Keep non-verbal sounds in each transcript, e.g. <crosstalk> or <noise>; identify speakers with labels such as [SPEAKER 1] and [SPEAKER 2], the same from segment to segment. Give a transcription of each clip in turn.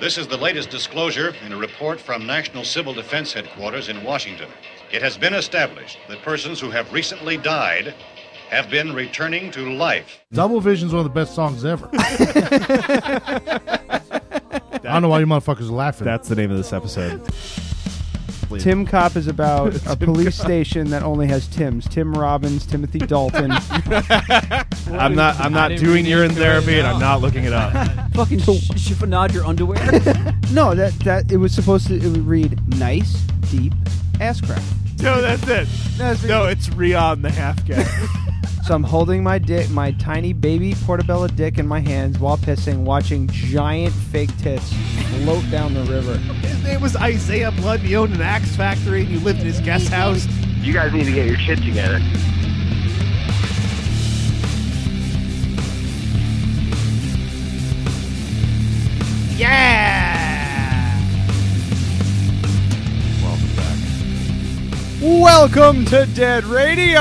[SPEAKER 1] This is the latest disclosure in a report from National Civil Defense Headquarters in Washington. It has been established that persons who have recently died have been returning to life.
[SPEAKER 2] <laughs> Double Vision's one of the best songs ever. I don't know why you motherfuckers are laughing.
[SPEAKER 3] That's the name of this episode.
[SPEAKER 4] Tim Cop is about a police station that only has Tims. Tim Robbins, Timothy Dalton.
[SPEAKER 3] I'm not. I'm not
[SPEAKER 5] didn't
[SPEAKER 3] doing
[SPEAKER 5] read
[SPEAKER 3] urine
[SPEAKER 5] it right
[SPEAKER 3] therapy, and
[SPEAKER 5] now.
[SPEAKER 3] I'm not looking it up.
[SPEAKER 5] Fucking sh- chiffonade your underwear.
[SPEAKER 4] no, that that it was supposed to it would read nice, deep ass crack.
[SPEAKER 3] <laughs> no, that's it.
[SPEAKER 4] That's-
[SPEAKER 3] No, it's Rion the half guy.
[SPEAKER 4] So I'm holding my dick, my tiny baby portobello dick in my hands while pissing, watching giant fake tits float down the river.
[SPEAKER 3] <laughs> His name was Isaiah Blood. and He owned an axe factory. and He lived in his guest house.
[SPEAKER 6] You guys need to get your shit together.
[SPEAKER 3] Welcome back.
[SPEAKER 4] Welcome to Dead Radio.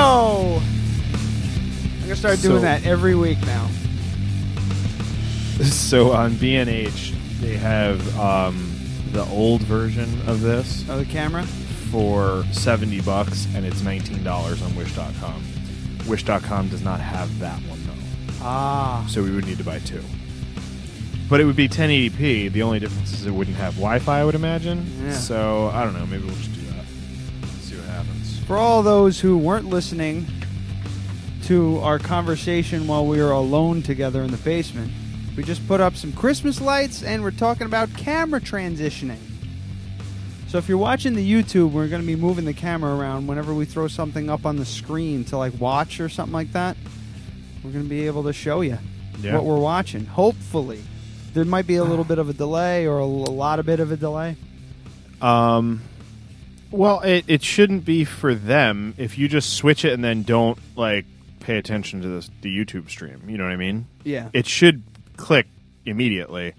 [SPEAKER 4] I'm gonna start
[SPEAKER 3] So-
[SPEAKER 4] doing that every week now.
[SPEAKER 3] <laughs> So on BNH, they have um, the old version of this
[SPEAKER 4] Oh, the camera.
[SPEAKER 3] for 70 bucks, and it's $19 on Wish.com. Wish.com does not have that one though.
[SPEAKER 4] Ah,
[SPEAKER 3] so we would need to buy two. But it would be 1080p. The only difference is it wouldn't have Wi-Fi, I would imagine.
[SPEAKER 4] Yeah.
[SPEAKER 3] So I don't know. Maybe we'll just do that. See what happens.
[SPEAKER 4] for all those who weren't listening to our conversation while we were alone together in the basement, we just put up some Christmas lights and we're talking about camera transitioning. So if you're watching the YouTube, we're going to be moving the camera around whenever we throw something up on the screen to like watch or something like that. We're going to be able to show you
[SPEAKER 3] Yeah.
[SPEAKER 4] what we're watching. Hopefully, there might be
[SPEAKER 3] <sighs>
[SPEAKER 4] a little bit of a delay or a, l- a lot of bit of a delay.
[SPEAKER 3] Um, well, it, it shouldn't be for them if you just switch it and then don't like pay attention to this, the YouTube stream. You know what I mean?
[SPEAKER 4] Yeah.
[SPEAKER 3] It should click immediately.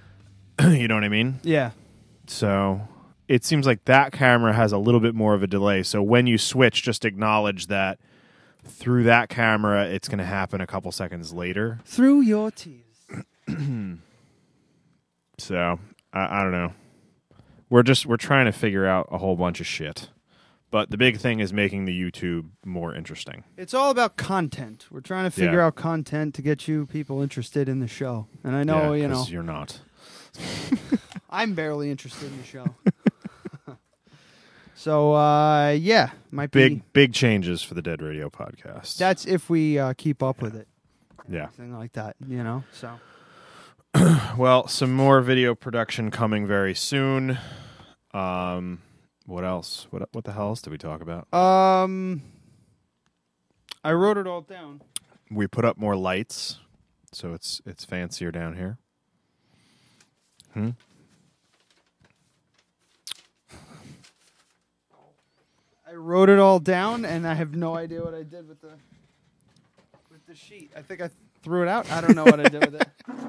[SPEAKER 3] <clears throat> you know what I mean?
[SPEAKER 4] yeah.
[SPEAKER 3] So it seems like that camera has a little bit more of a delay. So when you switch, just acknowledge that through that camera, it's going to happen a couple seconds later.
[SPEAKER 4] Through your tears.
[SPEAKER 3] So I, I don't know. We're just we're trying to figure out a whole bunch of shit. But the big thing is making the YouTube more interesting.
[SPEAKER 4] It's all about content. We're trying to figure
[SPEAKER 3] Yeah.
[SPEAKER 4] out content to get you people interested in the show. And I
[SPEAKER 3] Yeah,
[SPEAKER 4] know, you
[SPEAKER 3] 'cause
[SPEAKER 4] know,
[SPEAKER 3] you're not.
[SPEAKER 4] I'm barely interested in
[SPEAKER 3] <laughs>
[SPEAKER 4] the show. so, uh, yeah, might
[SPEAKER 3] Big
[SPEAKER 4] be.
[SPEAKER 3] big changes for the Dead Radio podcast.
[SPEAKER 4] That's if we uh, keep up with it,
[SPEAKER 3] yeah.
[SPEAKER 4] something like that, you know? So,
[SPEAKER 3] Well, some more video production coming very soon. Um, what else? What what the hell else did we talk about?
[SPEAKER 4] um, I wrote it all down.
[SPEAKER 3] we put up more lights, so it's it's fancier down here. Hmm.
[SPEAKER 4] I wrote it all down, and I have no idea what I did with the with the sheet. I think I threw it out. I don't know what I did with it. <laughs>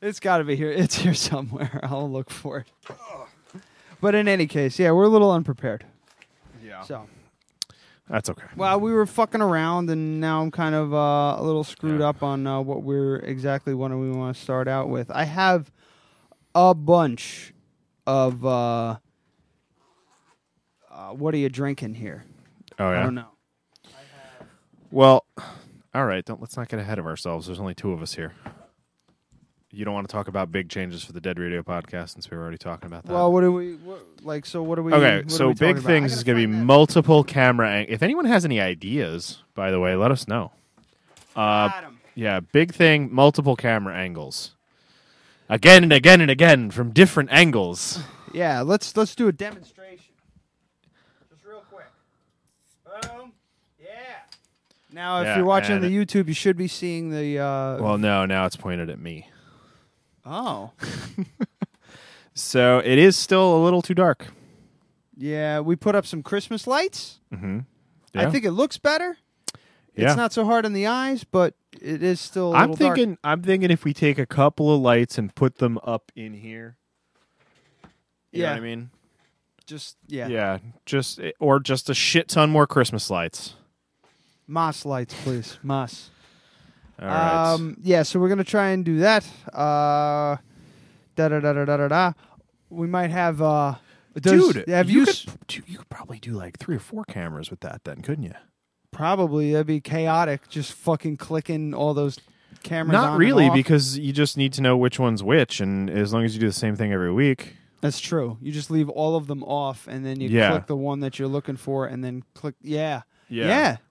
[SPEAKER 4] It's got to be here. It's here somewhere. <laughs> I'll look for it. But in any case, yeah, we're a little unprepared.
[SPEAKER 3] Yeah,
[SPEAKER 4] So,
[SPEAKER 3] that's okay.
[SPEAKER 4] well, we were fucking around, and now I'm kind of uh, a little screwed
[SPEAKER 3] Yeah.
[SPEAKER 4] up on uh, what we're exactly what we want to start out with. I have a bunch of uh, uh, what are you drinking here?
[SPEAKER 3] oh yeah.
[SPEAKER 4] I don't know.
[SPEAKER 3] Well, all right. Don't let's not get ahead of ourselves. There's only two of us here. You don't want to talk about big changes for the Dead Radio podcast since we were already talking about that.
[SPEAKER 4] Well, what do we what, like? So what do we?
[SPEAKER 3] okay,
[SPEAKER 4] what are
[SPEAKER 3] so
[SPEAKER 4] we talking
[SPEAKER 3] big
[SPEAKER 4] about?
[SPEAKER 3] things
[SPEAKER 4] I
[SPEAKER 3] is
[SPEAKER 4] gotta
[SPEAKER 3] going to be
[SPEAKER 4] find that.
[SPEAKER 3] multiple camera. Ang- if anyone has any ideas, by the way, let us know. Uh,
[SPEAKER 4] Got 'em.
[SPEAKER 3] Yeah, big thing, multiple camera angles. Again and again and again from different angles.
[SPEAKER 4] Yeah, let's let's do a demonstration. Just real quick. Boom. Yeah. Now, if
[SPEAKER 3] Yeah,
[SPEAKER 4] you're watching
[SPEAKER 3] and-
[SPEAKER 4] the YouTube, you should be seeing the. Uh,
[SPEAKER 3] Well, no, now it's pointed at me.
[SPEAKER 4] oh.
[SPEAKER 3] So it is still a little too dark.
[SPEAKER 4] Yeah, we put up some Christmas lights.
[SPEAKER 3] Mm-hmm. Yeah.
[SPEAKER 4] I think it looks better.
[SPEAKER 3] Yeah.
[SPEAKER 4] It's not so hard on the eyes, but it is still. i
[SPEAKER 3] I'm thinking I'm thinking if we take a couple of lights and put them up in here. You know
[SPEAKER 4] Yeah.
[SPEAKER 3] what I mean?
[SPEAKER 4] Just yeah.
[SPEAKER 3] Yeah, just or just a shit ton more Christmas lights.
[SPEAKER 4] Moss lights, please. Moss.
[SPEAKER 3] All right.
[SPEAKER 4] Um, yeah, so we're gonna try and do that. Uh, da da da da da da da. We might have. Uh, does-
[SPEAKER 3] Dude,
[SPEAKER 4] have
[SPEAKER 3] you,
[SPEAKER 4] you? s-
[SPEAKER 3] could, dude, you could probably do like three or four cameras with that, then, couldn't you?
[SPEAKER 4] probably that'd be chaotic. Just fucking clicking all those cameras. on
[SPEAKER 3] Not
[SPEAKER 4] and
[SPEAKER 3] really,
[SPEAKER 4] off.
[SPEAKER 3] because you just need to know which one's which, and as long as you do the same thing every week,
[SPEAKER 4] that's true. You just leave all of them off, and then you
[SPEAKER 3] Yeah.
[SPEAKER 4] click the one that you're looking for, and then click. Yeah.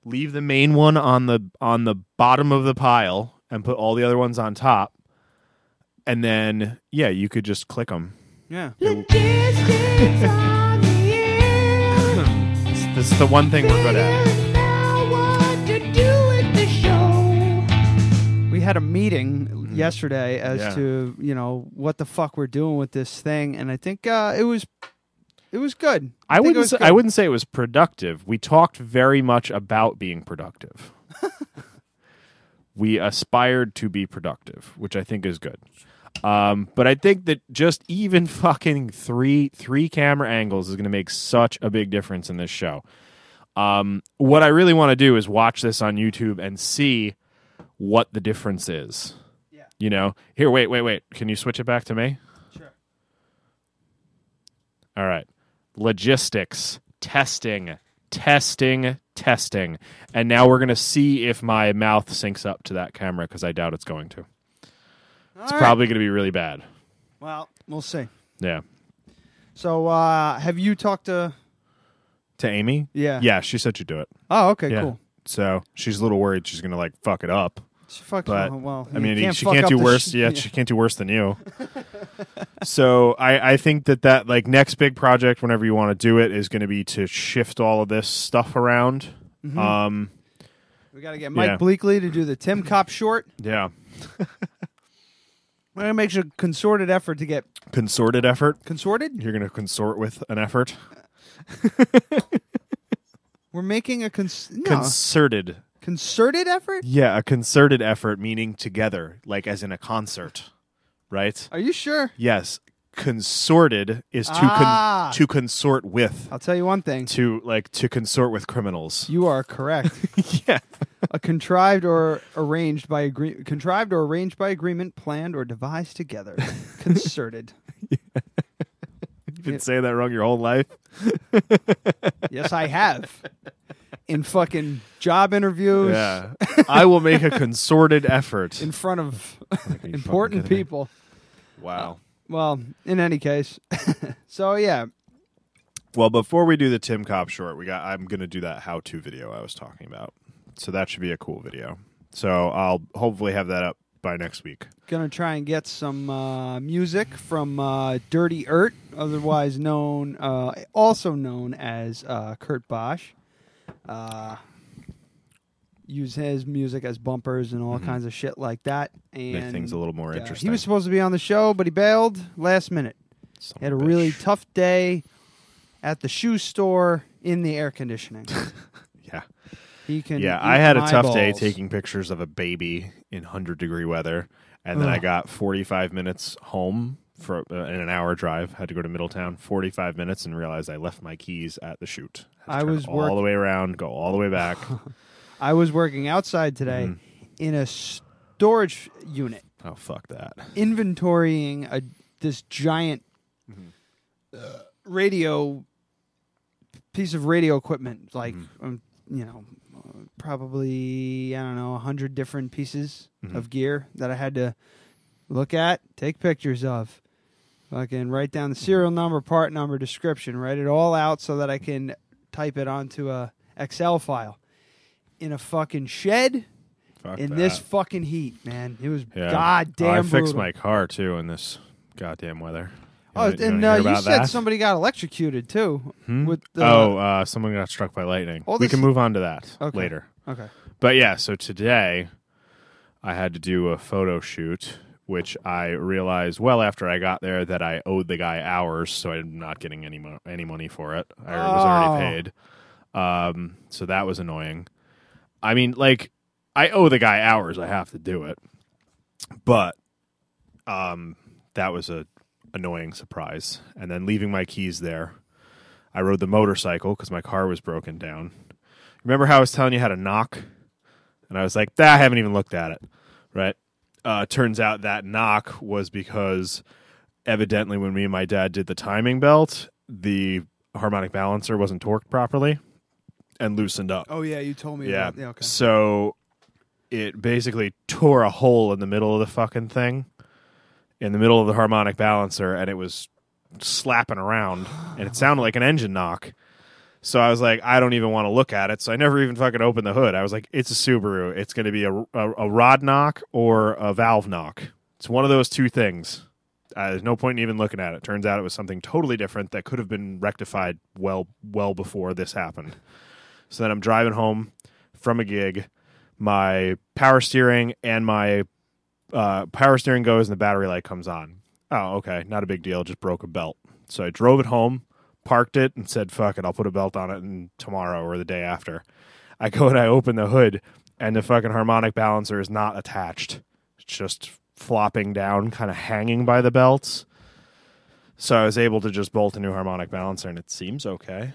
[SPEAKER 3] leave the main one on the on the bottom of the pile and put all the other ones on top, and then yeah, you could just click them.
[SPEAKER 4] Yeah.
[SPEAKER 7] Logistics on the air.
[SPEAKER 3] This is the one thing we're good at.
[SPEAKER 7] Million now what to do with the show.
[SPEAKER 4] We had a meeting yesterday as
[SPEAKER 3] Mm. Yeah.
[SPEAKER 4] to you know what the fuck we're doing with this thing, and I think uh, it was it was good.
[SPEAKER 3] I
[SPEAKER 4] think it
[SPEAKER 3] wouldn't.
[SPEAKER 4] was
[SPEAKER 3] Say,
[SPEAKER 4] good.
[SPEAKER 3] I wouldn't say it was productive. We talked very much about being
[SPEAKER 4] <laughs>
[SPEAKER 3] productive. we aspired to be productive, which I think is good. Um, but I think that just even fucking three three camera angles is going to make such a big difference in this show. Um, what I really want to do is watch this on YouTube and see what the difference is. Yeah. You know, here, wait, wait, wait. Can you switch it back to me? All right. Logistics, testing, testing, testing. And now we're going to see if my mouth syncs up to that camera because I doubt it's going to. it's
[SPEAKER 4] right.
[SPEAKER 3] probably going to be really bad.
[SPEAKER 4] Well, we'll see.
[SPEAKER 3] Yeah.
[SPEAKER 4] So, uh, have you talked to?
[SPEAKER 3] To Amy?
[SPEAKER 4] Yeah.
[SPEAKER 3] Yeah, she said she'd do it.
[SPEAKER 4] Oh, okay,
[SPEAKER 3] yeah.
[SPEAKER 4] cool.
[SPEAKER 3] So she's a little worried she's going to like fuck it up.
[SPEAKER 4] She fuck,
[SPEAKER 3] But
[SPEAKER 4] well,
[SPEAKER 3] I
[SPEAKER 4] you
[SPEAKER 3] mean, she
[SPEAKER 4] fuck
[SPEAKER 3] can't
[SPEAKER 4] up
[SPEAKER 3] do
[SPEAKER 4] the
[SPEAKER 3] worse.
[SPEAKER 4] sh-
[SPEAKER 3] yeah, she can't do worse than you. so I, I think that that like next big project, whenever you want to do it, is going to be to shift all of this stuff around.
[SPEAKER 4] Mm-hmm.
[SPEAKER 3] Um,
[SPEAKER 4] we got to get Mike
[SPEAKER 3] Yeah.
[SPEAKER 4] Bleakley to do the Tim Cop short.
[SPEAKER 3] yeah,
[SPEAKER 4] We're gonna make a consorted effort to get
[SPEAKER 3] consorted effort.
[SPEAKER 4] consorted.
[SPEAKER 3] You're going to consort with an effort.
[SPEAKER 4] We're making a cons- no,
[SPEAKER 3] Concerted.
[SPEAKER 4] concerted effort.
[SPEAKER 3] Yeah, a concerted effort meaning together, like as in a concert, right?
[SPEAKER 4] Are you sure?
[SPEAKER 3] Yes, consorted is to
[SPEAKER 4] Ah.
[SPEAKER 3] con- to consort with
[SPEAKER 4] I'll tell you one thing.
[SPEAKER 3] to like to consort with criminals.
[SPEAKER 4] You are correct.
[SPEAKER 3] <laughs> yeah.
[SPEAKER 4] a contrived or arranged by agree- contrived or arranged by agreement, planned or devised
[SPEAKER 3] <laughs>
[SPEAKER 4] together, concerted.
[SPEAKER 3] You've been saying that wrong your whole life.
[SPEAKER 4] yes, I have. In fucking job interviews,
[SPEAKER 3] Yeah.
[SPEAKER 4] <laughs>
[SPEAKER 3] I will make a consorted effort.
[SPEAKER 4] in front of
[SPEAKER 3] fucking
[SPEAKER 4] important
[SPEAKER 3] kidding me?
[SPEAKER 4] people.
[SPEAKER 3] Wow.
[SPEAKER 4] Well, in any case, <laughs> so yeah,
[SPEAKER 3] Well, before we do the Tim Cobb short, we got I'm going to do that how-to video I was talking about. So that should be a cool video. So I'll hopefully have that up by next week.
[SPEAKER 4] gonna try and get some uh, music from uh, Dirty Ert, otherwise known, uh, also known as uh, Kurt Bosch. Uh, use his music as bumpers and all kinds of shit like that, and
[SPEAKER 3] Mm-hmm. Make things a little more
[SPEAKER 4] yeah,
[SPEAKER 3] interesting.
[SPEAKER 4] He was supposed to be on the show, but he bailed last minute.
[SPEAKER 3] Son
[SPEAKER 4] He had a
[SPEAKER 3] of
[SPEAKER 4] really
[SPEAKER 3] bitch.
[SPEAKER 4] tough day at the shoe store in the
[SPEAKER 3] <laughs>
[SPEAKER 4] air conditioning.
[SPEAKER 3] yeah
[SPEAKER 4] He can.
[SPEAKER 3] yeah.
[SPEAKER 4] eat
[SPEAKER 3] I had a
[SPEAKER 4] my
[SPEAKER 3] tough day
[SPEAKER 4] balls.
[SPEAKER 3] taking pictures of a baby in hundred degree weather, and then I got forty five minutes home for uh, in an hour drive. Had to go to Middletown forty five minutes and realized I left my keys at the chute. Had to
[SPEAKER 4] I
[SPEAKER 3] turn
[SPEAKER 4] was
[SPEAKER 3] all
[SPEAKER 4] work-
[SPEAKER 3] the way around, go all the way
[SPEAKER 4] <laughs>
[SPEAKER 3] back.
[SPEAKER 4] I was working outside today
[SPEAKER 3] Mm-hmm.
[SPEAKER 4] in a storage unit,
[SPEAKER 3] oh fuck that!
[SPEAKER 4] inventorying a this giant
[SPEAKER 3] Mm-hmm.
[SPEAKER 4] uh, radio piece of radio equipment, like
[SPEAKER 3] Mm-hmm.
[SPEAKER 4] um, you know, uh, probably I don't know, a hundred different pieces
[SPEAKER 3] Mm-hmm.
[SPEAKER 4] of gear that I had to look at, take pictures of. Fucking write down the
[SPEAKER 3] Mm-hmm.
[SPEAKER 4] serial number, part number, description, write it all out so that I can type it onto a Excel file. In a fucking shed
[SPEAKER 3] Fuck
[SPEAKER 4] in
[SPEAKER 3] that.
[SPEAKER 4] this fucking heat, man. It was
[SPEAKER 3] Yeah. Oh,
[SPEAKER 4] goddamn
[SPEAKER 3] I fixed
[SPEAKER 4] brutal.
[SPEAKER 3] my car too in this goddamn weather. You
[SPEAKER 4] Oh,
[SPEAKER 3] wanna- you
[SPEAKER 4] and
[SPEAKER 3] wanna
[SPEAKER 4] uh,
[SPEAKER 3] hear
[SPEAKER 4] you
[SPEAKER 3] about
[SPEAKER 4] said
[SPEAKER 3] that?
[SPEAKER 4] somebody got electrocuted too. With the,
[SPEAKER 3] oh, uh, someone got struck by lightning.
[SPEAKER 4] All
[SPEAKER 3] we
[SPEAKER 4] this-
[SPEAKER 3] can move on to that
[SPEAKER 4] Okay.
[SPEAKER 3] later.
[SPEAKER 4] okay.
[SPEAKER 3] But yeah, so today I had to do a photo shoot, which I realized well after I got there that I owed the guy hours, so I'm not getting any mo- any money for it. I was already paid, um, so that was annoying. I mean, like I owe the guy hours; I have to do it, but um, that was a annoying surprise. And then leaving my keys there, I rode the motorcycle because my car was broken down. Remember how I was telling you how to knock? And I was like, "That I haven't even looked at it. right? Uh, turns out that knock was because evidently when me and my dad did the timing belt, the harmonic balancer wasn't torqued properly and loosened up.
[SPEAKER 4] Oh yeah, you told me.
[SPEAKER 3] yeah.
[SPEAKER 4] About, yeah. Okay.
[SPEAKER 3] So it basically tore a hole in the middle of the fucking thing, in the middle of the harmonic balancer, and it was slapping around, and it sounded like an engine knock. So I was like, I don't even want to look at it. So I never even fucking opened the hood. I was like, it's a Subaru. It's going to be a, a, a rod knock or a valve knock. It's one of those two things. Uh, there's no point in even looking at it. Turns out it was something totally different that could have been rectified well well before this happened. So then I'm driving home from a gig. My power steering and my uh, power steering goes and the battery light comes on. Oh, okay, not a big deal. Just broke a belt. So I drove it home, parked it, and said, "Fuck it, I'll put a belt on it and tomorrow or the day after." I go and I open the hood, and the fucking harmonic balancer is not attached. It's just flopping down, kind of hanging by the belts. So I was able to just bolt a new harmonic balancer, and it seems
[SPEAKER 4] <laughs>
[SPEAKER 3] okay.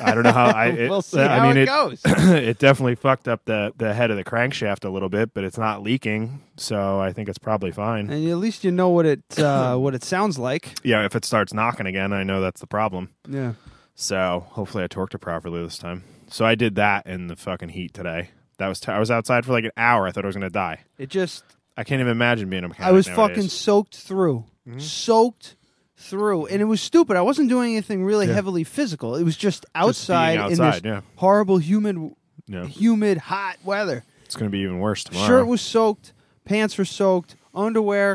[SPEAKER 3] I don't know how I. It,
[SPEAKER 4] We'll see
[SPEAKER 3] I
[SPEAKER 4] how
[SPEAKER 3] mean, <laughs>
[SPEAKER 4] it goes.
[SPEAKER 3] <clears throat> it definitely fucked up the the head of the crankshaft a little bit, but it's not leaking, so I think it's probably fine.
[SPEAKER 4] And at least you know what
[SPEAKER 3] <laughs>
[SPEAKER 4] it uh, what it sounds like.
[SPEAKER 3] Yeah, if it starts knocking again, I know that's the problem.
[SPEAKER 4] Yeah.
[SPEAKER 3] So hopefully I torqued it properly this time. So I did that in the fucking heat today. That was t- I was outside for like an hour. I thought I was gonna die.
[SPEAKER 4] It just
[SPEAKER 3] I can't even imagine being a mechanic.
[SPEAKER 4] I was
[SPEAKER 3] nowadays.
[SPEAKER 4] fucking soaked through.
[SPEAKER 3] Hmm?
[SPEAKER 4] Soaked through. And it was stupid. I wasn't doing anything really heavily physical. It was just outside,
[SPEAKER 3] outside,
[SPEAKER 4] in
[SPEAKER 3] yeah.
[SPEAKER 4] this horrible humid
[SPEAKER 3] Yeah.
[SPEAKER 4] humid hot weather.
[SPEAKER 3] It's gonna be even worse tomorrow.
[SPEAKER 4] Shirt was soaked, pants were soaked, underwear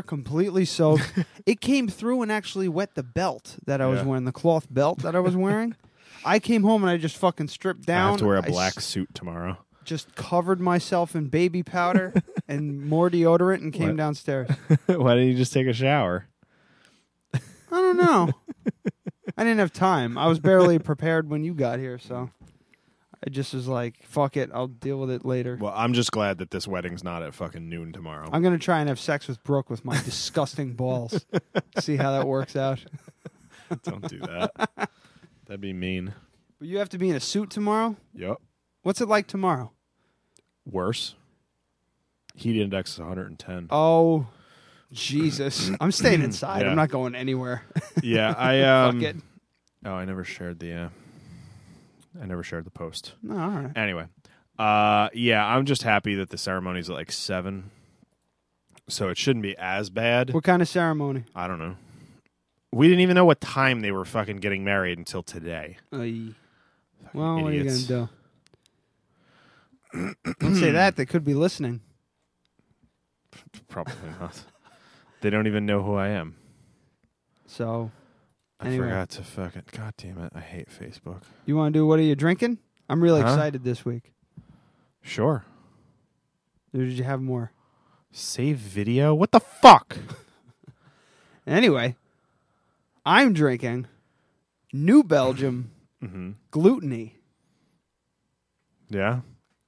[SPEAKER 3] <laughs>
[SPEAKER 4] completely soaked. it came through and actually wet the belt that I was
[SPEAKER 3] Yeah.
[SPEAKER 4] wearing, the cloth belt that I
[SPEAKER 3] <laughs>
[SPEAKER 4] was wearing. I came home and I just fucking stripped
[SPEAKER 3] I
[SPEAKER 4] down.
[SPEAKER 3] have to wear a
[SPEAKER 4] I s-
[SPEAKER 3] black suit
[SPEAKER 4] <laughs>
[SPEAKER 3] tomorrow.
[SPEAKER 4] just covered myself in baby powder
[SPEAKER 3] <laughs>
[SPEAKER 4] and more deodorant and came
[SPEAKER 3] What? <laughs>
[SPEAKER 4] downstairs.
[SPEAKER 3] Why didn't you just take a shower?
[SPEAKER 4] I don't know. I didn't have time. I was barely prepared when you got here, so I just was like, fuck it, I'll deal with it later.
[SPEAKER 3] Well, I'm just glad that this wedding's not at fucking noon tomorrow.
[SPEAKER 4] I'm going to try and have sex with Brooke with my disgusting
[SPEAKER 3] <laughs>
[SPEAKER 4] balls. See how that works out.
[SPEAKER 3] Don't do
[SPEAKER 4] <laughs>
[SPEAKER 3] that. That'd be mean.
[SPEAKER 4] But you have to be in a suit tomorrow?
[SPEAKER 3] Yep.
[SPEAKER 4] What's it like tomorrow?
[SPEAKER 3] Worse. Heat index is 110.
[SPEAKER 4] Oh,
[SPEAKER 3] <clears throat>
[SPEAKER 4] Jesus. I'm staying inside.
[SPEAKER 3] Yeah.
[SPEAKER 4] I'm not going anywhere.
[SPEAKER 3] <laughs>
[SPEAKER 4] <laughs>
[SPEAKER 3] yeah, I um.
[SPEAKER 4] fuck it.
[SPEAKER 3] Oh, I never shared the. Uh, I never shared the post.
[SPEAKER 4] No, all right.
[SPEAKER 3] Anyway, uh, yeah, I'm just happy that the ceremony's at like seven, so it shouldn't be as bad.
[SPEAKER 4] What kind of ceremony?
[SPEAKER 3] I don't know. We didn't even know what time they were fucking getting married until today.
[SPEAKER 4] Well, what are you going
[SPEAKER 3] idiots.
[SPEAKER 4] to do? Don't say that. They could be listening. <laughs>
[SPEAKER 3] Probably not. They don't even know who I am.
[SPEAKER 4] So,
[SPEAKER 3] I
[SPEAKER 4] Anyway.
[SPEAKER 3] forgot to fucking. God damn it! I hate Facebook.
[SPEAKER 4] you want to do what are you drinking? I'm really
[SPEAKER 3] Huh?
[SPEAKER 4] excited this week.
[SPEAKER 3] Sure.
[SPEAKER 4] Or did you have more?
[SPEAKER 3] Save video. What the fuck?
[SPEAKER 4] Anyway, I'm drinking New Belgium
[SPEAKER 3] mm-hmm.
[SPEAKER 4] Gluteny.
[SPEAKER 3] Yeah.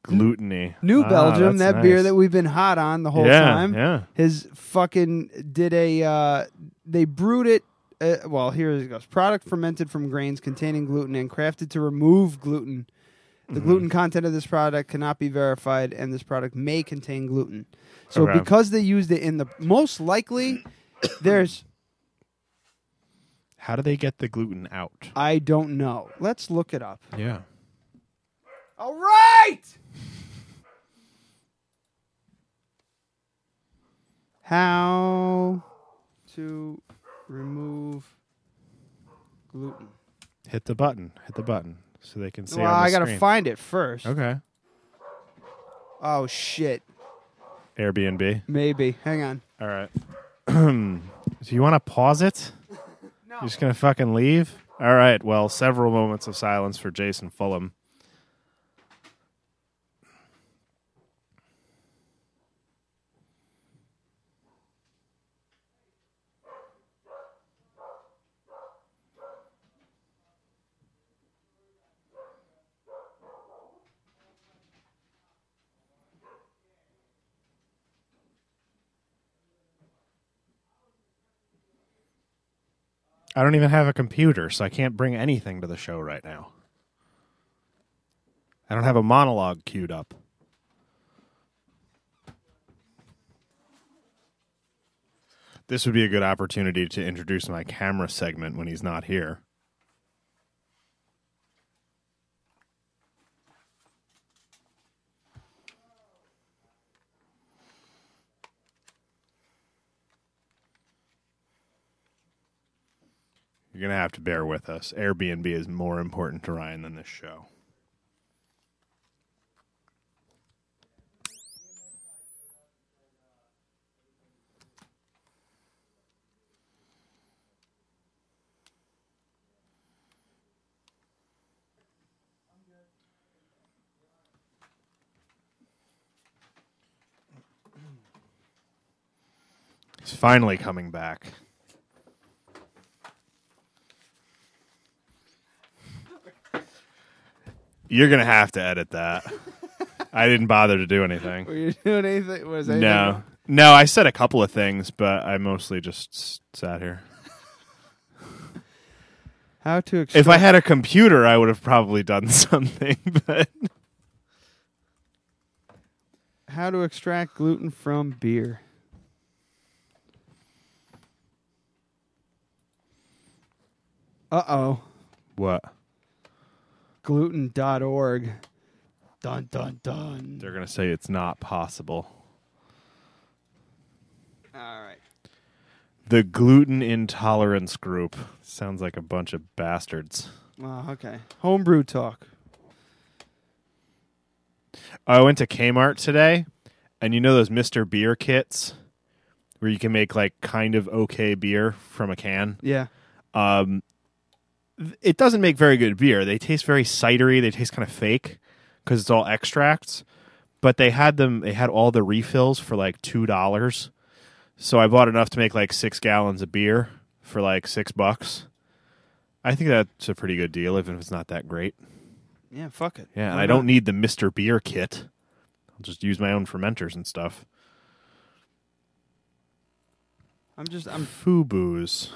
[SPEAKER 3] Gluteny.
[SPEAKER 4] New
[SPEAKER 3] Ah,
[SPEAKER 4] Belgium,
[SPEAKER 3] that's
[SPEAKER 4] that beer
[SPEAKER 3] nice.
[SPEAKER 4] that we've been hot on the whole
[SPEAKER 3] yeah,
[SPEAKER 4] time.
[SPEAKER 3] Yeah.
[SPEAKER 4] His fucking did a uh, they brewed it. Uh, well, here it goes. Product fermented from grains containing gluten and crafted to remove gluten. The gluten content of this product cannot be verified, and this product may contain gluten. So,
[SPEAKER 3] Okay.
[SPEAKER 4] because they used it in the most likely, there's
[SPEAKER 3] How do they get the gluten out?
[SPEAKER 4] I don't know. Let's look it up.
[SPEAKER 3] Yeah.
[SPEAKER 4] All right. How to remove gluten?
[SPEAKER 3] Hit the button. Hit the button so they can see.
[SPEAKER 4] well,
[SPEAKER 3] on the
[SPEAKER 4] I gotta
[SPEAKER 3] screen.
[SPEAKER 4] find it first.
[SPEAKER 3] Okay.
[SPEAKER 4] Oh shit.
[SPEAKER 3] Airbnb.
[SPEAKER 4] Maybe. Hang on.
[SPEAKER 3] All right. <clears throat> Do you want to pause it? No. You're just gonna fucking leave? All right. Well, several moments of silence for Jason Fulham. I don't even have a computer, so I can't bring anything to the show right now. I don't have a monologue queued up. This would be a good opportunity to introduce my camera segment when he's not here. You're going to have to bear with us. Airbnb is more important to Ryan than this show. He's finally coming back. You're gonna have to edit that. I didn't bother to do anything.
[SPEAKER 4] Were you <laughs> doing anything? Was anything
[SPEAKER 3] No, no, I said a couple of things, but I mostly just s- sat here.
[SPEAKER 4] How to extract?
[SPEAKER 3] If I had a computer, I would have probably done <laughs> something. But
[SPEAKER 4] how to extract gluten from beer? Uh oh.
[SPEAKER 3] what?
[SPEAKER 4] Gluten.org. Dun dun dun.
[SPEAKER 3] They're gonna say it's not possible.
[SPEAKER 4] All right.
[SPEAKER 3] The gluten intolerance group sounds like a bunch of bastards.
[SPEAKER 4] Well, okay. Homebrew talk.
[SPEAKER 3] I went to Kmart today, and you know those Mr. Beer kits where you can make like kind of okay beer from a can?
[SPEAKER 4] Yeah.
[SPEAKER 3] Um, th- it doesn't make very good beer. They taste very cidery, they taste kind of fake because it's all extracts. But they had them, they had all the refills for like $2. So I bought enough to make like six gallons of beer for like six bucks. I think that's a pretty good deal, even if it's not that great.
[SPEAKER 4] Yeah, fuck it.
[SPEAKER 3] Yeah, and
[SPEAKER 4] Why
[SPEAKER 3] I don't
[SPEAKER 4] not?
[SPEAKER 3] need the Mr. Beer kit. I'll just use my own fermenters and stuff.
[SPEAKER 4] I'm just I'm
[SPEAKER 3] Fubu's.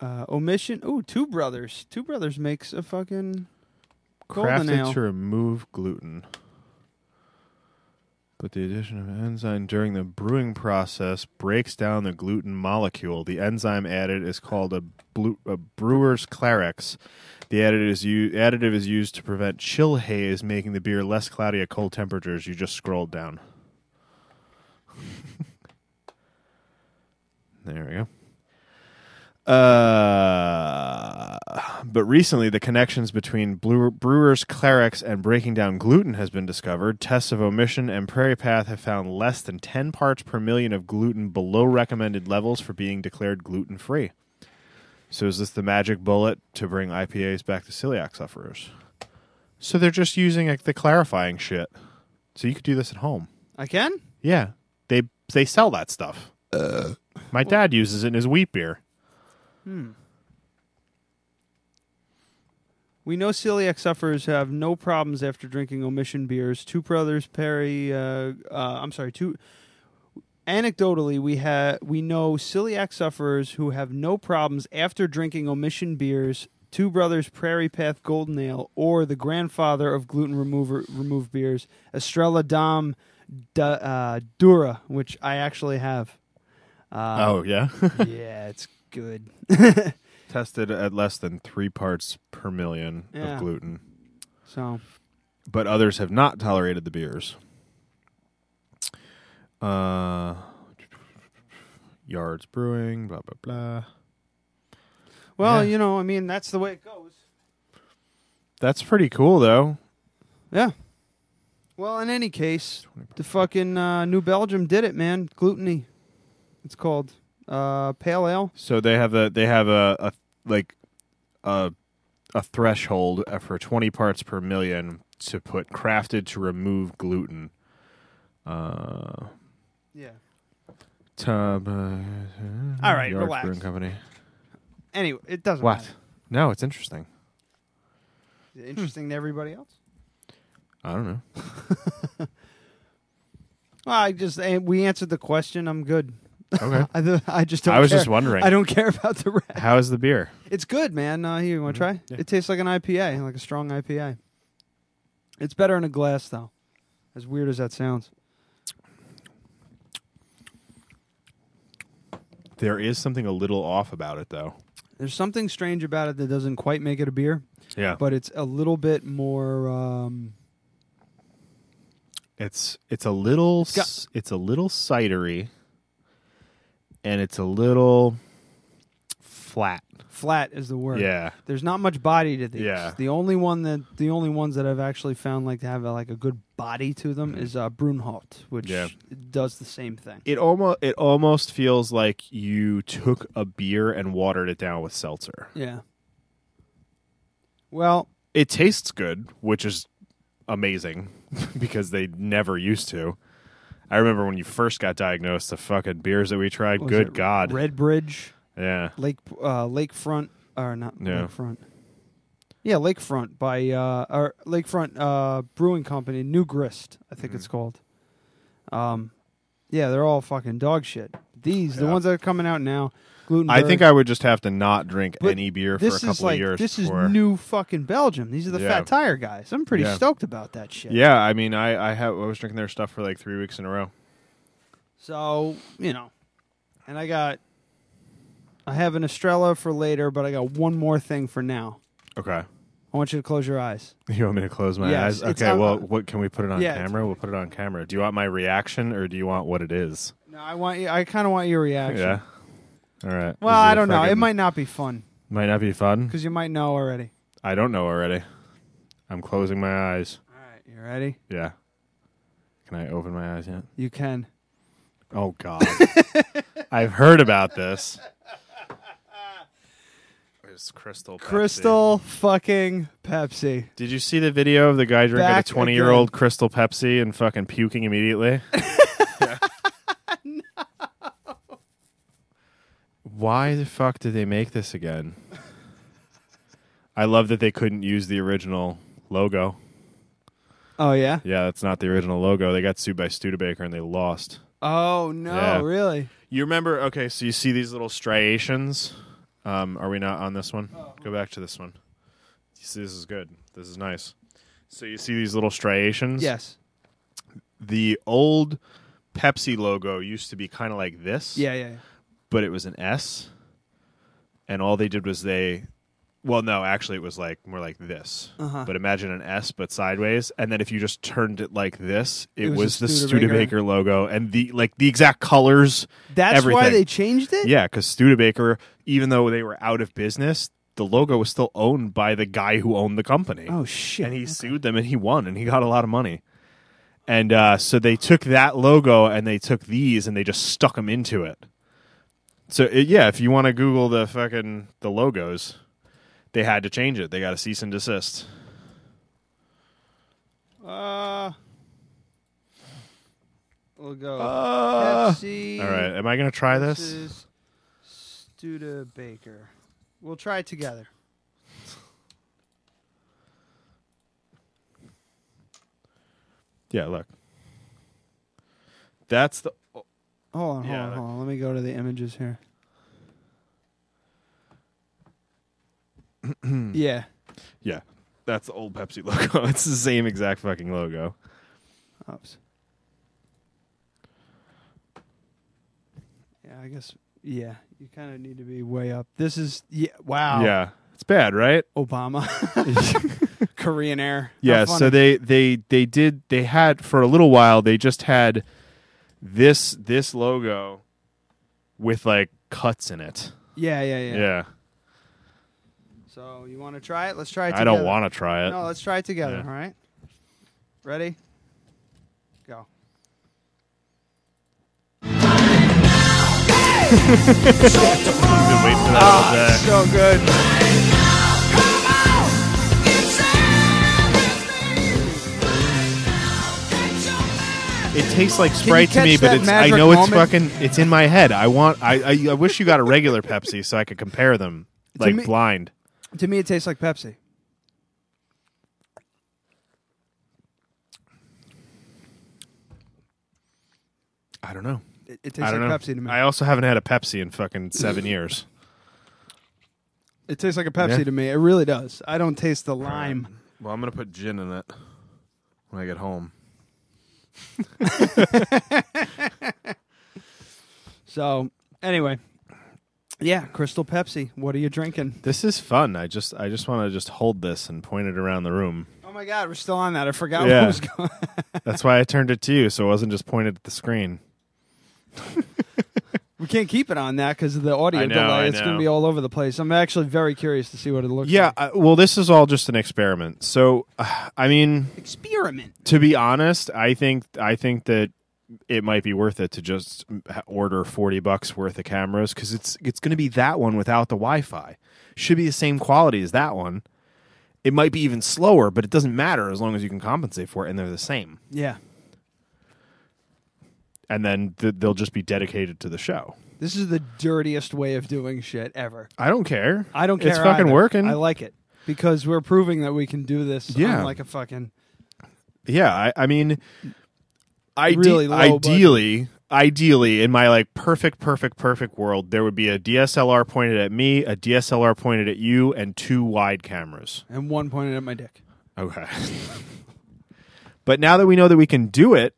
[SPEAKER 4] uh omission. Ooh, two brothers. Two brothers makes a fucking Golden ale.
[SPEAKER 3] Crafted to remove gluten. But the addition of enzyme during the brewing process breaks down the gluten molecule. The enzyme added is called a, blu a brewer's Clarex. The additive is, u- additive is used to prevent chill haze, making the beer less cloudy at cold temperatures. You just scrolled down. <laughs> there we go. Uh, but recently, the connections between Blue- Brewers Clerics and breaking down gluten has been discovered. Tests of omission and Prairie Path have found less than 10 parts per million of gluten below recommended levels for being declared gluten free. So, is this the magic bullet to bring IPAs back to celiac sufferers? So, they're just using like, the clarifying shit. So, you could do this at home.
[SPEAKER 4] I can?
[SPEAKER 3] Yeah, they they sell that stuff. My dad uses it in his wheat beer.
[SPEAKER 4] We know celiac sufferers have no problems after drinking omission beers. Two brothers, Perry. Uh, uh, I'm sorry. Two. Anecdotally, we have we know celiac sufferers who have no problems after drinking omission beers. Two brothers, Prairie Path Golden Ale, or the grandfather of gluten remover removed beers, Estrella Dom D- uh, Dura, which I actually have. Uh,
[SPEAKER 3] oh yeah,
[SPEAKER 4] <laughs> yeah, it's good. <laughs>
[SPEAKER 3] tested at less than three parts per million
[SPEAKER 4] Yeah.
[SPEAKER 3] of gluten,
[SPEAKER 4] so
[SPEAKER 3] but others have not tolerated the beers. Uh, Yards Brewing, blah blah blah.
[SPEAKER 4] well,
[SPEAKER 3] Yeah.
[SPEAKER 4] you know, I mean, that's the way it goes.
[SPEAKER 3] That's pretty cool though.
[SPEAKER 4] Yeah. Well, in any case, the fucking uh, New Belgium did it, man. Gluteny, it's called uh, pale ale.
[SPEAKER 3] So they have a they have a, a like a a threshold for 20 parts per million to put crafted to remove gluten. Uh,
[SPEAKER 4] Yeah.
[SPEAKER 3] tub, uh,
[SPEAKER 4] All right,
[SPEAKER 3] Yards
[SPEAKER 4] relax.
[SPEAKER 3] Brewing Company.
[SPEAKER 4] Anyway, it doesn't
[SPEAKER 3] What?
[SPEAKER 4] matter.
[SPEAKER 3] No, it's interesting.
[SPEAKER 4] Is it interesting to everybody else.
[SPEAKER 3] I don't know.
[SPEAKER 4] Well, I just eh, we answered the question. I'm good. <laughs>
[SPEAKER 3] <laughs> Okay.
[SPEAKER 4] I, th- I just don't
[SPEAKER 3] I was
[SPEAKER 4] care.
[SPEAKER 3] just wondering.
[SPEAKER 4] I don't care about the rest.
[SPEAKER 3] How is the beer?
[SPEAKER 4] It's good, man. Uh, here, you want to try?
[SPEAKER 3] Yeah.
[SPEAKER 4] It tastes like an IPA, like a strong IPA. It's better in a glass, though. As weird as that sounds.
[SPEAKER 3] There is something a little off about it, though.
[SPEAKER 4] There's something strange about it that doesn't quite make it a beer,
[SPEAKER 3] Yeah,
[SPEAKER 4] but it's a little bit more. Um,
[SPEAKER 3] it's it's a little
[SPEAKER 4] got-
[SPEAKER 3] it's, it's a little cidery, and it's a little flat.
[SPEAKER 4] flat is the word.
[SPEAKER 3] Yeah,
[SPEAKER 4] There's not much body to these.
[SPEAKER 3] Yeah.
[SPEAKER 4] The only one that the only ones that I've actually found like to have a, like a good body to them is uh, Brunhalt, which
[SPEAKER 3] Mm-hmm. Yeah.
[SPEAKER 4] does the same thing.
[SPEAKER 3] it almost it almost feels like you took a beer and watered it down with seltzer.
[SPEAKER 4] Yeah. Well,
[SPEAKER 3] It tastes good, which is amazing <laughs> because they never used to. I remember when you first got diagnosed, the fucking beers that we tried.
[SPEAKER 4] what was
[SPEAKER 3] good
[SPEAKER 4] it?
[SPEAKER 3] God,
[SPEAKER 4] Red Bridge,
[SPEAKER 3] yeah,
[SPEAKER 4] Lake uh, Lakefront, or not
[SPEAKER 3] Yeah.
[SPEAKER 4] Lakefront. Yeah, Lakefront by uh, or Lakefront uh, Brewing Company, New Grist, I think
[SPEAKER 3] Mm-hmm.
[SPEAKER 4] it's called. Um, yeah, they're all fucking dog shit. These, the
[SPEAKER 3] Yeah.
[SPEAKER 4] ones that are coming out now, gluten.
[SPEAKER 3] I think I would just have to not drink
[SPEAKER 4] But
[SPEAKER 3] any beer for a
[SPEAKER 4] this
[SPEAKER 3] couple
[SPEAKER 4] is like
[SPEAKER 3] of years.
[SPEAKER 4] this
[SPEAKER 3] before-
[SPEAKER 4] is new fucking Belgium. These are the
[SPEAKER 3] Yeah.
[SPEAKER 4] fat tire guys. I'm pretty
[SPEAKER 3] Yeah.
[SPEAKER 4] stoked about that shit.
[SPEAKER 3] Yeah, I mean, I I, have, I was drinking their stuff for like three weeks in a row.
[SPEAKER 4] So you know, and I got, I have an Estrella for later, but I got one more thing for now.
[SPEAKER 3] Okay, <laughs>
[SPEAKER 4] I want you to close your eyes.
[SPEAKER 3] you want me to close my
[SPEAKER 4] Yes,
[SPEAKER 3] eyes?
[SPEAKER 4] it's
[SPEAKER 3] Okay,
[SPEAKER 4] on-
[SPEAKER 3] well, what can we put it on
[SPEAKER 4] Yeah, it's-
[SPEAKER 3] camera? We'll put it on camera. Do you want my reaction or do you want what it is?
[SPEAKER 4] No, I want you. I kind of want your reaction.
[SPEAKER 3] Yeah. All right.
[SPEAKER 4] Well,
[SPEAKER 3] Is
[SPEAKER 4] I
[SPEAKER 3] a
[SPEAKER 4] don't know. It
[SPEAKER 3] fucking-
[SPEAKER 4] might not be fun
[SPEAKER 3] might not be fun.
[SPEAKER 4] because you might know already.
[SPEAKER 3] I don't know already. I'm closing my eyes.
[SPEAKER 4] All right, you ready?
[SPEAKER 3] Yeah. Can I open my eyes yet?
[SPEAKER 4] You can.
[SPEAKER 3] Oh God. <laughs> I've heard about this. It's crystal. Pepsi.
[SPEAKER 4] Crystal fucking Pepsi.
[SPEAKER 3] Did you see the video of the guy drinking
[SPEAKER 4] Back
[SPEAKER 3] a 20 year old Crystal Pepsi and fucking puking
[SPEAKER 4] <laughs>
[SPEAKER 3] immediately? Why the fuck did they make this again? I love that they couldn't use the original logo.
[SPEAKER 4] Oh yeah.
[SPEAKER 3] Yeah, that's not the original logo. They got sued by Studebaker and they lost.
[SPEAKER 4] Oh no,
[SPEAKER 3] Yeah.
[SPEAKER 4] really?
[SPEAKER 3] You remember? Okay, so you see these little striations. Um, are we not on this one? Go back to this one. You see, this is good. This is nice. So you see these little striations?
[SPEAKER 4] Yes.
[SPEAKER 3] the old Pepsi logo used to be kind of like this,
[SPEAKER 4] Yeah, yeah. yeah.
[SPEAKER 3] but it was an S, and all they did was they, well, no, actually it was like more like this.
[SPEAKER 4] Uh-huh.
[SPEAKER 3] But imagine an S but sideways, and then if you just turned it like this, it,
[SPEAKER 4] It
[SPEAKER 3] was,
[SPEAKER 4] was a
[SPEAKER 3] the
[SPEAKER 4] Studebaker.
[SPEAKER 3] Studebaker. logo and the like the exact colors.
[SPEAKER 4] That's why
[SPEAKER 3] everything.
[SPEAKER 4] they changed it.
[SPEAKER 3] Yeah, because Studebaker, even though they were out of business, the logo was still owned by the guy who owned the company
[SPEAKER 4] Oh shit.
[SPEAKER 3] and he sued them and he won and he got a lot of money and uh, so they took that logo and they took these and they just stuck them into it so it, yeah if you want to google the fucking the logos they had to change it they got a cease and desist
[SPEAKER 4] Uh, we'll go.
[SPEAKER 3] Uh,
[SPEAKER 4] Pepsi.
[SPEAKER 3] all right am i gonna try this
[SPEAKER 4] versus Studebaker. We'll try it together.
[SPEAKER 3] yeah look that's the
[SPEAKER 4] Hold on, hold
[SPEAKER 3] Yeah,
[SPEAKER 4] on,
[SPEAKER 3] like-
[SPEAKER 4] hold on. Let me go to the images here. yeah.
[SPEAKER 3] yeah that's the old pepsi logo <laughs> it's the same exact fucking logo
[SPEAKER 4] Oops. Yeah, I guess. Yeah, you kind of need to be way up. This is yeah. Wow.
[SPEAKER 3] yeah it's bad right <laughs>
[SPEAKER 4] Obama. Korean Air. How
[SPEAKER 3] Yeah,
[SPEAKER 4] funny.
[SPEAKER 3] so they they they did they had for a little while they just had this this logo with like cuts in it.
[SPEAKER 4] Yeah, yeah,
[SPEAKER 3] Yeah.
[SPEAKER 4] yeah. So you want to try it? Let's try it.
[SPEAKER 3] I don't
[SPEAKER 4] together.
[SPEAKER 3] want to try it.
[SPEAKER 4] No, let's try it together.
[SPEAKER 3] Uh, Yeah.
[SPEAKER 4] All right. Ready? Go.
[SPEAKER 3] I've been waiting for that all day.
[SPEAKER 4] So good.
[SPEAKER 3] It tastes like Sprite to
[SPEAKER 4] catch
[SPEAKER 3] me, but
[SPEAKER 4] that
[SPEAKER 3] it's I
[SPEAKER 4] magic
[SPEAKER 3] know it's
[SPEAKER 4] moment?
[SPEAKER 3] fucking it's in my head. I want I I, I wish you got a regular Pepsi so I could compare them
[SPEAKER 4] To
[SPEAKER 3] like
[SPEAKER 4] me-
[SPEAKER 3] blind.
[SPEAKER 4] To me, it tastes like Pepsi.
[SPEAKER 3] I don't know.
[SPEAKER 4] It, it tastes
[SPEAKER 3] I
[SPEAKER 4] like
[SPEAKER 3] don't know.
[SPEAKER 4] Pepsi to me.
[SPEAKER 3] I also haven't had a Pepsi in fucking 7 years.
[SPEAKER 4] it tastes like a Pepsi
[SPEAKER 3] Yeah.
[SPEAKER 4] to me. It really does. I don't taste the lime.
[SPEAKER 3] Well, I'm going to put gin in it when I get home.
[SPEAKER 4] So anyway, Yeah, Crystal Pepsi. What are you drinking?
[SPEAKER 3] This is fun. I just I just want to just hold this and point it around the room.
[SPEAKER 4] Oh my God, we're still on that. I forgot
[SPEAKER 3] Yeah.
[SPEAKER 4] what was going.
[SPEAKER 3] That's why I turned it to you, so it wasn't just pointed at the screen.
[SPEAKER 4] <laughs> We can't keep it on that because of the audio
[SPEAKER 3] I know,
[SPEAKER 4] delay.
[SPEAKER 3] I
[SPEAKER 4] It's going to
[SPEAKER 3] know.
[SPEAKER 4] be all over the place. I'm actually very curious to see what it looks
[SPEAKER 3] Yeah.
[SPEAKER 4] like.
[SPEAKER 3] I, well, this is all just an experiment. So, <sighs> uh, I mean,
[SPEAKER 4] Experiment.
[SPEAKER 3] to be honest, I think I think that it might be worth it to just order forty bucks worth of cameras because it's it's going to be that one without the Wi-Fi. Should be the same quality as that one. It might be even slower, but it doesn't matter as long as you can compensate for it, and they're the same.
[SPEAKER 4] Yeah.
[SPEAKER 3] And then th- they'll just be dedicated to the show.
[SPEAKER 4] This is the dirtiest way of doing shit ever.
[SPEAKER 3] I don't care.
[SPEAKER 4] I don't care.
[SPEAKER 3] It's fucking
[SPEAKER 4] either.
[SPEAKER 3] working.
[SPEAKER 4] I like it because we're proving that we can do this.
[SPEAKER 3] Yeah.
[SPEAKER 4] on like a fucking.
[SPEAKER 3] yeah, I, I mean, ide-
[SPEAKER 4] Really low budget.
[SPEAKER 3] ideally, ideally, in my like perfect, perfect, perfect world, there would be a DSLR pointed at me, a DSLR pointed at you, and two wide cameras.
[SPEAKER 4] And one pointed at my dick.
[SPEAKER 3] Okay. <laughs> but now that we know that we can do it,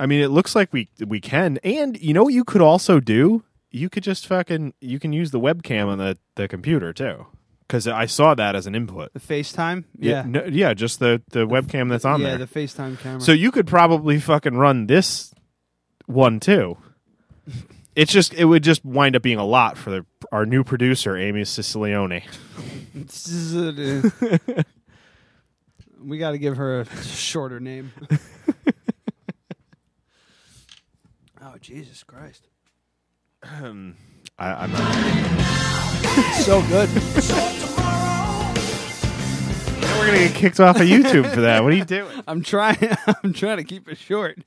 [SPEAKER 3] I mean, it looks like we we can. And you know what you could also do? You could just fucking you can use the webcam on the the computer too, because I saw that as an input.
[SPEAKER 4] The FaceTime. Yeah.
[SPEAKER 3] no, yeah, just the the webcam that's on
[SPEAKER 4] yeah,
[SPEAKER 3] there.
[SPEAKER 4] the FaceTime camera.
[SPEAKER 3] So you could probably fucking run this one too. It's just it would just wind up being a lot for the, our new producer Amy Sicilione.
[SPEAKER 4] <laughs> we got to give her a
[SPEAKER 3] <laughs>
[SPEAKER 4] shorter name. oh Jesus Christ!
[SPEAKER 3] I, I'm not,
[SPEAKER 4] So good.
[SPEAKER 3] we're gonna get kicked off of YouTube for that. What are you doing?
[SPEAKER 4] I'm trying. <laughs> I'm trying to keep it short.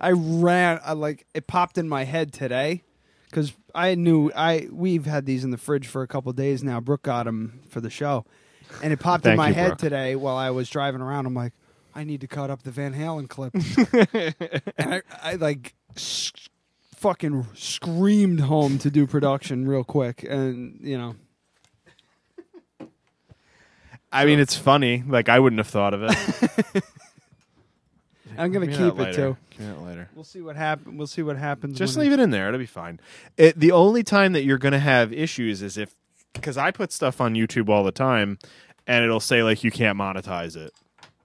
[SPEAKER 4] I ran. I like it popped in my head today because I knew I we've had these in the fridge for a couple days now. Brooke got them for the show, and it popped in
[SPEAKER 3] Thank
[SPEAKER 4] my
[SPEAKER 3] you,
[SPEAKER 4] head
[SPEAKER 3] Brooke.
[SPEAKER 4] today while I was driving around. I'm like, I need to cut up the Van
[SPEAKER 3] <laughs>
[SPEAKER 4] Halen clip, and I, I like. s- Fucking screamed home to do production real quick, and you know,
[SPEAKER 3] <laughs> I mean, it's funny. Like I wouldn't have thought <laughs> of it.
[SPEAKER 4] I'm gonna
[SPEAKER 3] Give me
[SPEAKER 4] keep
[SPEAKER 3] that
[SPEAKER 4] it
[SPEAKER 3] lighter.
[SPEAKER 4] too.
[SPEAKER 3] Give me that later.
[SPEAKER 4] We'll see what happen. We'll see what happens.
[SPEAKER 3] Just
[SPEAKER 4] when
[SPEAKER 3] leave it in there. It'll be fine. It, the only time that you're going to have issues is if, because I put stuff on YouTube all the time, and it'll say like you can't monetize it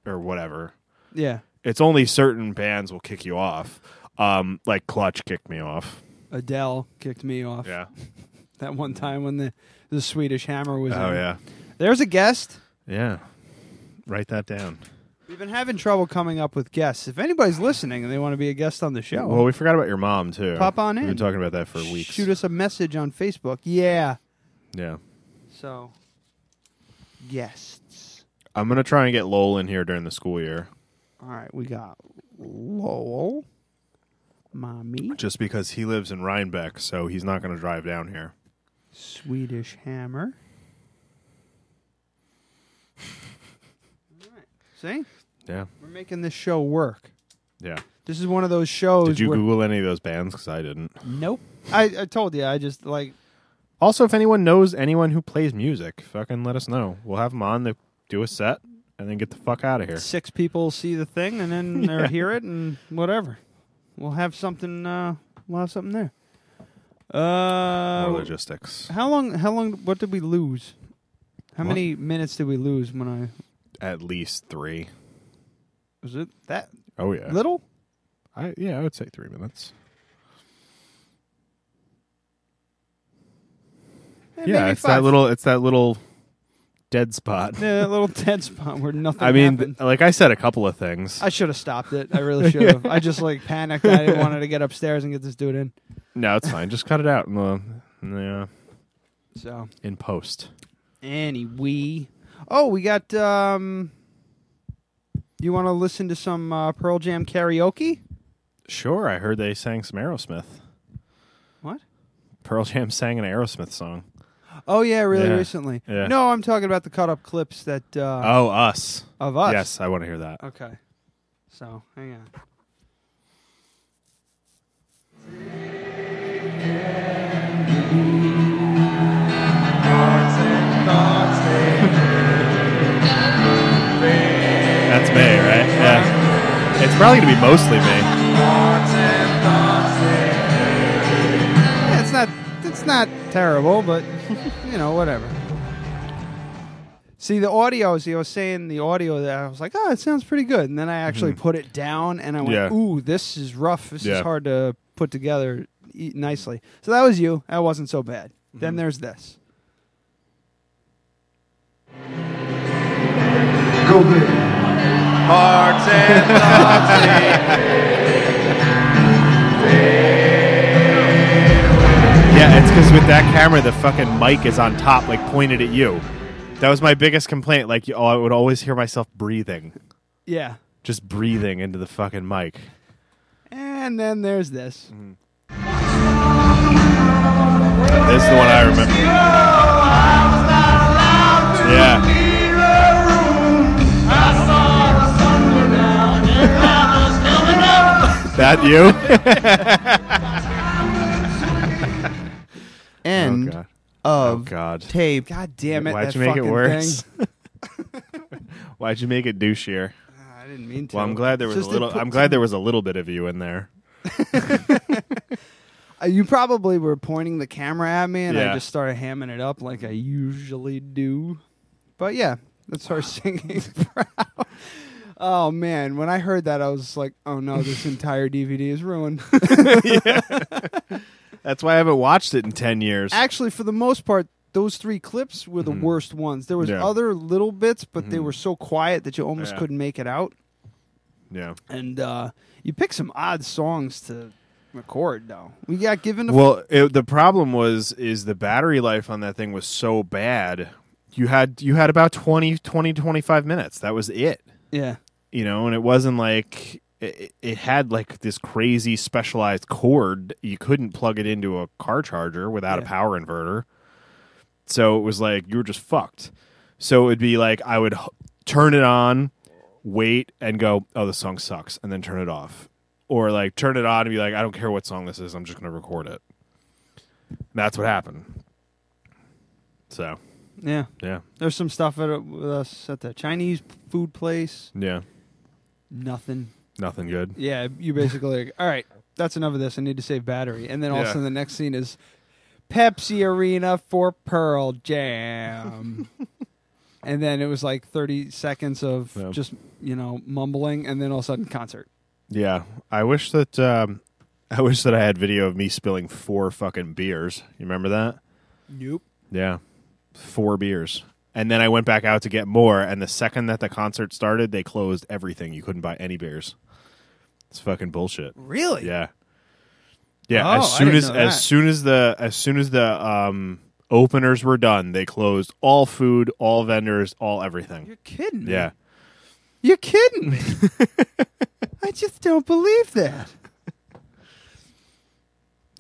[SPEAKER 3] or whatever.
[SPEAKER 4] Yeah,
[SPEAKER 3] It's only certain bands will kick you off. Um, like Clutch kicked me off.
[SPEAKER 4] Adele kicked me off.
[SPEAKER 3] Yeah.
[SPEAKER 4] that one time when the, the Swedish Hammer was.
[SPEAKER 3] Oh
[SPEAKER 4] in.
[SPEAKER 3] yeah.
[SPEAKER 4] There's a guest.
[SPEAKER 3] Yeah. Write that down.
[SPEAKER 4] We've been having trouble coming up with guests. If anybody's listening and they want to be a guest on the show,
[SPEAKER 3] Well, we forgot about your mom too.
[SPEAKER 4] Pop on
[SPEAKER 3] We've
[SPEAKER 4] in.
[SPEAKER 3] been talking about that for weeks.
[SPEAKER 4] shoot us a message on Facebook. Yeah.
[SPEAKER 3] Yeah.
[SPEAKER 4] So, guests.
[SPEAKER 3] I'm gonna try and get Lowell in here during the school year,
[SPEAKER 4] All right, we got Lowell, Mommy,
[SPEAKER 3] just because he lives in Rhinebeck, so he's not gonna drive down here.
[SPEAKER 4] Swedish Hammer. All right. See,
[SPEAKER 3] Yeah.
[SPEAKER 4] we're making this show work.
[SPEAKER 3] Yeah.
[SPEAKER 4] This is one of those shows.
[SPEAKER 3] Did you
[SPEAKER 4] where-
[SPEAKER 3] Google any of those bands? Because I didn't.
[SPEAKER 4] Nope. I, I told you. I just like
[SPEAKER 3] Also, if anyone knows anyone who plays music, fucking let us know. We'll have them on to do a set and then get the fuck out of here.
[SPEAKER 4] six people see the thing and then or hear it and whatever. We'll have something. Uh, we'll have something there.
[SPEAKER 3] More
[SPEAKER 4] Uh,
[SPEAKER 3] logistics.
[SPEAKER 4] how long? How long? What did we lose? How many minutes did we lose when I
[SPEAKER 3] At least three.
[SPEAKER 4] was it that
[SPEAKER 3] Oh yeah.
[SPEAKER 4] little?
[SPEAKER 3] I, yeah, I would say three minutes.
[SPEAKER 4] Eh,
[SPEAKER 3] yeah,
[SPEAKER 4] maybe
[SPEAKER 3] it's
[SPEAKER 4] five.
[SPEAKER 3] that little. It's that little dead spot.
[SPEAKER 4] Yeah, that little dead spot where nothing.
[SPEAKER 3] <laughs> I mean,
[SPEAKER 4] happened.
[SPEAKER 3] like I said, a couple of things.
[SPEAKER 4] I should have stopped it. I really should have. I just like panicked. I wanted to get upstairs and get this dude in.
[SPEAKER 3] <laughs> no, it's fine. Just cut it out. And, uh, yeah,
[SPEAKER 4] So
[SPEAKER 3] in post.
[SPEAKER 4] Anyway. Oh, we got um You want to listen to some uh, Pearl Jam karaoke?
[SPEAKER 3] Sure, I heard they sang some Aerosmith.
[SPEAKER 4] What?
[SPEAKER 3] Pearl Jam sang an Aerosmith song.
[SPEAKER 4] Oh yeah, really
[SPEAKER 3] Yeah.
[SPEAKER 4] recently.
[SPEAKER 3] Yeah.
[SPEAKER 4] No, I'm talking about the cut up clips that uh
[SPEAKER 3] Oh, us.
[SPEAKER 4] of us.
[SPEAKER 3] Yes, I want to hear that.
[SPEAKER 4] Okay. So, hang on.
[SPEAKER 3] That's me, right? Yeah. It's probably going to be mostly me.
[SPEAKER 4] Yeah, it's not it's It's not
[SPEAKER 3] <laughs>
[SPEAKER 4] terrible, but you know, whatever. See the audio. As he was saying the audio, that I was like, "Oh, it sounds pretty good." And then I actually put it down, and I went,
[SPEAKER 3] Mm-hmm. Yeah.
[SPEAKER 4] "Ooh, this is rough. This is
[SPEAKER 3] Yeah.
[SPEAKER 4] hard to put together e- nicely." So that was you. That wasn't so bad.
[SPEAKER 3] Mm-hmm.
[SPEAKER 4] Then there's this.
[SPEAKER 8] Go big.
[SPEAKER 9] Hearts and
[SPEAKER 3] Yeah, it's because with that camera, the fucking mic is on top, like pointed at you. That was my biggest complaint. Like, oh, I would always hear myself breathing,
[SPEAKER 4] Yeah.
[SPEAKER 3] just breathing into the fucking mic.
[SPEAKER 4] And then there's this.
[SPEAKER 3] Mm-hmm. This is the one I remember. Yeah. that you?
[SPEAKER 10] End
[SPEAKER 3] Oh, <laughs> God.
[SPEAKER 10] of
[SPEAKER 3] God.
[SPEAKER 10] tape.
[SPEAKER 4] God damn it!
[SPEAKER 3] Why'd
[SPEAKER 4] that
[SPEAKER 3] you make it
[SPEAKER 4] fucking
[SPEAKER 3] worse?
[SPEAKER 4] thing.
[SPEAKER 3] <laughs>
[SPEAKER 4] <laughs>
[SPEAKER 3] Why'd you make it douchier?
[SPEAKER 4] Ah, I didn't mean to.
[SPEAKER 3] Well, I'm glad there was
[SPEAKER 4] Just
[SPEAKER 3] a
[SPEAKER 4] to
[SPEAKER 3] little.
[SPEAKER 4] put
[SPEAKER 3] I'm glad there was a little bit of you in there.
[SPEAKER 4] Uh, You probably were pointing the camera at me, and I
[SPEAKER 3] Yeah.
[SPEAKER 4] just started hamming it up like I usually do. But yeah, that's our singing. <laughs> crowd. oh man, when I heard that, I was like, "Oh no,
[SPEAKER 3] <laughs>
[SPEAKER 4] this entire DVD is ruined."
[SPEAKER 3] That's why I haven't watched it in ten years.
[SPEAKER 4] Actually, for the most part, those three clips were the worst ones. There was
[SPEAKER 3] Mm-hmm. Yeah. Mm-hmm.
[SPEAKER 4] other little bits, but they were so quiet that you almost
[SPEAKER 3] Yeah.
[SPEAKER 4] couldn't make it out.
[SPEAKER 3] yeah.
[SPEAKER 4] And uh, you pick some odd songs to record, though. We got given the
[SPEAKER 3] Well, it, the problem was is the battery life on that thing was so bad. You had you had about 20, 20 25 minutes. That was it.
[SPEAKER 4] yeah.
[SPEAKER 3] You know, and it wasn't like it, it had like this crazy specialized cord. You couldn't plug it into a car charger without a
[SPEAKER 4] Yeah.
[SPEAKER 3] power inverter. So it was like you were just fucked. So it'd be like I would h- turn it on, wait, and go, "Oh, the song sucks," and then turn it off, or like turn it on and be like, "I don't care what song this is. I'm just gonna record it." And that's what happened. So
[SPEAKER 4] Yeah,
[SPEAKER 3] yeah,
[SPEAKER 4] there's some stuff at, with us at the Chinese food place.
[SPEAKER 3] yeah,
[SPEAKER 4] Nothing.
[SPEAKER 3] nothing good.
[SPEAKER 4] Yeah, you basically like, all right, that's enough of this. I need to save battery. And then all of a
[SPEAKER 3] Yeah.
[SPEAKER 4] sudden, the next scene is Pepsi Arena for
[SPEAKER 3] <laughs>
[SPEAKER 4] Pearl Jam. and then it was like 30 seconds of
[SPEAKER 3] Yeah.
[SPEAKER 4] just, you know, mumbling. And then all of a sudden, concert.
[SPEAKER 3] Yeah, I wish that um, <laughs> I wish that I had video of me spilling four fucking beers. You remember that?
[SPEAKER 4] Nope.
[SPEAKER 3] Yeah. Four beers. And then I went back out to get more. And the second that the concert started, they closed everything. You couldn't buy any beers. It's fucking bullshit.
[SPEAKER 4] Really?
[SPEAKER 3] Yeah. Yeah.
[SPEAKER 4] Oh,
[SPEAKER 3] as
[SPEAKER 4] I
[SPEAKER 3] soon
[SPEAKER 4] didn't
[SPEAKER 3] as
[SPEAKER 4] know that.
[SPEAKER 3] as soon as the as soon as the um openers were done, they closed all food, all vendors, all everything.
[SPEAKER 4] You're kidding. me.
[SPEAKER 3] Yeah.
[SPEAKER 4] You're kidding
[SPEAKER 3] <laughs>
[SPEAKER 4] me. I just don't believe that.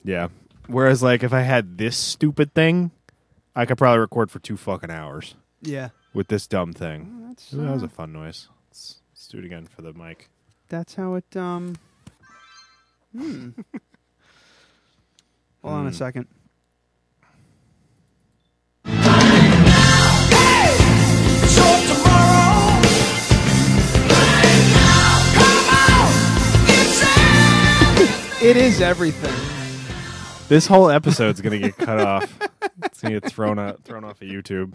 [SPEAKER 3] Yeah. Whereas like if I had this stupid thing, I could probably record for two fucking hours
[SPEAKER 4] Yeah.
[SPEAKER 3] with this dumb thing.
[SPEAKER 4] That's,
[SPEAKER 3] Ooh, that was
[SPEAKER 4] uh,
[SPEAKER 3] a fun noise. Let's, let's do it again for the mic.
[SPEAKER 4] That's how it. Um. Hmm. Hold on a second. <laughs> It is everything.
[SPEAKER 3] This whole episode's gonna get cut
[SPEAKER 4] <laughs>
[SPEAKER 3] off. It's gonna get thrown out, thrown off of YouTube.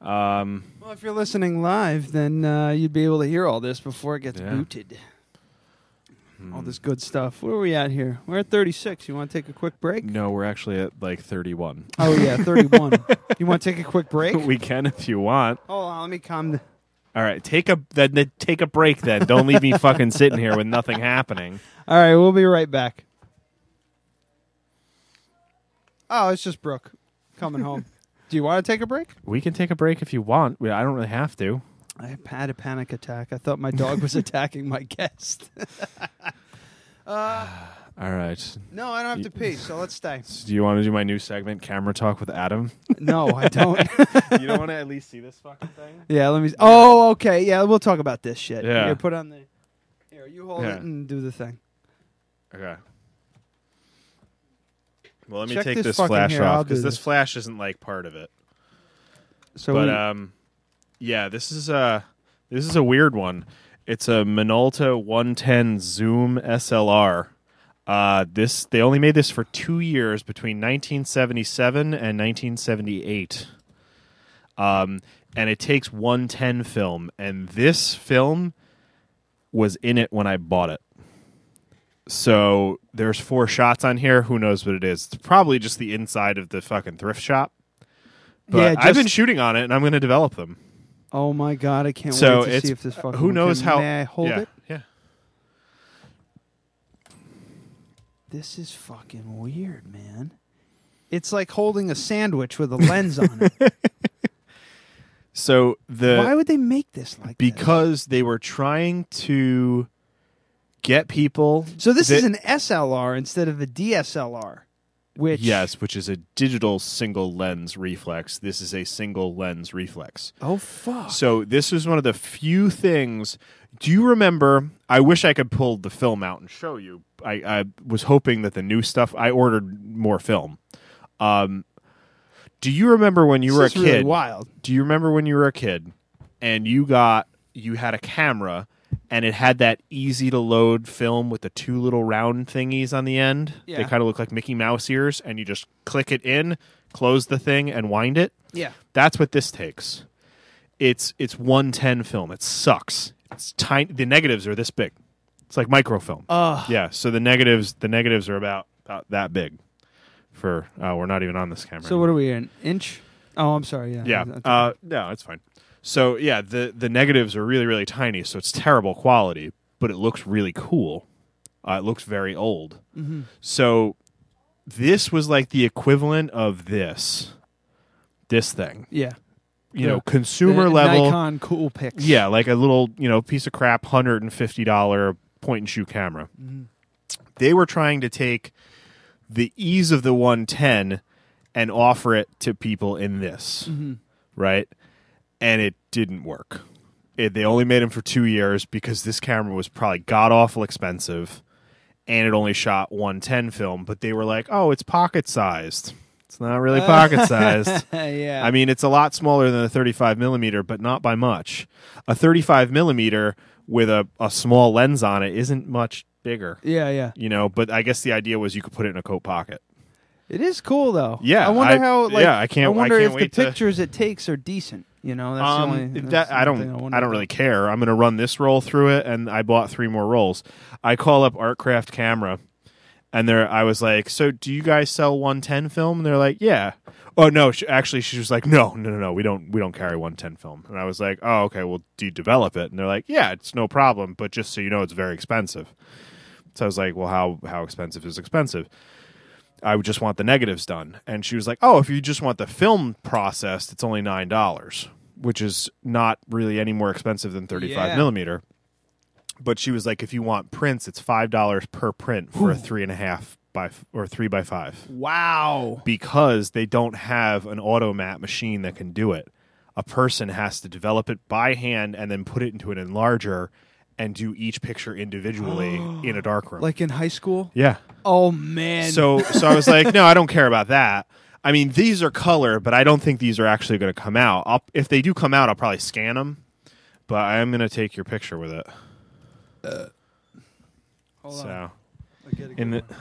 [SPEAKER 3] Um,
[SPEAKER 4] Well, if you're listening live, then uh, you'd be able to hear all this before it gets
[SPEAKER 3] Yeah.
[SPEAKER 4] booted. All this good stuff. Where are we at here? We're at 36. You want to take a quick break?
[SPEAKER 3] no, we're actually at like thirty-one.
[SPEAKER 4] Oh <laughs> yeah, 31. you want to take a quick <laughs> break?
[SPEAKER 3] <laughs> we can if you want.
[SPEAKER 4] Hold on, let me calm. th-
[SPEAKER 3] All right, take a then, then take a break. Then don't leave me fucking sitting here with nothing happening.
[SPEAKER 4] All right, we'll be right back. Oh, it's just Brooke coming home. <laughs> Do you want to take a break?
[SPEAKER 3] We can take a break if you want. We- I don't really have to.
[SPEAKER 4] I had a panic attack. I thought my dog <laughs> was attacking my guest. <laughs>
[SPEAKER 3] All right.
[SPEAKER 4] no, I don't have to pee, so let's stay.
[SPEAKER 3] So do you want to do my new segment, camera talk with Adam?
[SPEAKER 4] No, I <laughs> don't.
[SPEAKER 3] you don't want to at least see this fucking thing?
[SPEAKER 4] yeah, let me. Oh, okay. Yeah, we'll talk about this shit.
[SPEAKER 3] Yeah.
[SPEAKER 4] Here, put on the. Here, you hold
[SPEAKER 3] Yeah.
[SPEAKER 4] it and do the thing.
[SPEAKER 3] Okay. Well, let me
[SPEAKER 4] Check
[SPEAKER 3] take
[SPEAKER 4] this
[SPEAKER 3] this,
[SPEAKER 4] fucking
[SPEAKER 3] flash
[SPEAKER 4] here, I'll
[SPEAKER 3] off
[SPEAKER 4] do
[SPEAKER 3] because this
[SPEAKER 4] this.
[SPEAKER 3] flash isn't like part of it.
[SPEAKER 4] So
[SPEAKER 3] but
[SPEAKER 4] we,
[SPEAKER 3] um, yeah, this is a this is a weird one. It's a Minolta 110 zoom SLR. Uh, this they only made this for two years between 1977 and 1978. Um, and it takes 110 film, and this film was in it when I bought it. So there's four shots on here. Who knows what it is? It's probably just the inside of the fucking thrift shop. But
[SPEAKER 4] Yeah, just-
[SPEAKER 3] I've been shooting on it, and I'm going to develop them.
[SPEAKER 4] Oh my god, I can't
[SPEAKER 3] so
[SPEAKER 4] wait to
[SPEAKER 3] it's
[SPEAKER 4] see if this fucking
[SPEAKER 3] who knows
[SPEAKER 4] can-
[SPEAKER 3] how.
[SPEAKER 4] May I hold
[SPEAKER 3] yeah,
[SPEAKER 4] it?
[SPEAKER 3] Yeah.
[SPEAKER 4] This is fucking weird, man. It's like holding a sandwich with a lens on it.
[SPEAKER 3] <laughs> So the
[SPEAKER 4] Why would they make this like this?
[SPEAKER 3] because they were trying to get people.
[SPEAKER 4] So this
[SPEAKER 3] that-
[SPEAKER 4] is an SLR instead of a DSLR, which
[SPEAKER 3] yes, which is a digital single lens reflex. This is a single lens reflex.
[SPEAKER 4] Oh fuck.
[SPEAKER 3] So this was one of the few things. Do you remember? I wish I could pull the film out and show you. I, I was hoping that the new stuff. I ordered more film. Um, do you remember when you
[SPEAKER 4] This
[SPEAKER 3] were a
[SPEAKER 4] is
[SPEAKER 3] kid?
[SPEAKER 4] really wild.
[SPEAKER 3] Do you remember when you were a kid and you got you had a camera and it had that easy to load film with the two little round thingies on the end?
[SPEAKER 4] Yeah.
[SPEAKER 3] They kind of look like Mickey Mouse ears, and you just click it in, close the thing, and wind it.
[SPEAKER 4] Yeah.
[SPEAKER 3] That's what this takes. It's it's 110 film. It sucks. It's tiny. The negatives are this big. It's like microfilm.
[SPEAKER 4] Ugh.
[SPEAKER 3] yeah. So the negatives the negatives are about, about that big. For uh, we're not even on this camera.
[SPEAKER 4] So what are we an inch? Oh, I'm sorry. Yeah.
[SPEAKER 3] Yeah.
[SPEAKER 4] That's-
[SPEAKER 3] Uh, no, it's fine. So yeah, the the negatives are really really tiny, so it's terrible quality, but it looks really cool. Uh, it looks very old.
[SPEAKER 4] Mm-hmm.
[SPEAKER 3] So this was like the equivalent of this, this thing.
[SPEAKER 4] yeah.
[SPEAKER 3] You
[SPEAKER 4] Yeah.
[SPEAKER 3] know, consumer
[SPEAKER 4] The
[SPEAKER 3] level.
[SPEAKER 4] Nikon Cool Pix.
[SPEAKER 3] Yeah, like a little, you know, piece of crap hundred and fifty dollar point and shoot camera. Mm-hmm. They were trying to take the ease of the one ten and offer it to people in this, right? And it didn't work. It, they only made them for two years because this camera was probably god awful expensive, and it only shot one ten film. But they were like, "Oh, it's pocket sized. It's not really pocket sized." <laughs>
[SPEAKER 4] yeah.
[SPEAKER 3] I mean, it's a lot smaller than a 35 millimeter, but not by much. A 35 millimeter with a, a small lens on it isn't much bigger,
[SPEAKER 4] yeah, yeah.
[SPEAKER 3] you know. But I guess the idea was you could put it in a coat pocket.
[SPEAKER 4] It is cool though.
[SPEAKER 3] Yeah,
[SPEAKER 4] I wonder
[SPEAKER 3] I-
[SPEAKER 4] how. Like,
[SPEAKER 3] yeah, I can't-
[SPEAKER 4] I
[SPEAKER 3] I
[SPEAKER 4] wonder
[SPEAKER 3] can't
[SPEAKER 4] if
[SPEAKER 3] wait
[SPEAKER 4] the
[SPEAKER 3] to-
[SPEAKER 4] pictures it takes are decent. You know, that's
[SPEAKER 3] Um,
[SPEAKER 4] the only. that's
[SPEAKER 3] that,
[SPEAKER 4] the
[SPEAKER 3] I
[SPEAKER 4] thing
[SPEAKER 3] don't.
[SPEAKER 4] wonder
[SPEAKER 3] I, don't
[SPEAKER 4] about.
[SPEAKER 3] really care. I'm going to run this roll through it, and I bought three more rolls. I call up Artcraft Camera, and there I was like, "So, do you guys sell 110 film?" And they're like, "Yeah." Oh no, she, actually, she was like, "No, no, no, no. We don't. We don't carry 110 film." And I was like, "Oh, okay. Well, do you develop it?" And they're like, "Yeah, it's no problem. But just so you know, it's very expensive." So I was like, "Well, how how expensive is expensive?" I would just want the negatives done. And she was like, Oh, if you just want the film processed, it's only nine dollars, which is not really any more expensive than thirty five
[SPEAKER 4] Yeah.
[SPEAKER 3] millimeter. But she was like, if you want prints, it's five dollars per print for a three and a half by f- or three by five.
[SPEAKER 4] Wow.
[SPEAKER 3] Because they don't have an automat machine that can do it. A person has to develop it by hand and then put it into an enlarger and do each picture individually in
[SPEAKER 4] <gasps>
[SPEAKER 3] a darkroom.
[SPEAKER 4] Like in high school.
[SPEAKER 3] yeah.
[SPEAKER 4] Oh man.
[SPEAKER 3] So so I was like, no, I don't care about that. I mean, these are color, but I don't think these are actually going to come out. I'll, if they do come out, I'll probably scan them, but I am going to take your picture with it.
[SPEAKER 4] Uh, Hold on.
[SPEAKER 3] So
[SPEAKER 4] I gotta get
[SPEAKER 3] in the
[SPEAKER 4] one.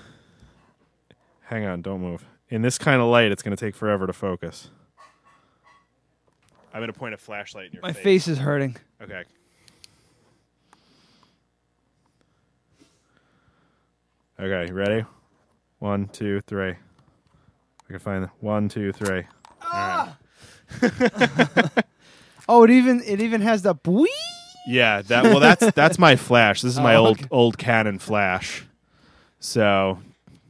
[SPEAKER 3] hang on, don't move. In this kind of light, it's going to take forever to focus. I'm going to point a flashlight in your
[SPEAKER 4] my face is hurting.
[SPEAKER 3] Okay. Okay, you ready? One, two, three. I can find the one, two, three.
[SPEAKER 4] Oh, it even it even has the bwee.
[SPEAKER 3] Yeah, that
[SPEAKER 4] <laughs>
[SPEAKER 3] well that's that's my flash. This is my
[SPEAKER 4] Oh,
[SPEAKER 3] old
[SPEAKER 4] okay.
[SPEAKER 3] old Canon flash. So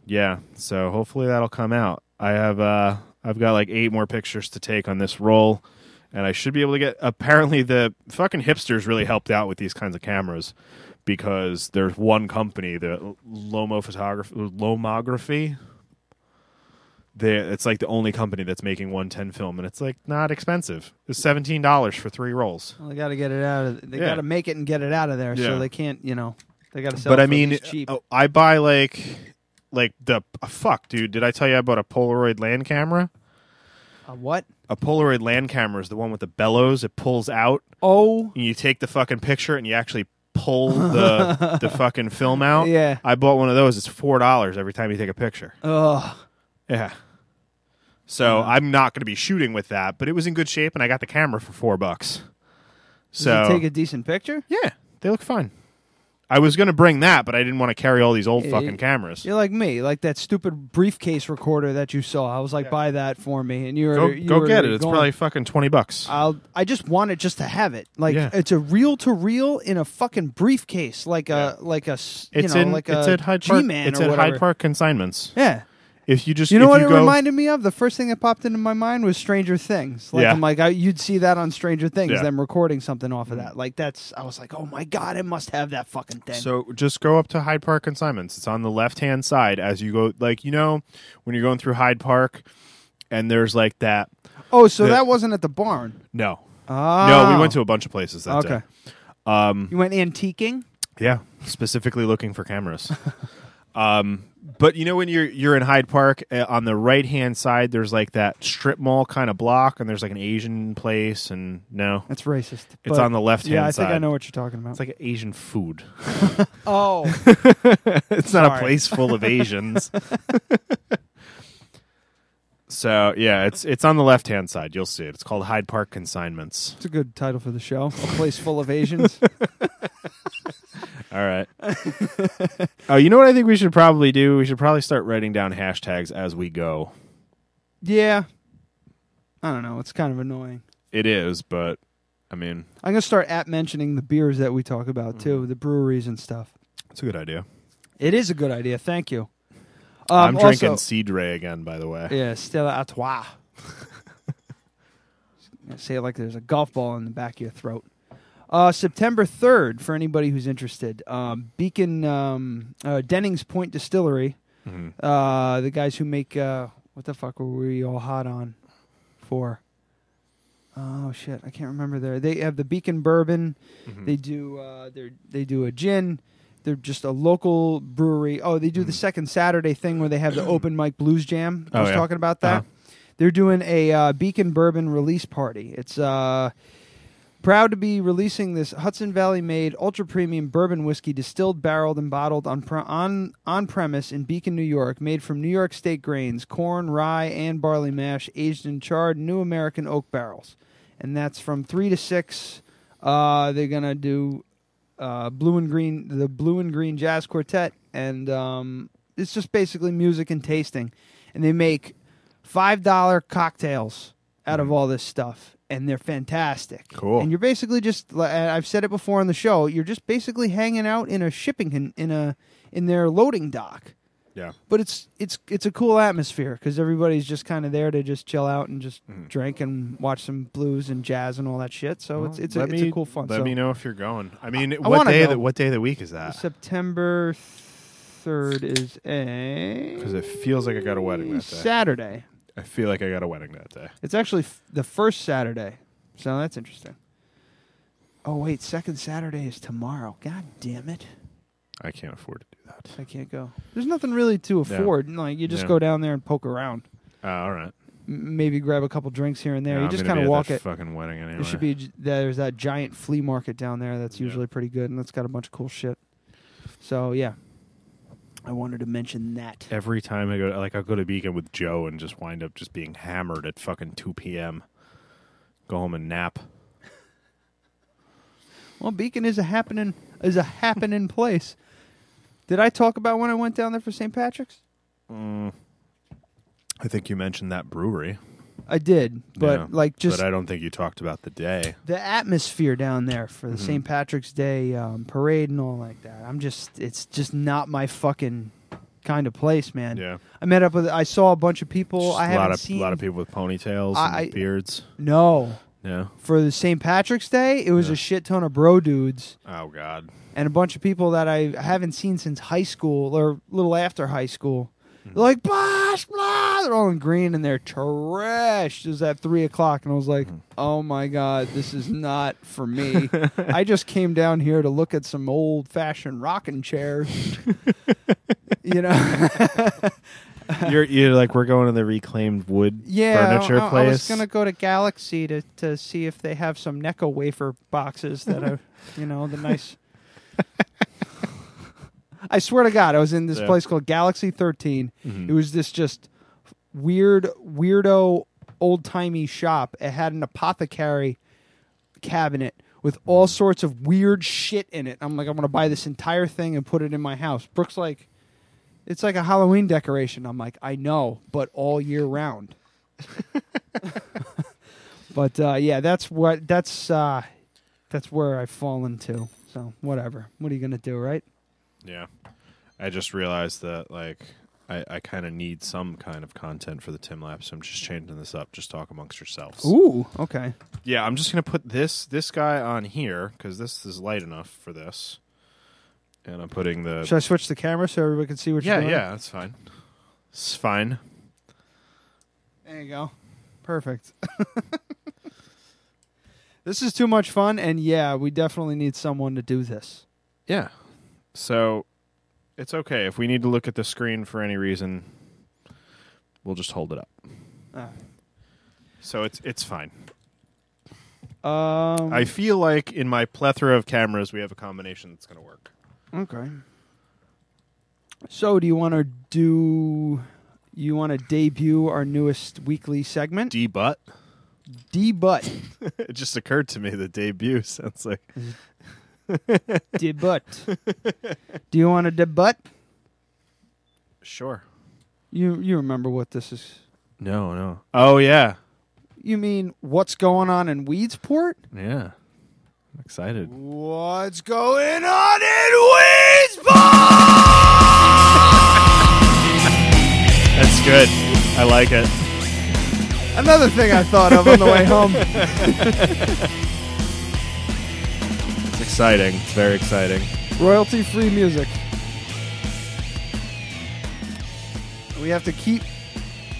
[SPEAKER 3] yeah, so hopefully that'll come out. I have uh I've got like eight more pictures to take on this roll and I should be able to get apparently the fucking hipsters really helped out with these kinds of cameras because there's one company, the Lomo Photography Lomography. They, it's like the only company that's making 110 film and it's like not expensive. It's $17 for 3 rolls.
[SPEAKER 4] Well, they got to get it out of. They
[SPEAKER 3] Yeah.
[SPEAKER 4] got to make it and get it out of there, so
[SPEAKER 3] Yeah.
[SPEAKER 4] they can't. You know, they got to sell.
[SPEAKER 3] but
[SPEAKER 4] it
[SPEAKER 3] I
[SPEAKER 4] for
[SPEAKER 3] mean,
[SPEAKER 4] least cheap.
[SPEAKER 3] uh, I buy like like the uh, fuck, dude. Did I tell you I bought a Polaroid land camera?
[SPEAKER 4] A what?
[SPEAKER 3] A Polaroid land camera is the one with the bellows. It pulls out,
[SPEAKER 4] Oh
[SPEAKER 3] and you take the fucking picture, and you actually pull the
[SPEAKER 4] <laughs>
[SPEAKER 3] the fucking film out.
[SPEAKER 4] Yeah.
[SPEAKER 3] I bought one of those. It's four dollars every time you take a picture.
[SPEAKER 4] Ugh.
[SPEAKER 3] Yeah. So I'm not going to be shooting with that, but it was in good shape, and I got the camera for four bucks.
[SPEAKER 4] Does it
[SPEAKER 3] So
[SPEAKER 4] take a decent picture?
[SPEAKER 3] yeah, they look fine. I was going to bring that, but I didn't want to carry all these old
[SPEAKER 4] Yeah,
[SPEAKER 3] fucking
[SPEAKER 4] you-
[SPEAKER 3] cameras.
[SPEAKER 4] You're like me, like that stupid briefcase recorder that you saw. I was like, buy that for me, and you were
[SPEAKER 3] Go,
[SPEAKER 4] you
[SPEAKER 3] go
[SPEAKER 4] were
[SPEAKER 3] get it. It's
[SPEAKER 4] going- Uh,
[SPEAKER 3] probably fucking twenty bucks.
[SPEAKER 4] I'll. I just want it just to have it. Like
[SPEAKER 3] Yeah.
[SPEAKER 4] it's a reel to reel in a fucking briefcase, like a like a s- you
[SPEAKER 3] it's
[SPEAKER 4] know
[SPEAKER 3] in
[SPEAKER 4] like
[SPEAKER 3] it's
[SPEAKER 4] a
[SPEAKER 3] at Hyde Park.
[SPEAKER 4] G-Man
[SPEAKER 3] It's
[SPEAKER 4] or
[SPEAKER 3] at
[SPEAKER 4] whatever.
[SPEAKER 3] Hyde Park Consignments.
[SPEAKER 4] Yeah.
[SPEAKER 3] If you just
[SPEAKER 4] You know
[SPEAKER 3] if
[SPEAKER 4] what
[SPEAKER 3] you
[SPEAKER 4] it
[SPEAKER 3] go,
[SPEAKER 4] reminded me of? The first thing that popped into my mind was Stranger Things. Like
[SPEAKER 3] Yeah.
[SPEAKER 4] I'm like I, you'd see that on Stranger Things,
[SPEAKER 3] Yeah. Mm.
[SPEAKER 4] them recording something off of that. Like that's I was like, oh my god, it must have that fucking thing.
[SPEAKER 3] So just go up to Hyde Park Consignments. It's on the left hand side as you go, like you know, when you're going through Hyde Park, and there's like that.
[SPEAKER 4] oh, so
[SPEAKER 3] the-
[SPEAKER 4] that wasn't at the barn.
[SPEAKER 3] No,
[SPEAKER 4] Oh.
[SPEAKER 3] no, we went to a bunch of places that
[SPEAKER 4] Okay.
[SPEAKER 3] day. Um,
[SPEAKER 4] You went antiquing.
[SPEAKER 3] yeah, specifically looking for cameras. <laughs> um, but you know when you're you're in Hyde Park uh, on the right hand side, there's like that strip mall kind of block, and there's like an Asian place, and no,
[SPEAKER 4] That's racist.
[SPEAKER 3] It's
[SPEAKER 4] but-
[SPEAKER 3] on the left-hand
[SPEAKER 4] Yeah, I think I
[SPEAKER 3] side.
[SPEAKER 4] know what you're talking about.
[SPEAKER 3] it's like Asian food. <laughs>
[SPEAKER 4] oh,
[SPEAKER 3] it's not
[SPEAKER 4] Sorry.
[SPEAKER 3] a place full of
[SPEAKER 4] <laughs>
[SPEAKER 3] Asians. so yeah, it's it's on the left hand side. You'll see it. It's called Hyde Park Consignments.
[SPEAKER 4] it's a good title for the show. A place full
[SPEAKER 3] <laughs>
[SPEAKER 4] of Asians.
[SPEAKER 3] All
[SPEAKER 4] <laughs>
[SPEAKER 3] right. oh, you know what I think we should probably do? We should probably start writing down hashtags as we go.
[SPEAKER 4] yeah. I don't know. It's kind of annoying.
[SPEAKER 3] It is, but I mean,
[SPEAKER 4] I'm gonna start at mentioning the beers that we talk about
[SPEAKER 3] Mm.
[SPEAKER 4] too, the breweries and stuff.
[SPEAKER 3] it's a good idea.
[SPEAKER 4] It is a good idea. Thank you.
[SPEAKER 3] I'm
[SPEAKER 4] Um,
[SPEAKER 3] drinking
[SPEAKER 4] also-
[SPEAKER 3] Cidre again, by the way.
[SPEAKER 4] yeah, Stella Artois. <laughs> Say it like there's a golf ball in the back of your throat. Uh, September 3rd, for anybody who's interested, um, Beacon um, uh, Dennings Point Distillery,
[SPEAKER 3] Mm-hmm.
[SPEAKER 4] uh, the guys who make uh, what the fuck were we all hot on for? Oh shit, I can't remember. There, they have the Beacon Bourbon.
[SPEAKER 3] Mm-hmm.
[SPEAKER 4] They do uh, they they do a gin. They're just a local brewery. Oh, they do the second Saturday thing where they have
[SPEAKER 3] <clears throat>
[SPEAKER 4] the open mic blues jam. I
[SPEAKER 3] Mm-hmm. Oh,
[SPEAKER 4] was
[SPEAKER 3] yeah.
[SPEAKER 4] talking about that.
[SPEAKER 3] Uh-huh.
[SPEAKER 4] They're doing a uh, Beacon Bourbon release party. It's uh, Proud to be releasing this Hudson Valley made ultra premium bourbon whiskey distilled, barreled, and bottled on, pre- on, on premise in Beacon, New York, made from New York state grains, corn, rye, and barley mash, aged in charred new American oak barrels. And that's from 3 to 6. Uh, they're going to do uh, Blue and Green, the Blue and Green Jazz Quartet, and um, it's just basically music and tasting. And they make $5 cocktails out of all this stuff, and they're fantastic.
[SPEAKER 3] Mm-hmm. Cool.
[SPEAKER 4] And you're basically just li- and I've said it before on the show, you're just basically hanging out in a shipping con- in a in their loading dock.
[SPEAKER 3] Yeah.
[SPEAKER 4] But it's it's it's a cool atmosphere cuz everybody's just kind of there to just chill out and just
[SPEAKER 3] Mm-hmm.
[SPEAKER 4] drink and watch some blues and jazz and all that shit. So it's it's a,
[SPEAKER 3] Let
[SPEAKER 4] it's
[SPEAKER 3] me-
[SPEAKER 4] a cool fun.
[SPEAKER 3] Let
[SPEAKER 4] so.
[SPEAKER 3] me know if you're going. I mean,
[SPEAKER 4] I
[SPEAKER 3] what
[SPEAKER 4] wanna
[SPEAKER 3] day?
[SPEAKER 4] go.
[SPEAKER 3] That, what day of the week is that?
[SPEAKER 4] September 3rd is a
[SPEAKER 3] Because it feels like I got a wedding that day.
[SPEAKER 4] Saturday.
[SPEAKER 3] I feel like I got a wedding that day.
[SPEAKER 4] It's actually f- the first Saturday. So that's interesting. Oh wait, second Saturday is tomorrow. God damn it.
[SPEAKER 3] I can't afford to do that.
[SPEAKER 4] I can't go. There's nothing really to
[SPEAKER 3] Yeah.
[SPEAKER 4] afford. Like you just
[SPEAKER 3] Yeah.
[SPEAKER 4] go down there and poke around.
[SPEAKER 3] Uh, all right.
[SPEAKER 4] M- maybe grab a couple drinks here and there.
[SPEAKER 3] Yeah,
[SPEAKER 4] you
[SPEAKER 3] I'm
[SPEAKER 4] just
[SPEAKER 3] gonna
[SPEAKER 4] kind of
[SPEAKER 3] be at
[SPEAKER 4] walk
[SPEAKER 3] that
[SPEAKER 4] it.
[SPEAKER 3] Fucking wedding anyway.
[SPEAKER 4] There should be j- there's that giant flea market down there that's usually pretty good and that's got a bunch of cool shit. So yeah, I wanted to mention that.
[SPEAKER 3] every time I go, like I'll go to Beacon with Joe and just wind up just being hammered at fucking two p.m. Go home and nap.
[SPEAKER 4] Well, Beacon is a happening is
[SPEAKER 3] <laughs>
[SPEAKER 4] a happening place. Did I talk about when I went down there for St. Patrick's?
[SPEAKER 3] I think you mentioned that brewery,
[SPEAKER 4] I did, but
[SPEAKER 3] Yeah.
[SPEAKER 4] like just
[SPEAKER 3] but I don't think you talked about the day.
[SPEAKER 4] the atmosphere down there for
[SPEAKER 3] Mm-hmm.
[SPEAKER 4] the St. Patrick's Day um, parade and all like that. I'm just, it's just not my fucking kind of place, man.
[SPEAKER 3] Yeah.
[SPEAKER 4] I met up with, I saw a bunch of people.
[SPEAKER 3] Just
[SPEAKER 4] I
[SPEAKER 3] a
[SPEAKER 4] haven't
[SPEAKER 3] lot of
[SPEAKER 4] seen
[SPEAKER 3] a lot of people with ponytails
[SPEAKER 4] I-
[SPEAKER 3] and
[SPEAKER 4] I-
[SPEAKER 3] beards.
[SPEAKER 4] No,
[SPEAKER 3] Yeah.
[SPEAKER 4] for the St. Patrick's Day, it was a shit ton of bro dudes
[SPEAKER 3] Oh
[SPEAKER 4] <laughs>
[SPEAKER 3] God.
[SPEAKER 4] and a bunch of people that I haven't seen since high school or little after high school. They're like, blah, blah. They're all in green and they're trash. It was at three o'clock, and I was like, oh my God, this is not for me. I just came down here to look at some old fashioned rocking chairs. you know?
[SPEAKER 3] you're you're like we're going to the reclaimed wood
[SPEAKER 4] yeah.
[SPEAKER 3] furniture
[SPEAKER 4] I,
[SPEAKER 3] place.
[SPEAKER 4] I was going to go to <laughs> Galaxy to, to see if they have some Necco wafer boxes that are, you know, the nice I swear to God, I was in this
[SPEAKER 3] Yeah.
[SPEAKER 4] place called Galaxy 13. It was this just weird, weirdo, old timey shop. It had an apothecary cabinet with all sorts of weird shit in it. I'm like, I'm going to buy this entire thing and put it in my house. Brooks, like, it's like a Halloween decoration. I'm like, I know, but all year round. but uh, yeah, that's what that's uh, that's where I've fallen to. So whatever. What are you gonna do, right?
[SPEAKER 3] Yeah. I just realized that like I, I kind of need some kind of content for the Tim lap, so I'm just changing this up. Just talk amongst yourselves.
[SPEAKER 4] Ooh, okay.
[SPEAKER 3] Yeah, I'm just gonna put this this guy on here because this is light enough for this, and I'm putting the
[SPEAKER 4] Should I switch the camera so everybody can see what
[SPEAKER 3] yeah
[SPEAKER 4] you're doing?
[SPEAKER 3] yeah that's fine. It's fine.
[SPEAKER 4] There you go. Perfect. <laughs> this is too much fun, and yeah, we definitely need someone to do this.
[SPEAKER 3] Yeah. So it's okay if we need to look at the screen for any reason. We'll just hold it up.
[SPEAKER 4] All
[SPEAKER 3] So it's it's fine.
[SPEAKER 4] Um,
[SPEAKER 3] I feel like in my plethora of cameras, we have a combination that's going to work.
[SPEAKER 4] okay. So, do you want to do? You want to debut our newest weekly segment?
[SPEAKER 3] D butt.
[SPEAKER 4] D butt,
[SPEAKER 3] It just occurred to me the debut <laughs> sounds like
[SPEAKER 4] D butt. Do you want to D butt?
[SPEAKER 3] sure.
[SPEAKER 4] You you remember what this is?
[SPEAKER 3] No, no. Oh yeah,
[SPEAKER 4] You mean what's going on in Weedsport?
[SPEAKER 3] yeah. I'm excited.
[SPEAKER 4] What's going on in Weedsport?
[SPEAKER 3] That's good. I like it.
[SPEAKER 4] <laughs> Another thing I thought of on the way home.
[SPEAKER 3] It's exciting. It's very exciting.
[SPEAKER 4] Royalty free music. We have to keep.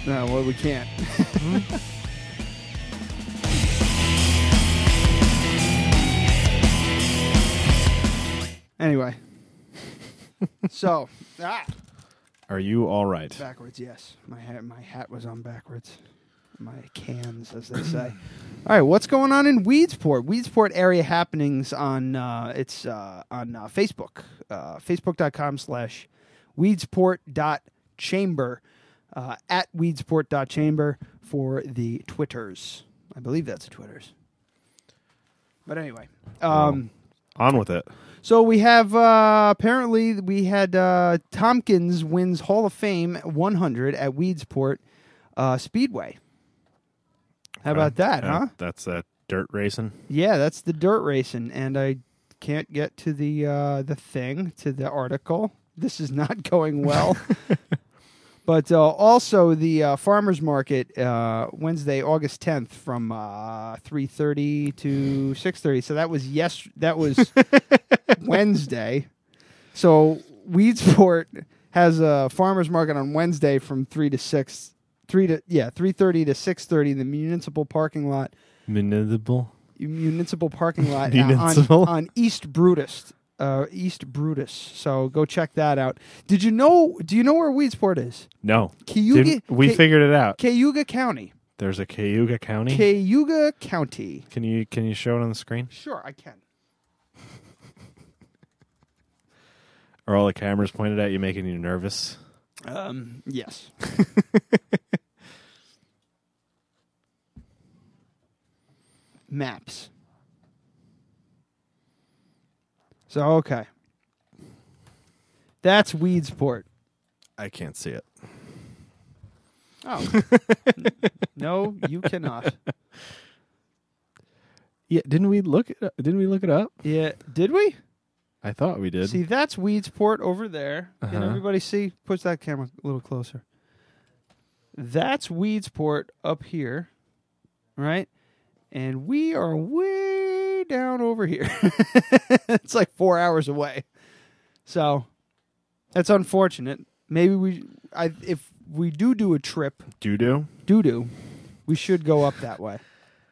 [SPEAKER 4] No, well, we can't. Hmm? <laughs> <laughs> anyway. so, ah,
[SPEAKER 3] Are you all right?
[SPEAKER 4] backwards, yes. My hat, my hat was on backwards. My cans, as they say. <clears throat> All right, what's going on in Weedsport? Weedsport area happenings on uh, it's uh, on uh, Facebook, uh, facebook.com slash weedsport.chamber, uh, at weedsport.chamber for the Twitters. I believe that's the Twitters. But anyway, um,
[SPEAKER 3] Oh, On with it.
[SPEAKER 4] so we have uh, apparently we had uh, Tompkins wins Hall of Fame 100 at Weedsport uh, Speedway. How about that,
[SPEAKER 3] Yeah,
[SPEAKER 4] huh?
[SPEAKER 3] Uh, That's that dirt racing.
[SPEAKER 4] Yeah, that's the dirt racing, and I can't get to the uh, the thing to the article. This is not <laughs> going well. but uh, also the uh, farmers market uh, Wednesday, August tenth, from uh, three thirty to six thirty. So that was yes, that was Wednesday. So Weedsport has a farmers market on Wednesday from three to six, three to yeah three thirty to six thirty in the municipal parking lot
[SPEAKER 3] Municipal.
[SPEAKER 4] municipal parking lot uh,
[SPEAKER 3] Municipal?
[SPEAKER 4] on, on East Brutus. Uh, East Brutus. So go check that out. Did you know? Do you know where Weedsport is?
[SPEAKER 3] No.
[SPEAKER 4] Cayuga-
[SPEAKER 3] Didn't- we
[SPEAKER 4] Ca-
[SPEAKER 3] figured it out.
[SPEAKER 4] Cayuga County.
[SPEAKER 3] There's a Cayuga County.
[SPEAKER 4] Cayuga County.
[SPEAKER 3] can you can you show it on the screen?
[SPEAKER 4] Sure, I can.
[SPEAKER 3] Are all the cameras pointed at you, making you nervous?
[SPEAKER 4] Um, yes. <laughs> Maps. So okay. That's Weedsport.
[SPEAKER 3] I can't see it.
[SPEAKER 4] Oh. no, you cannot.
[SPEAKER 3] Yeah, didn't we look? It, didn't we look it up?
[SPEAKER 4] Yeah, did we?
[SPEAKER 3] I thought we did.
[SPEAKER 4] See, that's Weedsport over there. Can
[SPEAKER 3] Uh-huh.
[SPEAKER 4] everybody see? Push that camera a little closer. That's Weedsport up here, right? And we are way down over here. <laughs> it's like four hours away. So that's unfortunate. Maybe we, I, if we do do a trip,
[SPEAKER 3] doo doo.
[SPEAKER 4] doo doo, we should go up that way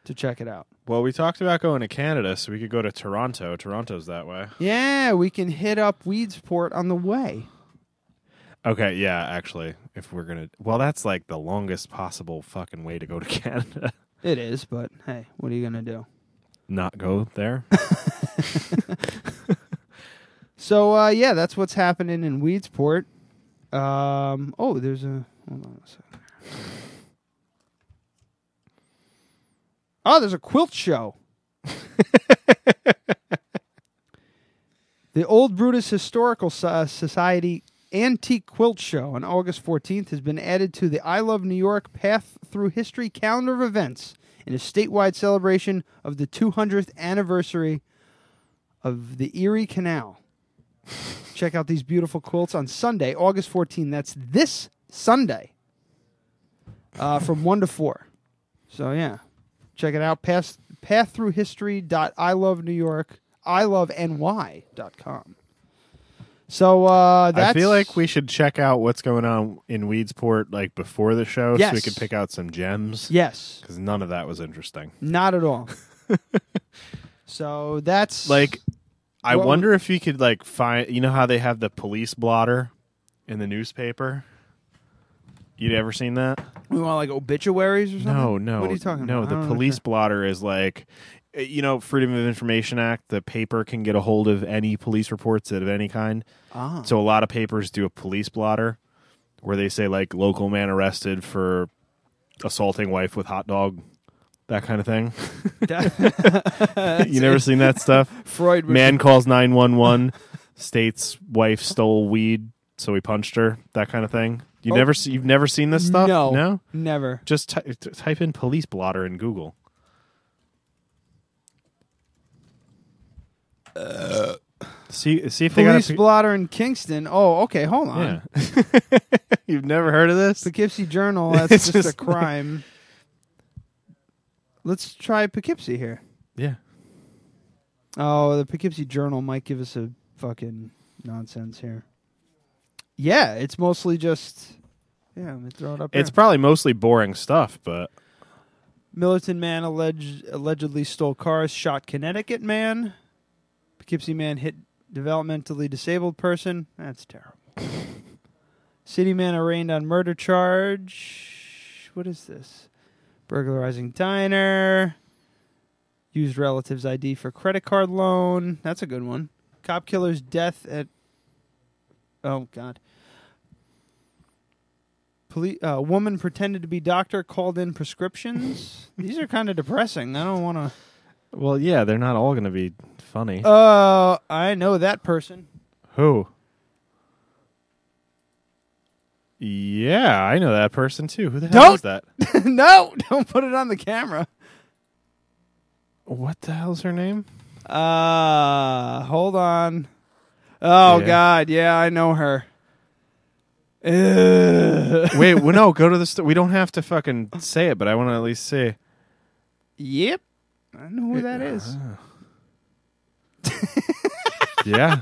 [SPEAKER 4] to check it out.
[SPEAKER 3] Well, we talked about going to Canada, so we could go to Toronto. Toronto's that way.
[SPEAKER 4] Yeah, we can hit up Weedsport on the way.
[SPEAKER 3] Okay, yeah, actually, if we're gonna, well, that's like the longest possible fucking way to <laughs> go to Canada.
[SPEAKER 4] It is, but hey, <laughs> what are you gonna do?
[SPEAKER 3] Not go there.
[SPEAKER 4] So uh, yeah, that's what's happening in Weedsport. Um, oh, there's a hold on a second. Oh, there's a quilt show. <laughs> the Old Brutus Historical So- uh, Society Antique Quilt Show on August 14th has been added to the I Love New York Path Through History calendar of events in a statewide celebration of the 200th anniversary of the Erie Canal. Check out these beautiful quilts on Sunday, August 14th. That's this Sunday uh, from 1 to 4. So, yeah. Check it out. Pass, paththroughhistory.ilovenewyork, iloveny.com. So, uh,
[SPEAKER 3] I
[SPEAKER 4] that's.
[SPEAKER 3] feel like we should check out what's going on in Weedsport like before the show
[SPEAKER 4] Yes.
[SPEAKER 3] so we could pick out some gems.
[SPEAKER 4] Yes.
[SPEAKER 3] Because none of that was interesting.
[SPEAKER 4] Not at all. <laughs> so, that's.
[SPEAKER 3] Like, I
[SPEAKER 4] Well-
[SPEAKER 3] wonder if you could like find. You know how they have the police blotter in the newspaper. You ever seen that?
[SPEAKER 4] We want like obituaries or something?
[SPEAKER 3] No, no.
[SPEAKER 4] What are you talking
[SPEAKER 3] no,
[SPEAKER 4] about? I
[SPEAKER 3] the
[SPEAKER 4] don't
[SPEAKER 3] police blotter is like, uh, you know, Freedom of Information Act. The paper can get a hold of any police reports of any kind.
[SPEAKER 4] Ah.
[SPEAKER 3] So a lot of papers do a police blotter where they say like local man arrested for assaulting wife with hot dog, that kind of thing. <laughs> you never seen that <laughs> stuff?
[SPEAKER 4] Freud was
[SPEAKER 3] Man calls 911, <laughs> states wife stole weed, so he punched her, that kind of thing. You
[SPEAKER 4] Oh.
[SPEAKER 3] never see, you've never seen this stuff?
[SPEAKER 4] No,
[SPEAKER 3] No?
[SPEAKER 4] never.
[SPEAKER 3] Just ty- t- type in police blotter in Google. Uh, see see if they got
[SPEAKER 4] Police
[SPEAKER 3] a pe-
[SPEAKER 4] blotter in Kingston. Oh, okay. Hold on.
[SPEAKER 3] Yeah. <laughs> You've never heard of this? <laughs>
[SPEAKER 4] Poughkeepsie Journal. That's
[SPEAKER 3] It's
[SPEAKER 4] just, a
[SPEAKER 3] just like-
[SPEAKER 4] crime. Let's try Poughkeepsie here.
[SPEAKER 3] Yeah.
[SPEAKER 4] Oh, the Poughkeepsie Journal might give us a fucking nonsense here. Yeah, it's mostly just. Yeah, I'm gonna throw it up.
[SPEAKER 3] It's
[SPEAKER 4] there.
[SPEAKER 3] probably mostly boring stuff, but
[SPEAKER 4] Millerton man alleged allegedly stole cars, shot Connecticut man. Poughkeepsie man hit developmentally disabled person. That's terrible. <laughs> City man arraigned on murder charge. What is this? Burglarizing diner. Used relatives ID for credit card loan. That's a good one. Cop killer's death at. Oh God. Police uh, woman pretended to be doctor called in prescriptions. <laughs> These are kind of depressing. I don't want to.
[SPEAKER 3] well, yeah, they're not all going to be funny.
[SPEAKER 4] Uh, I know that person. <laughs>
[SPEAKER 3] Who? Yeah, I know that person too. Who the hell is that?
[SPEAKER 4] no, don't put it on the camera.
[SPEAKER 3] What the hell's her name?
[SPEAKER 4] Uh, hold on. Oh
[SPEAKER 3] Yeah.
[SPEAKER 4] God, yeah, I know her. Ugh.
[SPEAKER 3] <laughs> Wait, well, no, go to the. St- we don't have to fucking say it, but I want to at least see.
[SPEAKER 4] Yep, I know who that is. <laughs>
[SPEAKER 3] Yeah.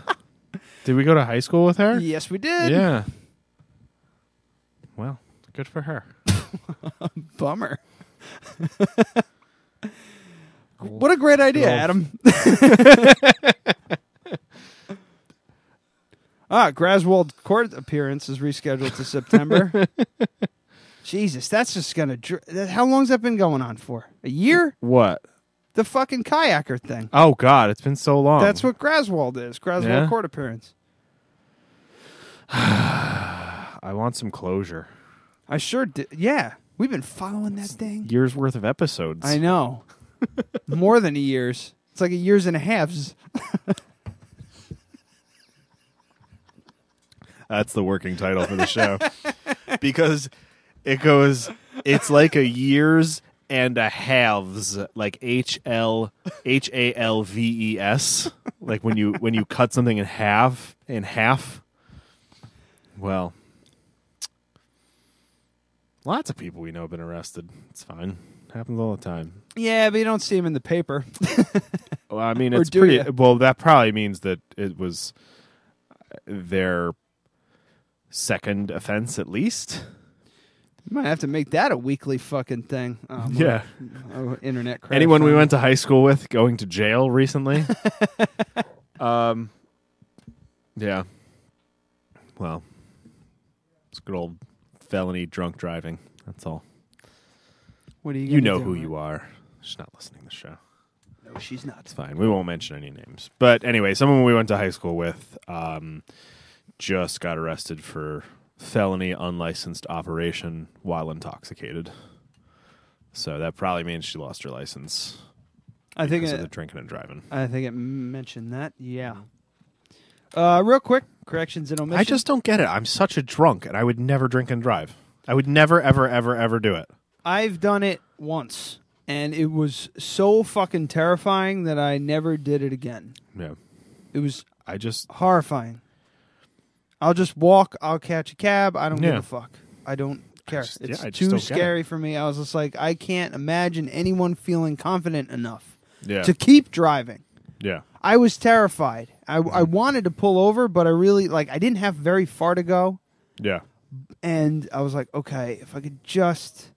[SPEAKER 3] Did we go to high school with her?
[SPEAKER 4] Yes, we did.
[SPEAKER 3] Uh-huh. Yeah. Well, good for her.
[SPEAKER 4] Bummer. what a great idea,
[SPEAKER 3] old-
[SPEAKER 4] Adam. <laughs> ah, Graswold court appearance is rescheduled
[SPEAKER 3] <laughs>
[SPEAKER 4] to September. Jesus, that's just gonna. Dr- that- how long's that been going on for? A year?
[SPEAKER 3] What?
[SPEAKER 4] The fucking kayaker thing.
[SPEAKER 3] Oh God, it's been so long.
[SPEAKER 4] That's what Graswold is. Graswold
[SPEAKER 3] Yeah?
[SPEAKER 4] court appearance.
[SPEAKER 3] I want some closure.
[SPEAKER 4] I sure did. Yeah, we've been following that thing.
[SPEAKER 3] Years worth of episodes. <laughs>
[SPEAKER 4] I know. More than a year's. It's like a year's and a half's.
[SPEAKER 3] That's the working title for the show. <laughs> because it goes it's like a years and a halves, like H L H A L V E S. Like when you when you cut something in half in half. Well lots of people we know have been arrested. It's fine. Happens all the time.
[SPEAKER 4] Yeah, but you don't see him in the paper.
[SPEAKER 3] Well, I mean,
[SPEAKER 4] Or
[SPEAKER 3] it's
[SPEAKER 4] do
[SPEAKER 3] pretty.
[SPEAKER 4] ya?
[SPEAKER 3] Well, that probably means that it was their second offense, at least.
[SPEAKER 4] You might have to make that a weekly fucking thing. Oh, my- oh, internet crap.
[SPEAKER 3] Anyone we went to high school with going to jail
[SPEAKER 4] <laughs>
[SPEAKER 3] recently? um, yeah. Well, it's good old felony drunk driving. That's all.
[SPEAKER 4] What are you?
[SPEAKER 3] You know who you are. She's not listening to the show.
[SPEAKER 4] are. No, she's
[SPEAKER 3] It's
[SPEAKER 4] nuts.
[SPEAKER 3] fine. We won't mention any names. But anyway, someone we went to high school with um, just got arrested for felony unlicensed operation while intoxicated. So that probably means she lost her license
[SPEAKER 4] I think
[SPEAKER 3] because of
[SPEAKER 4] it-
[SPEAKER 3] the drinking and driving.
[SPEAKER 4] I think it mentioned that. Yeah. Uh, real quick, corrections and omissions.
[SPEAKER 3] I just don't get it. I'm such a drunk, and I would never drink and drive. I would never, ever, ever, ever do it.
[SPEAKER 4] I've done it once, and it was so fucking terrifying that I never did it again.
[SPEAKER 3] Yeah.
[SPEAKER 4] It was
[SPEAKER 3] I just
[SPEAKER 4] horrifying. I'll just walk. I'll catch a cab. I don't give
[SPEAKER 3] Yeah.
[SPEAKER 4] a fuck. I don't care.
[SPEAKER 3] just- yeah,
[SPEAKER 4] it's
[SPEAKER 3] I just
[SPEAKER 4] too
[SPEAKER 3] don't get it.
[SPEAKER 4] scary for me. I was just like, I can't imagine anyone feeling confident enough
[SPEAKER 3] yeah
[SPEAKER 4] to keep driving.
[SPEAKER 3] yeah
[SPEAKER 4] I was terrified. I, I
[SPEAKER 3] Mm-hmm.
[SPEAKER 4] wanted to pull over, but I really like I didn't have very far to go,
[SPEAKER 3] yeah
[SPEAKER 4] and I was like, okay, if I could just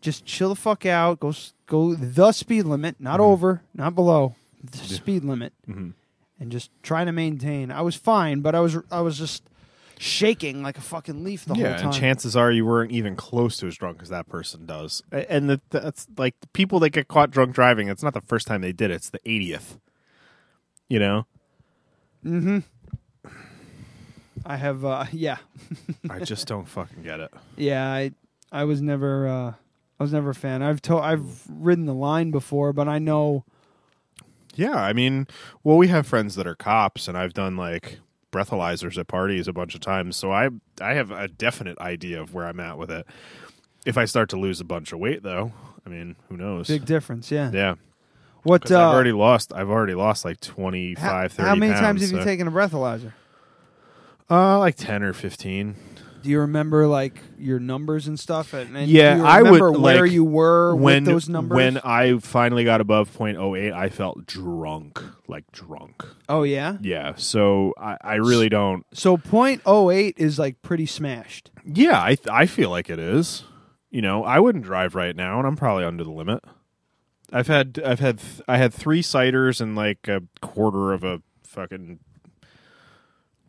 [SPEAKER 4] just chill the fuck out, go s- go the speed limit, not
[SPEAKER 3] Mm-hmm.
[SPEAKER 4] over, not below, the speed limit, and just try to maintain. I was fine, but I was I was just shaking like a fucking leaf the whole
[SPEAKER 3] yeah.
[SPEAKER 4] time.
[SPEAKER 3] And chances are you weren't even close to as drunk as that person does. A- And that that's like the people that get caught drunk driving. It's not the first time they did it. It's the eightieth. You know,
[SPEAKER 4] I have uh, <laughs> yeah
[SPEAKER 3] I just don't fucking get it.
[SPEAKER 4] yeah I I was never uh, I was never a fan. I've to- I've ridden the line before, but I know.
[SPEAKER 3] Yeah, I mean, well, we have friends that are cops, and I've done like breathalyzers at parties a bunch of times, so I I have a definite idea of where I'm at with it. If I start to lose a bunch of weight, though, I mean, who knows?
[SPEAKER 4] Big difference, yeah.
[SPEAKER 3] yeah,
[SPEAKER 4] What?
[SPEAKER 3] 'Cause
[SPEAKER 4] Uh,
[SPEAKER 3] I've already lost. I've already lost like 25,
[SPEAKER 4] how,
[SPEAKER 3] 30
[SPEAKER 4] how many
[SPEAKER 3] pounds,
[SPEAKER 4] times have you
[SPEAKER 3] so-
[SPEAKER 4] taken a breathalyzer?
[SPEAKER 3] Uh, like ten or fifteen.
[SPEAKER 4] Do you remember like your numbers and stuff? And, and
[SPEAKER 3] Yeah,
[SPEAKER 4] do you
[SPEAKER 3] I would,
[SPEAKER 4] remember where
[SPEAKER 3] like,
[SPEAKER 4] you were
[SPEAKER 3] when
[SPEAKER 4] with those numbers.
[SPEAKER 3] when I finally got above 0.08, I felt drunk, like drunk.
[SPEAKER 4] oh yeah.
[SPEAKER 3] Yeah, so I, I really don't.
[SPEAKER 4] So point oh eight is like pretty smashed.
[SPEAKER 3] Yeah, I th- I feel like it is. You know, I wouldn't drive right now, and I'm probably under the limit. I've had I've had th- I had three ciders and like a quarter of a fucking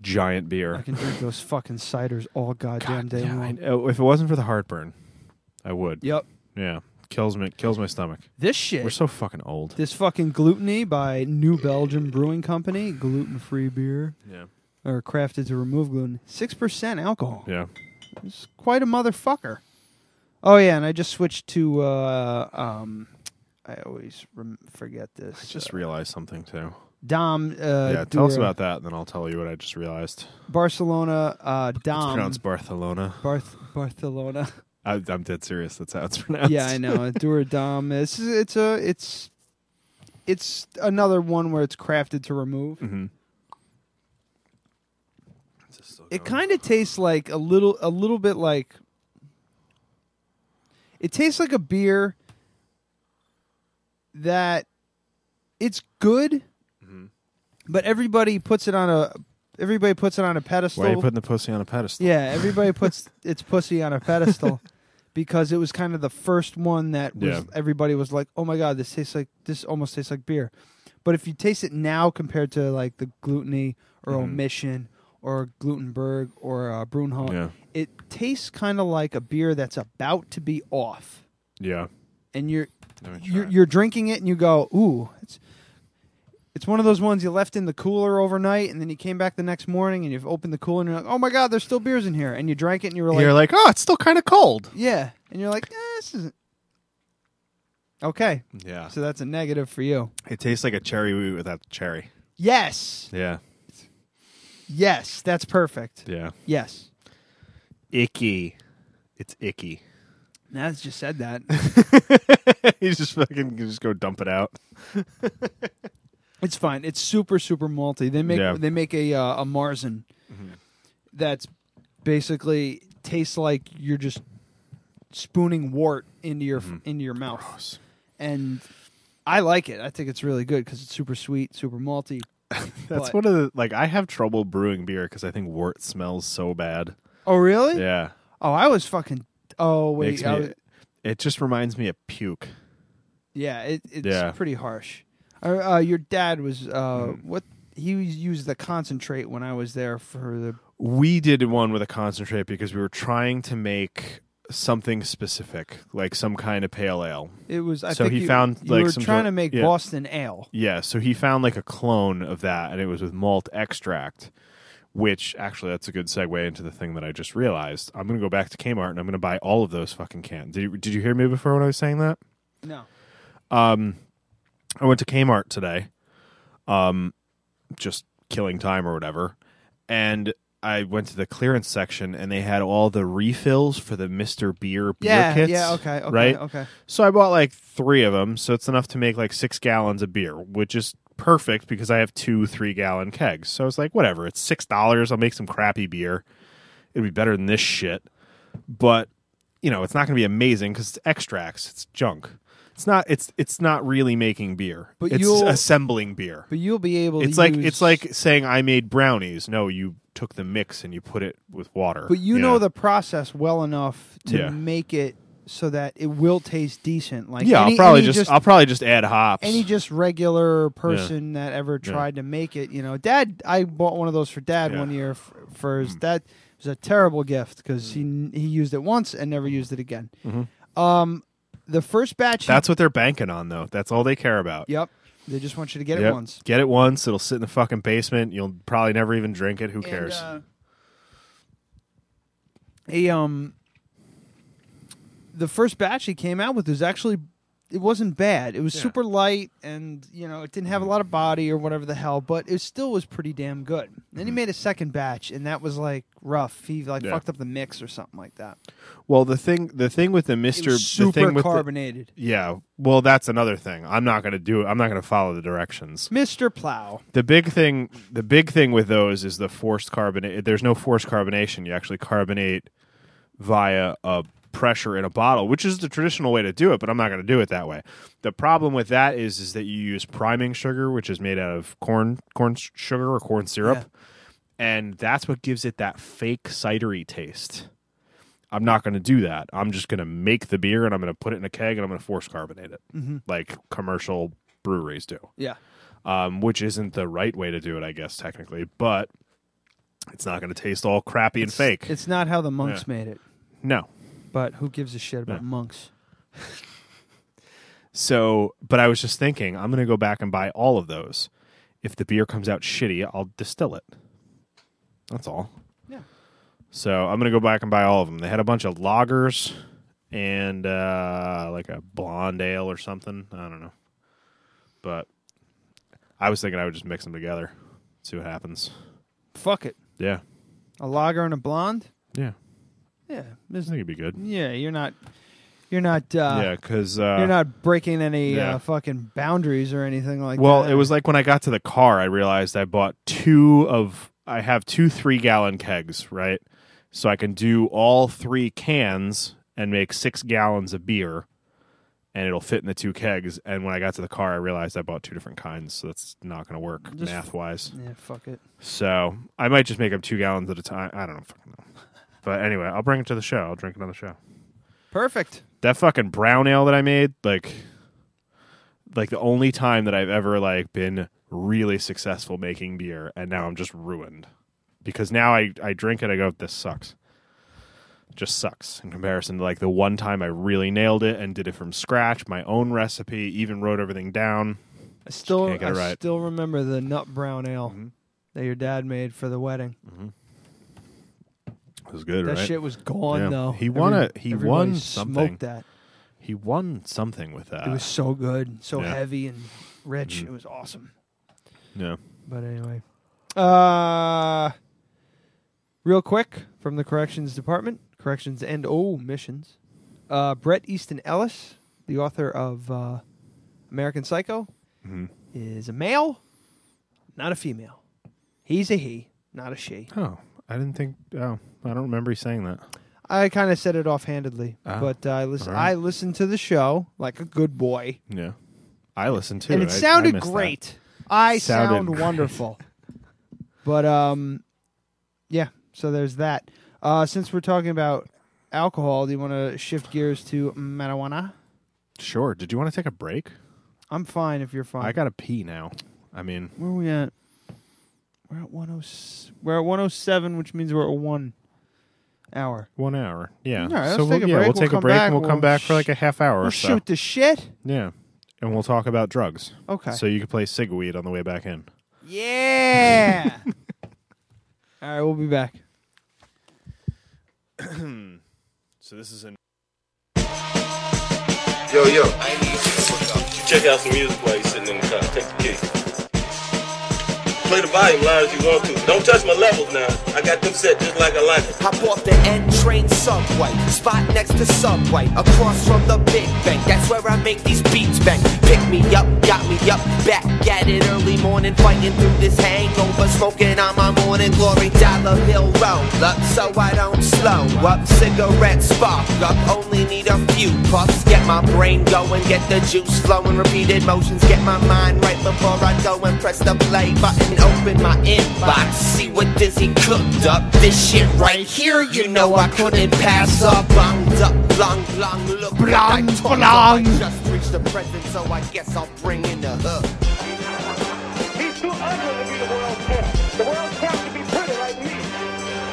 [SPEAKER 3] giant
[SPEAKER 4] I
[SPEAKER 3] beer.
[SPEAKER 4] can drink those fucking ciders all goddamn day
[SPEAKER 3] Yeah,
[SPEAKER 4] long.
[SPEAKER 3] I- oh, if it wasn't for the heartburn, I would.
[SPEAKER 4] Yep.
[SPEAKER 3] Yeah, kills me kills my stomach.
[SPEAKER 4] This shit.
[SPEAKER 3] We're so fucking old.
[SPEAKER 4] this fucking gluteny by New Belgium Brewing Company, gluten-free beer.
[SPEAKER 3] Yeah.
[SPEAKER 4] Or crafted to remove gluten. Six percent alcohol.
[SPEAKER 3] Yeah.
[SPEAKER 4] It's quite a motherfucker. Oh yeah, and I just switched to. Uh, um, I always rem- forget this.
[SPEAKER 3] I just realized something too.
[SPEAKER 4] Dom. Uh,
[SPEAKER 3] yeah, tell us
[SPEAKER 4] Dura.
[SPEAKER 3] about that, and then I'll tell you what I just realized.
[SPEAKER 4] Barcelona. Uh,
[SPEAKER 3] It's
[SPEAKER 4] Dom.
[SPEAKER 3] pronounced Barcelona.
[SPEAKER 4] Barth-
[SPEAKER 3] <laughs>
[SPEAKER 4] Barcelona.
[SPEAKER 3] I, I'm dead serious. That's how it's <laughs> pronounced.
[SPEAKER 4] yeah, I know. Dura Dom. It's it's a it's it's another one where it's crafted to remove.
[SPEAKER 3] Mm-hmm.
[SPEAKER 4] It kind of tastes like a little a little bit like. It tastes like a beer that it's good,
[SPEAKER 3] Mm-hmm.
[SPEAKER 4] but everybody puts it on a everybody puts it on a pedestal.
[SPEAKER 3] Why are you putting the pussy on a pedestal?
[SPEAKER 4] Yeah, everybody puts its pussy on
[SPEAKER 3] <laughs>
[SPEAKER 4] a pedestal because it was kind of the first one that was
[SPEAKER 3] Yeah.
[SPEAKER 4] everybody was like, "Oh my god, this tastes like this almost tastes like beer." But if you taste it now compared to like the gluttony or
[SPEAKER 3] Mm-hmm.
[SPEAKER 4] omission or Glutenberg or uh, Brunhall,
[SPEAKER 3] Yeah.
[SPEAKER 4] it tastes kind of like a beer that's about to be off,
[SPEAKER 3] Yeah.
[SPEAKER 4] and you're
[SPEAKER 3] Let me try
[SPEAKER 4] you're,
[SPEAKER 3] it.
[SPEAKER 4] you're drinking it and you go, "Ooh, it's." It's one of those ones you left in the cooler overnight, and then you came back the next morning and you've opened the cooler and you're like, "Oh my god, there's still beers in here!" And you drank it and you were like,
[SPEAKER 3] You're like, oh, it's still kind of cold.
[SPEAKER 4] yeah. And you're like, eh, this isn't. Okay.
[SPEAKER 3] Yeah.
[SPEAKER 4] So that's a negative for you.
[SPEAKER 3] It tastes like a cherry wee without the cherry.
[SPEAKER 4] Yes.
[SPEAKER 3] Yeah.
[SPEAKER 4] Yes. That's perfect.
[SPEAKER 3] Yeah.
[SPEAKER 4] Yes.
[SPEAKER 3] Icky. It's icky.
[SPEAKER 4] Naz just said that.
[SPEAKER 3] <laughs> you just fucking you just go dump it out.
[SPEAKER 4] it's fine. It's super, super malty. They make
[SPEAKER 3] Yeah.
[SPEAKER 4] they make a uh, a Marzen that's basically tastes like you're just spooning wart into your
[SPEAKER 3] Mm-hmm.
[SPEAKER 4] into your mouth. And I like it. I think it's really good because it's super sweet, super malty.
[SPEAKER 3] <laughs> That's
[SPEAKER 4] But-
[SPEAKER 3] one of the like I have trouble brewing beer because I think wort smells so bad.
[SPEAKER 4] Oh really?
[SPEAKER 3] Yeah.
[SPEAKER 4] Oh, I was fucking. Oh wait,
[SPEAKER 3] Makes
[SPEAKER 4] I
[SPEAKER 3] me-
[SPEAKER 4] was,
[SPEAKER 3] it just reminds me of puke.
[SPEAKER 4] Yeah, it, it's
[SPEAKER 3] Yeah. Mm-hmm.
[SPEAKER 4] pretty harsh. Uh, uh, your dad was uh, what? He was- used the concentrate when I was there for the.
[SPEAKER 3] we did one with a concentrate because we were trying to make something specific, like some kind of pale ale.
[SPEAKER 4] It was. I
[SPEAKER 3] So
[SPEAKER 4] think
[SPEAKER 3] he
[SPEAKER 4] you,
[SPEAKER 3] found,
[SPEAKER 4] you
[SPEAKER 3] like,
[SPEAKER 4] were
[SPEAKER 3] some
[SPEAKER 4] trying
[SPEAKER 3] sort-
[SPEAKER 4] to make
[SPEAKER 3] yeah.
[SPEAKER 4] Boston ale.
[SPEAKER 3] Yeah, so he found like a clone of that, and it was with malt extract, which actually that's a good segue into the thing that I just realized. I'm gonna go back to Kmart and I'm gonna buy all of those fucking cans. Did you, did you hear me before when I was saying that?
[SPEAKER 4] No.
[SPEAKER 3] I went to Kmart today, um, just killing time or whatever, and I went to the clearance section and they had all the refills for the Mister Beer beer
[SPEAKER 4] Yeah.
[SPEAKER 3] kits.
[SPEAKER 4] Yeah. Okay. Okay.
[SPEAKER 3] right.
[SPEAKER 4] Okay.
[SPEAKER 3] So I bought like three of them, so it's enough to make like six gallons of beer, which is perfect because I have two three gallon kegs. So it's like whatever. It's six dollars. I'll make some crappy beer. It'd be better than this shit, but you know it's not going to be amazing because it's extracts. It's junk. It's not. It's it's not really making beer.
[SPEAKER 4] But
[SPEAKER 3] it's
[SPEAKER 4] you'll-
[SPEAKER 3] assembling beer.
[SPEAKER 4] But you'll be able.
[SPEAKER 3] It's
[SPEAKER 4] to
[SPEAKER 3] like
[SPEAKER 4] use-
[SPEAKER 3] it's like saying I made brownies. No, you took the mix and you put it with water.
[SPEAKER 4] But you know
[SPEAKER 3] the.
[SPEAKER 4] the process well enough to
[SPEAKER 3] Yeah.
[SPEAKER 4] make it so that it will taste decent. Like
[SPEAKER 3] Yeah,
[SPEAKER 4] any,
[SPEAKER 3] I'll probably
[SPEAKER 4] any
[SPEAKER 3] just, I'll probably just add hops.
[SPEAKER 4] any just regular person that ever tried to make it, you know, Dad. I bought one of those for Dad
[SPEAKER 3] Yeah. Mm.
[SPEAKER 4] one year f- for his dad. It was a terrible gift because he he used it once and
[SPEAKER 3] Mm-hmm.
[SPEAKER 4] never used it again. Um, the first batch, he-
[SPEAKER 3] That's what they're banking on, though. That's all they care about.
[SPEAKER 4] yep. They just want you to get
[SPEAKER 3] Yep.
[SPEAKER 4] it once.
[SPEAKER 3] Get it once. It'll sit in the fucking basement. You'll probably never even drink it. Who cares?
[SPEAKER 4] And, uh, he, um, the first batch he came out with was actually it wasn't bad. It was super light, and you know it didn't
[SPEAKER 3] Mm-hmm.
[SPEAKER 4] have a lot of body or whatever the hell, but it still was pretty damn good. Then he made a second batch, and that was like rough. He like
[SPEAKER 3] Mm-hmm. Yeah.
[SPEAKER 4] fucked up the mix or something like that.
[SPEAKER 3] well, the thing, the thing with the
[SPEAKER 4] It
[SPEAKER 3] Mister,
[SPEAKER 4] was super
[SPEAKER 3] the thing with the-
[SPEAKER 4] carbonated.
[SPEAKER 3] yeah. Well, that's another thing. I'm not gonna do. I'm not gonna follow the directions.
[SPEAKER 4] Mister Plow.
[SPEAKER 3] The big thing, the big thing with those is the forced carbonate. There's no forced carbonation. You actually carbonate via a pressure in a bottle, which is the traditional way to do it. But I'm not going to do it that way. The problem with that is, is that you use priming sugar, which is made out of corn, corn s- sugar or corn syrup, and that's what gives it that fake cidery taste. I'm not going to do that. I'm just going to make the beer and I'm going to put it in a keg and I'm going to force carbonate it, like commercial breweries do
[SPEAKER 4] Yeah.
[SPEAKER 3] um, which isn't the right way to do it, I guess, technically, but it's not going to taste all crappy and fake.
[SPEAKER 4] It's not how the monks made it,
[SPEAKER 3] no.
[SPEAKER 4] but who gives a shit about monks?
[SPEAKER 3] So, but I was just thinking, I'm going to go back and buy all of those. If the beer comes out shitty, I'll distill it. That's all.
[SPEAKER 4] Yeah.
[SPEAKER 3] So I'm going to go back and buy all of them. They had a bunch of lagers and uh, like a blonde ale or something. I don't know. But I was thinking I would just mix them together, see what happens.
[SPEAKER 4] Fuck it.
[SPEAKER 3] Yeah.
[SPEAKER 4] A lager and a blonde.
[SPEAKER 3] Yeah.
[SPEAKER 4] Yeah.
[SPEAKER 3] I think it'd be good.
[SPEAKER 4] Yeah, you're not. You're not. Uh,
[SPEAKER 3] Yeah, because uh,
[SPEAKER 4] You're not breaking any
[SPEAKER 3] Yeah.
[SPEAKER 4] uh, fucking boundaries or anything like
[SPEAKER 3] well,
[SPEAKER 4] that.
[SPEAKER 3] it was like when I got to the car, I realized I bought two of I have two three gallon kegs, right? So I can do all three cans and make six gallons of beer, and it'll fit in the two kegs. And when I got to the car, I realized I bought two different kinds, so that's not going to work
[SPEAKER 4] Just-
[SPEAKER 3] math wise.
[SPEAKER 4] Yeah, fuck it.
[SPEAKER 3] So I might just make them two gallons at a time. I don't fucking know. But anyway, I'll bring it to the show. I'll drink it on the show.
[SPEAKER 4] Perfect.
[SPEAKER 3] that fucking brown ale that I made, like like the only time that I've ever like been really successful making beer and now I'm just ruined. Because now I, I drink it, I go, This sucks. Just sucks in comparison to like the one time I really nailed it and did it from scratch, my own recipe, even wrote everything down.
[SPEAKER 4] I still,
[SPEAKER 3] can't get
[SPEAKER 4] I
[SPEAKER 3] it right. Mm-hmm.
[SPEAKER 4] still remember the nut brown ale that your dad made for the wedding.
[SPEAKER 3] It was good,
[SPEAKER 4] That shit was gone
[SPEAKER 3] Yeah.
[SPEAKER 4] though.
[SPEAKER 3] He won a- he
[SPEAKER 4] everybody
[SPEAKER 3] won something.
[SPEAKER 4] Smoked that.
[SPEAKER 3] He won something with that.
[SPEAKER 4] It was so good, so
[SPEAKER 3] yeah. Mm-hmm.
[SPEAKER 4] heavy and rich. It was awesome.
[SPEAKER 3] yeah.
[SPEAKER 4] But anyway, uh, real quick from the corrections department, corrections and oh missions. Uh, Brett Easton Ellis, the author of uh, American Psycho, is a male, not a female. He's a he, not a she.
[SPEAKER 3] Oh. I didn't think oh, I don't remember you saying that.
[SPEAKER 4] I kind of said it offhandedly, but uh, I listen.
[SPEAKER 3] right.
[SPEAKER 4] I listened to the show like a good boy,
[SPEAKER 3] Yeah. I listened to
[SPEAKER 4] and
[SPEAKER 3] it.
[SPEAKER 4] it
[SPEAKER 3] I- I
[SPEAKER 4] sounded
[SPEAKER 3] missed that.
[SPEAKER 4] great. I
[SPEAKER 3] Sounded <laughs>
[SPEAKER 4] sound
[SPEAKER 3] great.
[SPEAKER 4] wonderful. but um, yeah. So there's that. Uh, since we're talking about alcohol, do you want to shift gears to marijuana?
[SPEAKER 3] Sure. Did you want to take a break?
[SPEAKER 4] I'm fine if you're fine.
[SPEAKER 3] I gotta pee now. I mean,
[SPEAKER 4] Where are we at? oh We're at 10, We're at 107, which means we're at one. hour.
[SPEAKER 3] One hour. Yeah.
[SPEAKER 4] All right, let's
[SPEAKER 3] so we'll,
[SPEAKER 4] take a
[SPEAKER 3] yeah,
[SPEAKER 4] break.
[SPEAKER 3] we'll
[SPEAKER 4] We'll
[SPEAKER 3] take a
[SPEAKER 4] come
[SPEAKER 3] break
[SPEAKER 4] back.
[SPEAKER 3] and we'll,
[SPEAKER 4] We'll
[SPEAKER 3] come back
[SPEAKER 4] sh-
[SPEAKER 3] for like a half hour
[SPEAKER 4] We'll
[SPEAKER 3] or so.
[SPEAKER 4] shoot the shit.
[SPEAKER 3] Yeah. And we'll talk about drugs.
[SPEAKER 4] Okay.
[SPEAKER 3] So you can play Sigweed on the way back in.
[SPEAKER 4] yeah. <laughs> All right, we'll be back.
[SPEAKER 3] So this is an
[SPEAKER 8] Yo, yo. I need you to look up. Check out some music while you're sitting in the car. Take the key. Play the volume loud if you want to. Don't touch my levels now. I got them set just like I like it.
[SPEAKER 10] Hop off the N train subway, spot next to subway, across from the Big Bang. That's where I make these beats bang. Pick me up, got me up, back at it early morning, fighting through this hangover, smoking on my morning glory. Dollar Hill roll up, so I don't slow up. Cigarette spark up, only need a few puffs. Get my brain going, get the juice flowing, repeated motions, get my mind right before I go and press the play button. Open my inbox, see what Dizzy cooked up. This shit right here, you know I couldn't pass up. Bunged up, blung, blung, look
[SPEAKER 4] Blung,
[SPEAKER 10] like I
[SPEAKER 4] blung.
[SPEAKER 10] just reached the present, so I guess I'll bring in the hook.
[SPEAKER 11] He's too ugly to be the world's best. The world's got to be pretty like me.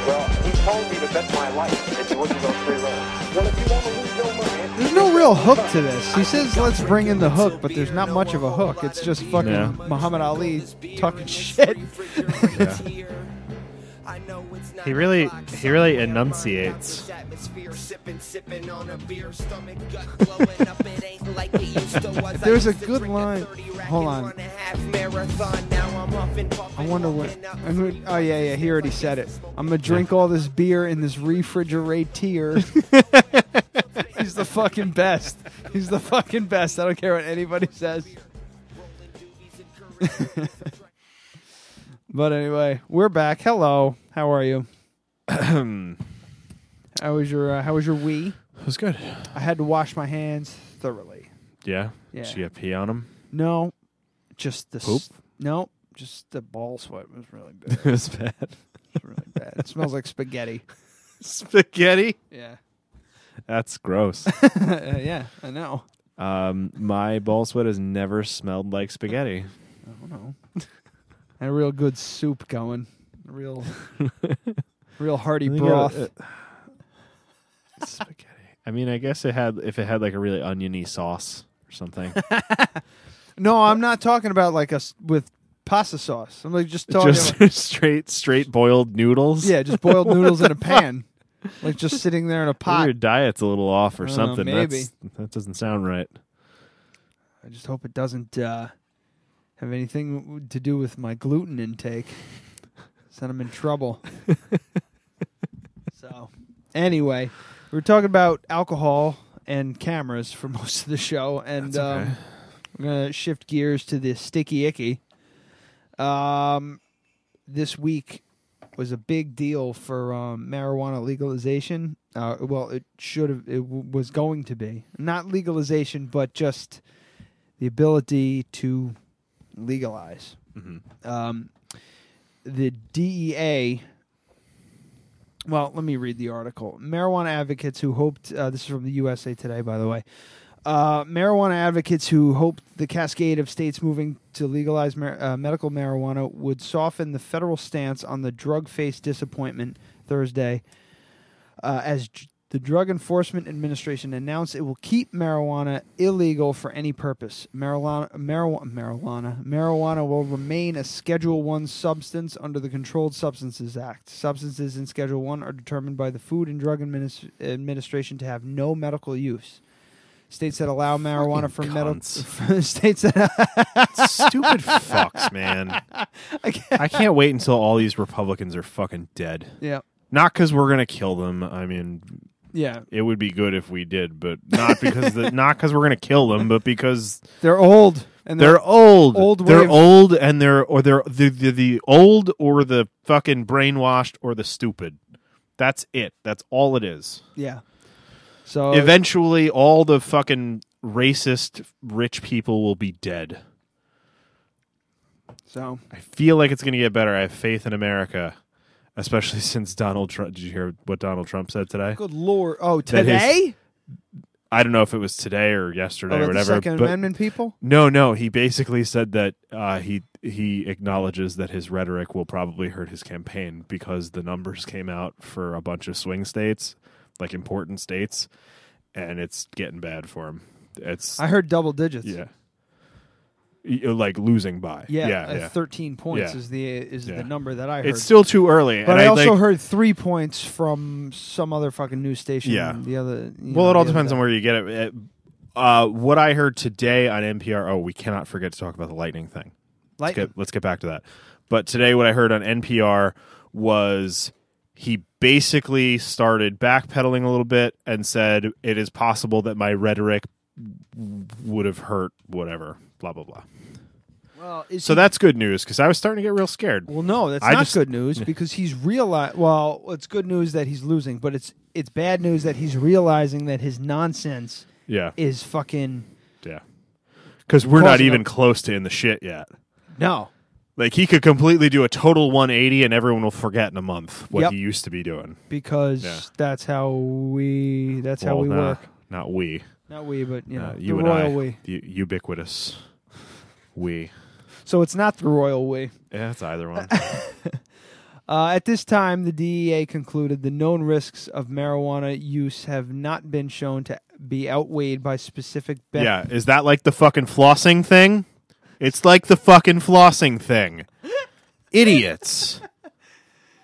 [SPEAKER 11] Well, he told me to bet my life that you wouldn't go free road. Well, if you want to lose your money,
[SPEAKER 4] There's no real hook to this. He says, let's bring in the hook, but there's not much of a hook. It's just fucking
[SPEAKER 3] Yeah.
[SPEAKER 4] Muhammad Ali talking <laughs> shit.
[SPEAKER 3] He really he really enunciates.
[SPEAKER 4] There's a good line. Hold on. I wonder what. I'm gonna, oh, yeah, yeah. He already said it. I'm going to drink all this beer in this refrigerator. He's the fucking best. He's the fucking best. I don't care what anybody says. <laughs> but anyway, we're back. Hello. How are you? How was your uh, How was your wee?
[SPEAKER 3] It was good.
[SPEAKER 4] I had to wash my hands thoroughly.
[SPEAKER 3] Yeah.
[SPEAKER 4] Yeah.
[SPEAKER 3] Did you get pee on him?
[SPEAKER 4] No, just the s-
[SPEAKER 3] Poop?
[SPEAKER 4] no, just the ball sweat was really bad.
[SPEAKER 3] <laughs> it was bad. <laughs>
[SPEAKER 4] It's really bad. It smells like spaghetti.
[SPEAKER 3] Spaghetti.
[SPEAKER 4] <laughs> Yeah.
[SPEAKER 3] That's <laughs> gross.
[SPEAKER 4] Uh, yeah, I know.
[SPEAKER 3] um, my ball sweat has never smelled like spaghetti.
[SPEAKER 4] I don't know. Had a real good soup going.
[SPEAKER 3] <laughs>
[SPEAKER 4] A real, real
[SPEAKER 3] I
[SPEAKER 4] hearty
[SPEAKER 3] uh, think it-
[SPEAKER 4] broth.
[SPEAKER 3] it- <laughs> spaghetti. I mean, I guess it had if it had like a really oniony sauce or
[SPEAKER 4] <laughs>
[SPEAKER 3] something.
[SPEAKER 4] no, I'm not talking about like us with pasta sauce. I'm like just talking.
[SPEAKER 3] just <laughs>
[SPEAKER 4] about,
[SPEAKER 3] straight straight boiled noodles.
[SPEAKER 4] yeah, just boiled
[SPEAKER 3] <laughs>
[SPEAKER 4] noodles in a pan, like just sitting there in a
[SPEAKER 3] Maybe
[SPEAKER 4] pot.
[SPEAKER 3] Your diet's a little off or
[SPEAKER 4] I don't know,
[SPEAKER 3] something.
[SPEAKER 4] maybe.
[SPEAKER 3] That's, that doesn't sound right.
[SPEAKER 4] I just hope it doesn't uh, have anything w- to do with my gluten intake. <laughs> so I'm in trouble. so, anyway, we were talking about alcohol and cameras for <laughs> most of the show, and um, we're gonna shift gears to the sticky icky. Um, this week was a big deal for um, marijuana legalization. Uh, well, it should have, it w- was going to be not legalization, but just the ability to legalize. Um, the DEA. Well, let me read the article. Marijuana advocates who hoped. Uh, this is from the USA Today, by the way. Uh, marijuana advocates who hoped the cascade of states moving to legalize mar- uh, medical marijuana would soften the federal stance on the drug faced disappointment Thursday uh, as j- the Drug Enforcement Administration announced it will keep marijuana illegal for any purpose. Marijuana, marijuana, marijuana, marijuana will remain a Schedule One substance under the Controlled Substances Act. Substances in Schedule One are determined by the Food and Drug Adminis- Administration to have no medical use. States that allow marijuana <laughs> for
[SPEAKER 3] Fucking
[SPEAKER 4] medical
[SPEAKER 3] cunts.
[SPEAKER 4] states that
[SPEAKER 3] <laughs>
[SPEAKER 4] <laughs>
[SPEAKER 3] Stupid fucks, man.
[SPEAKER 4] I can't-
[SPEAKER 3] I can't wait until all these Republicans are fucking dead.
[SPEAKER 4] yeah
[SPEAKER 3] Not because we're gonna kill them. I mean,
[SPEAKER 4] yeah
[SPEAKER 3] it would be good if we did, but not because
[SPEAKER 4] <laughs>
[SPEAKER 3] the, not because we're gonna kill them, but because
[SPEAKER 4] they're old and
[SPEAKER 3] they're, old.
[SPEAKER 4] old
[SPEAKER 3] they're
[SPEAKER 4] wave-
[SPEAKER 3] old, and they're or they're the, the the old or the fucking brainwashed or the stupid. That's it. That's all it is.
[SPEAKER 4] yeah. So
[SPEAKER 3] Eventually, all the fucking racist rich people will be dead.
[SPEAKER 4] so
[SPEAKER 3] I feel like it's going to get better. I have faith in America, especially <laughs> since Donald Trump. Did you hear what Donald Trump said today?
[SPEAKER 4] good lord. Oh,
[SPEAKER 3] That is-
[SPEAKER 4] today.
[SPEAKER 3] I don't know if it was today or yesterday
[SPEAKER 4] Oh,
[SPEAKER 3] or
[SPEAKER 4] the
[SPEAKER 3] whatever.
[SPEAKER 4] Second
[SPEAKER 3] but
[SPEAKER 4] Amendment people.
[SPEAKER 3] no, no, he basically said that uh, he he acknowledges that his rhetoric will probably hurt his campaign because the numbers came out for a bunch of swing states, like important states, and it's getting bad for him. It's
[SPEAKER 4] I heard double digits.
[SPEAKER 3] yeah, Y- uh, like losing by
[SPEAKER 4] Yeah,
[SPEAKER 3] yeah,
[SPEAKER 4] uh,
[SPEAKER 3] yeah.
[SPEAKER 4] thirteen points
[SPEAKER 3] Yeah.
[SPEAKER 4] is the is
[SPEAKER 3] Yeah.
[SPEAKER 4] the number that I heard.
[SPEAKER 3] It's still too early,
[SPEAKER 4] but
[SPEAKER 3] and
[SPEAKER 4] I,
[SPEAKER 3] I
[SPEAKER 4] also
[SPEAKER 3] like-
[SPEAKER 4] heard three points from some other fucking news station.
[SPEAKER 3] Yeah.
[SPEAKER 4] the other. you
[SPEAKER 3] Well,
[SPEAKER 4] know,
[SPEAKER 3] it all
[SPEAKER 4] the other
[SPEAKER 3] depends
[SPEAKER 4] day.
[SPEAKER 3] on where you get it. it. Uh, what I heard today on NPR. Oh, we cannot forget to talk about the lightning thing. Let's
[SPEAKER 4] Lightning.
[SPEAKER 3] get, let's get back to that. But today, what I heard on NPR was he basically started backpedaling a little bit and said it is possible that my rhetoric would have hurt whatever. Blah blah blah.
[SPEAKER 4] Well, is
[SPEAKER 3] So
[SPEAKER 4] he-
[SPEAKER 3] that's good news because I was starting to get real scared.
[SPEAKER 4] Well, no, that's
[SPEAKER 3] I
[SPEAKER 4] not
[SPEAKER 3] just-
[SPEAKER 4] good news because he's realized. Well, it's good news that he's losing, but it's it's bad news that he's realizing that his nonsense
[SPEAKER 3] Yeah.
[SPEAKER 4] is fucking
[SPEAKER 3] Yeah, because we're not
[SPEAKER 4] Causing
[SPEAKER 3] even
[SPEAKER 4] a-
[SPEAKER 3] close to in the shit yet.
[SPEAKER 4] no.
[SPEAKER 3] Like he could completely do a total 180 and everyone will forget in a month what
[SPEAKER 4] Yep.
[SPEAKER 3] he used to be doing.
[SPEAKER 4] Because
[SPEAKER 3] Yeah.
[SPEAKER 4] that's how we that's how
[SPEAKER 3] Well,
[SPEAKER 4] we
[SPEAKER 3] nah,
[SPEAKER 4] work.
[SPEAKER 3] Not we.
[SPEAKER 4] Not we, but you know,
[SPEAKER 3] Uh,
[SPEAKER 4] the
[SPEAKER 3] you and
[SPEAKER 4] royal
[SPEAKER 3] I.
[SPEAKER 4] we.
[SPEAKER 3] The ubiquitous. We.
[SPEAKER 4] So it's not the royal we.
[SPEAKER 3] Yeah, that's either
[SPEAKER 4] <laughs>
[SPEAKER 3] one.
[SPEAKER 4] Uh, at this time, the DEA concluded the known risks of marijuana use have not been shown to be outweighed by specific benefits.
[SPEAKER 3] yeah, is that like the fucking flossing thing? It's like the fucking flossing thing. Idiots.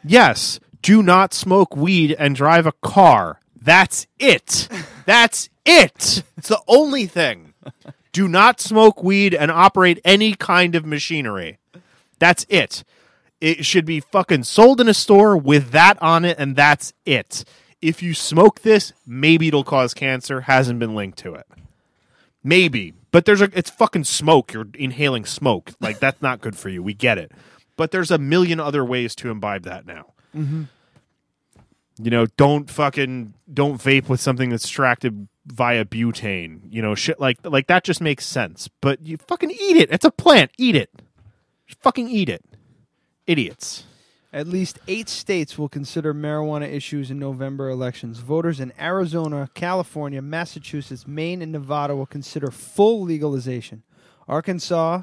[SPEAKER 3] Yes, do not smoke weed and drive a car. That's it. That's it. It's the only thing. Do not smoke weed and operate any kind of machinery. That's it. It should be fucking sold in a store with that on it, and that's it. If you smoke this, maybe it'll cause cancer. Hasn't been linked to it. Maybe, but there's a it's fucking smoke. You're inhaling smoke. Like that's not good for you. We get it. But there's a million other ways to imbibe that now. You know, don't fucking don't vape with something that's extracted via butane. You know, shit like like that just makes sense. But you fucking eat it. It's a plant. Eat it. Just fucking eat it. Idiots.
[SPEAKER 4] At least eight states will consider marijuana issues in November elections. Voters in Arizona, California, Massachusetts, Maine, and Nevada will consider full legalization. Arkansas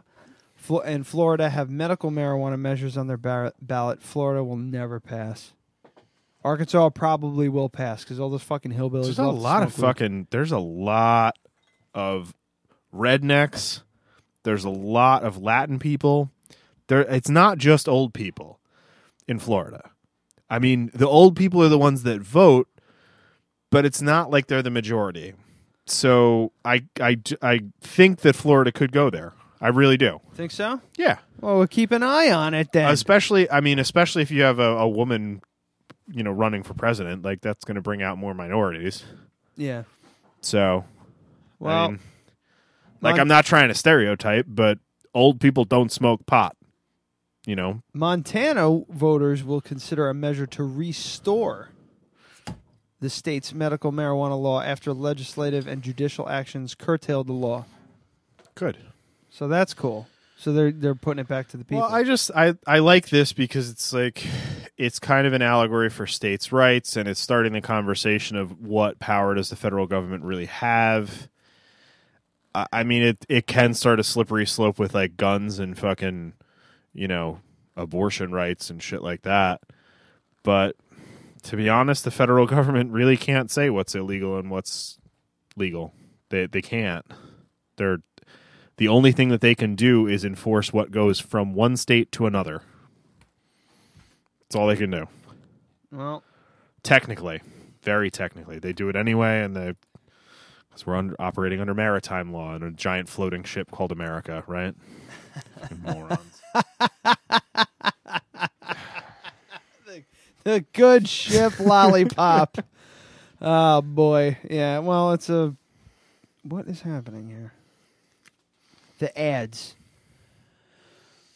[SPEAKER 4] Flo- and Florida have medical marijuana measures on their bar- ballot. Florida will never pass. Arkansas probably will pass because all those fucking hillbillies.
[SPEAKER 3] There's a
[SPEAKER 4] love to
[SPEAKER 3] lot of
[SPEAKER 4] smoke weed.
[SPEAKER 3] fucking. There's a lot of rednecks. There's a lot of Latin people. There, it's not just old people in Florida. I mean, the old people are the ones that vote, but it's not like they're the majority. So I, I, d- I think that Florida could go there. I really do.
[SPEAKER 4] Think so?
[SPEAKER 3] Yeah,
[SPEAKER 4] Well, we'll keep an eye on it then.
[SPEAKER 3] especially. I mean, especially if you have a, a woman, you know, running for president. Like that's going to bring out more minorities.
[SPEAKER 4] yeah.
[SPEAKER 3] So
[SPEAKER 4] Well,
[SPEAKER 3] mean, like
[SPEAKER 4] Mon-
[SPEAKER 3] I'm not trying to stereotype, but old people don't smoke pot. You know,
[SPEAKER 4] Montana voters will consider a measure to restore the state's medical marijuana law after legislative and judicial actions curtailed the law.
[SPEAKER 3] good.
[SPEAKER 4] So that's cool. So they're they're putting it back to the people.
[SPEAKER 3] Well, I just I I like this because it's like it's kind of an allegory for states' rights, and it's starting the conversation of what power does the federal government really have. I, I mean, it it can start a slippery slope with like guns and fucking, you know, abortion rights and shit like that. But to be honest, the federal <laughs> government really can't say what's illegal and what's legal. They they can't. They're the only thing that they can do is enforce what goes from one state to another. That's all they can do.
[SPEAKER 4] well,
[SPEAKER 3] Technically, very technically, they do it anyway, and they because we're under, operating under maritime law and a giant floating ship called America, <laughs> right? Fucking morons.
[SPEAKER 4] the good ship lollipop. <laughs> oh boy, yeah. Well, it's a. What is happening here? The ads.